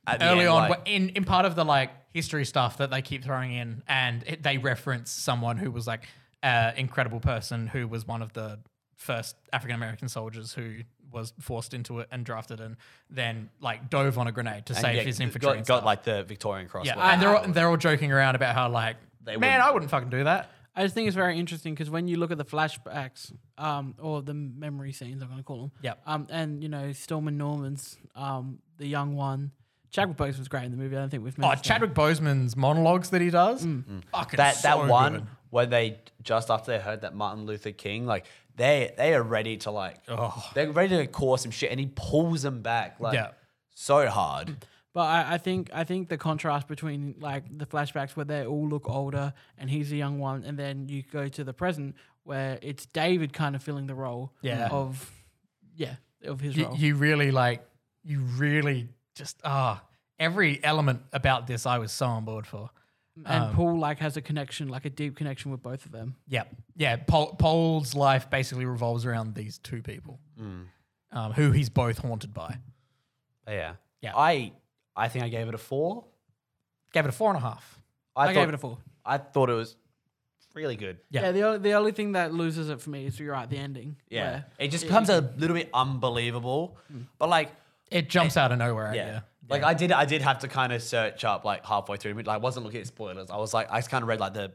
[SPEAKER 1] At the
[SPEAKER 2] early
[SPEAKER 1] end,
[SPEAKER 2] on
[SPEAKER 1] like-
[SPEAKER 2] wh- in in part of the like history stuff that they keep throwing in, and it, they reference someone who was like an incredible person who was one of the first African American soldiers who was forced into it and drafted and then like dove on a grenade to save
[SPEAKER 1] yeah,
[SPEAKER 2] his
[SPEAKER 1] th-
[SPEAKER 2] infantry.
[SPEAKER 1] got,
[SPEAKER 2] and
[SPEAKER 1] got
[SPEAKER 2] stuff.
[SPEAKER 1] like the Victorian cross.
[SPEAKER 2] yeah,
[SPEAKER 1] whatever.
[SPEAKER 2] and they're all, they're all joking around about how like man,
[SPEAKER 1] wouldn't-
[SPEAKER 2] I wouldn't fucking do that.
[SPEAKER 3] I just think it's very interesting because when you look at the flashbacks, um, or the memory scenes, I'm going to call them.
[SPEAKER 2] Yep.
[SPEAKER 3] Um, and you know, Stillman Norman's, um, the young one. Chadwick Boseman was great in the movie. I don't think we've
[SPEAKER 2] Oh,
[SPEAKER 3] mentioned. that.
[SPEAKER 2] Chadwick Boseman's monologues that he does, fucking
[SPEAKER 1] Mm. that
[SPEAKER 2] so
[SPEAKER 1] that one
[SPEAKER 2] good.
[SPEAKER 1] where they just after they heard that Martin Luther King, like they they are ready to like they're ready to cause some shit, and he pulls them back like
[SPEAKER 2] Oh. Yeah.
[SPEAKER 1] so hard.
[SPEAKER 3] But I, I think I think the contrast between like the flashbacks where they all look older and he's a young one, and then you go to the present where it's David kind of filling the role
[SPEAKER 2] Yeah.
[SPEAKER 3] of yeah of his
[SPEAKER 2] you,
[SPEAKER 3] role.
[SPEAKER 2] you really like you really just ah every element about this I was so on board for.
[SPEAKER 3] and Paul like has a connection, like a deep connection with both of them.
[SPEAKER 2] Yep. Yeah. Pol- Paul's life basically revolves around these two people, um, who he's both haunted by.
[SPEAKER 1] But yeah,
[SPEAKER 2] Yeah.
[SPEAKER 1] I I think I gave it a four.
[SPEAKER 2] Gave it a four and a half.
[SPEAKER 1] I,
[SPEAKER 3] I,
[SPEAKER 1] thought,
[SPEAKER 3] gave it a four.
[SPEAKER 1] I thought it was really good.
[SPEAKER 2] Yeah.
[SPEAKER 3] Yeah. the o- the only thing that loses it for me is you're right, the ending.
[SPEAKER 1] Yeah,
[SPEAKER 3] where-
[SPEAKER 1] it just becomes a little bit unbelievable, but like
[SPEAKER 2] It jumps out of nowhere.
[SPEAKER 1] yeah.
[SPEAKER 2] Eh, Yeah.
[SPEAKER 1] Like I did, I did have to kind of search up like halfway through. Like I wasn't looking at spoilers. I was like, I just kind of read like the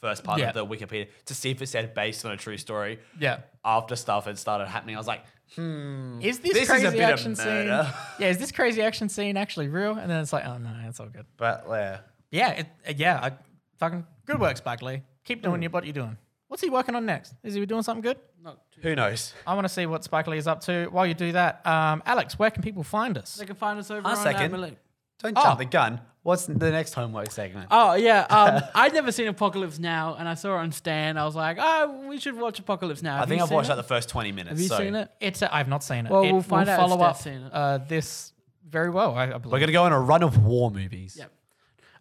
[SPEAKER 1] first part
[SPEAKER 2] Yeah.
[SPEAKER 1] of the Wikipedia to see if it said based on a true story.
[SPEAKER 2] Yeah.
[SPEAKER 1] After stuff had started happening, I was like,
[SPEAKER 2] Is Mm. this,
[SPEAKER 1] This is a
[SPEAKER 2] crazy
[SPEAKER 1] bit of
[SPEAKER 2] action scene?
[SPEAKER 1] murder.
[SPEAKER 2] Yeah. Is this crazy action scene actually real? And then it's like, oh no, it's all good.
[SPEAKER 1] but yeah,
[SPEAKER 2] Yeah. It, uh, yeah. I, fucking good work, Spike Lee. Keep doing your what you're doing. What's he working on next? Is he doing something good?
[SPEAKER 1] who knows?
[SPEAKER 2] I want to see what Spike Lee is up to. While you do that, um, Alex, where can people find us?
[SPEAKER 3] They can find us over
[SPEAKER 1] A
[SPEAKER 3] on
[SPEAKER 1] second.
[SPEAKER 3] Admiral-
[SPEAKER 1] Don't
[SPEAKER 2] Oh.
[SPEAKER 1] jump the gun. What's the next homework segment?
[SPEAKER 3] Oh yeah, um, I'd never seen Apocalypse Now, and I saw it on Stan. I was like, oh, we should watch Apocalypse Now.
[SPEAKER 1] I think I've watched like the first twenty minutes.
[SPEAKER 3] Have you
[SPEAKER 1] so
[SPEAKER 3] seen it?
[SPEAKER 2] It's a, I've not seen it.
[SPEAKER 3] Well,
[SPEAKER 2] it
[SPEAKER 3] we'll find
[SPEAKER 2] will
[SPEAKER 3] out if
[SPEAKER 2] follow up
[SPEAKER 3] Steph's seen it.
[SPEAKER 2] Uh, this very well. I, I
[SPEAKER 1] We're
[SPEAKER 2] believe.
[SPEAKER 1] gonna go on a run of war movies.
[SPEAKER 3] Yep.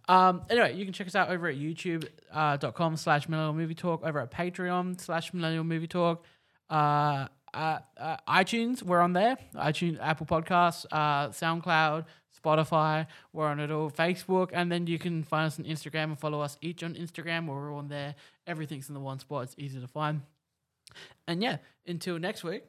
[SPEAKER 3] Um, anyway, you can check us out over at youtube.com uh, .com slash millennial movie talk, over at patreon slash millennial movie talk, uh, uh, uh, iTunes, we're on there, iTunes, Apple Podcasts, uh, SoundCloud, Spotify, we're on it all, Facebook, and then you can find us on Instagram and follow us each on Instagram, we're all on there, everything's in the one spot, it's easy to find. And yeah, until next week,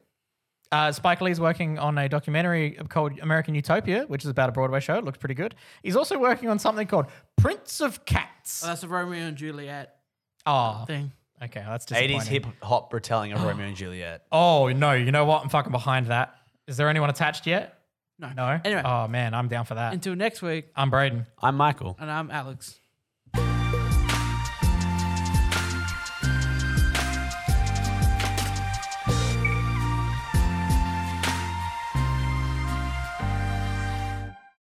[SPEAKER 2] Uh, Spike Lee's working on a documentary called American Utopia, which is about a Broadway show. It looks pretty good. He's also working on something called Prince of Cats.
[SPEAKER 3] that's the Romeo and Juliet
[SPEAKER 2] Oh,
[SPEAKER 3] thing.
[SPEAKER 2] okay, well, that's disappointing.
[SPEAKER 1] Eighties hip hop retelling of Romeo and Juliet.
[SPEAKER 2] Oh no, you know what? I'm fucking behind that. Is there anyone attached yet?
[SPEAKER 3] No.
[SPEAKER 2] No.
[SPEAKER 3] Anyway,
[SPEAKER 2] Oh man, I'm down for that.
[SPEAKER 3] until next week,
[SPEAKER 2] I'm Braden.
[SPEAKER 1] I'm Michael.
[SPEAKER 3] and I'm Alex.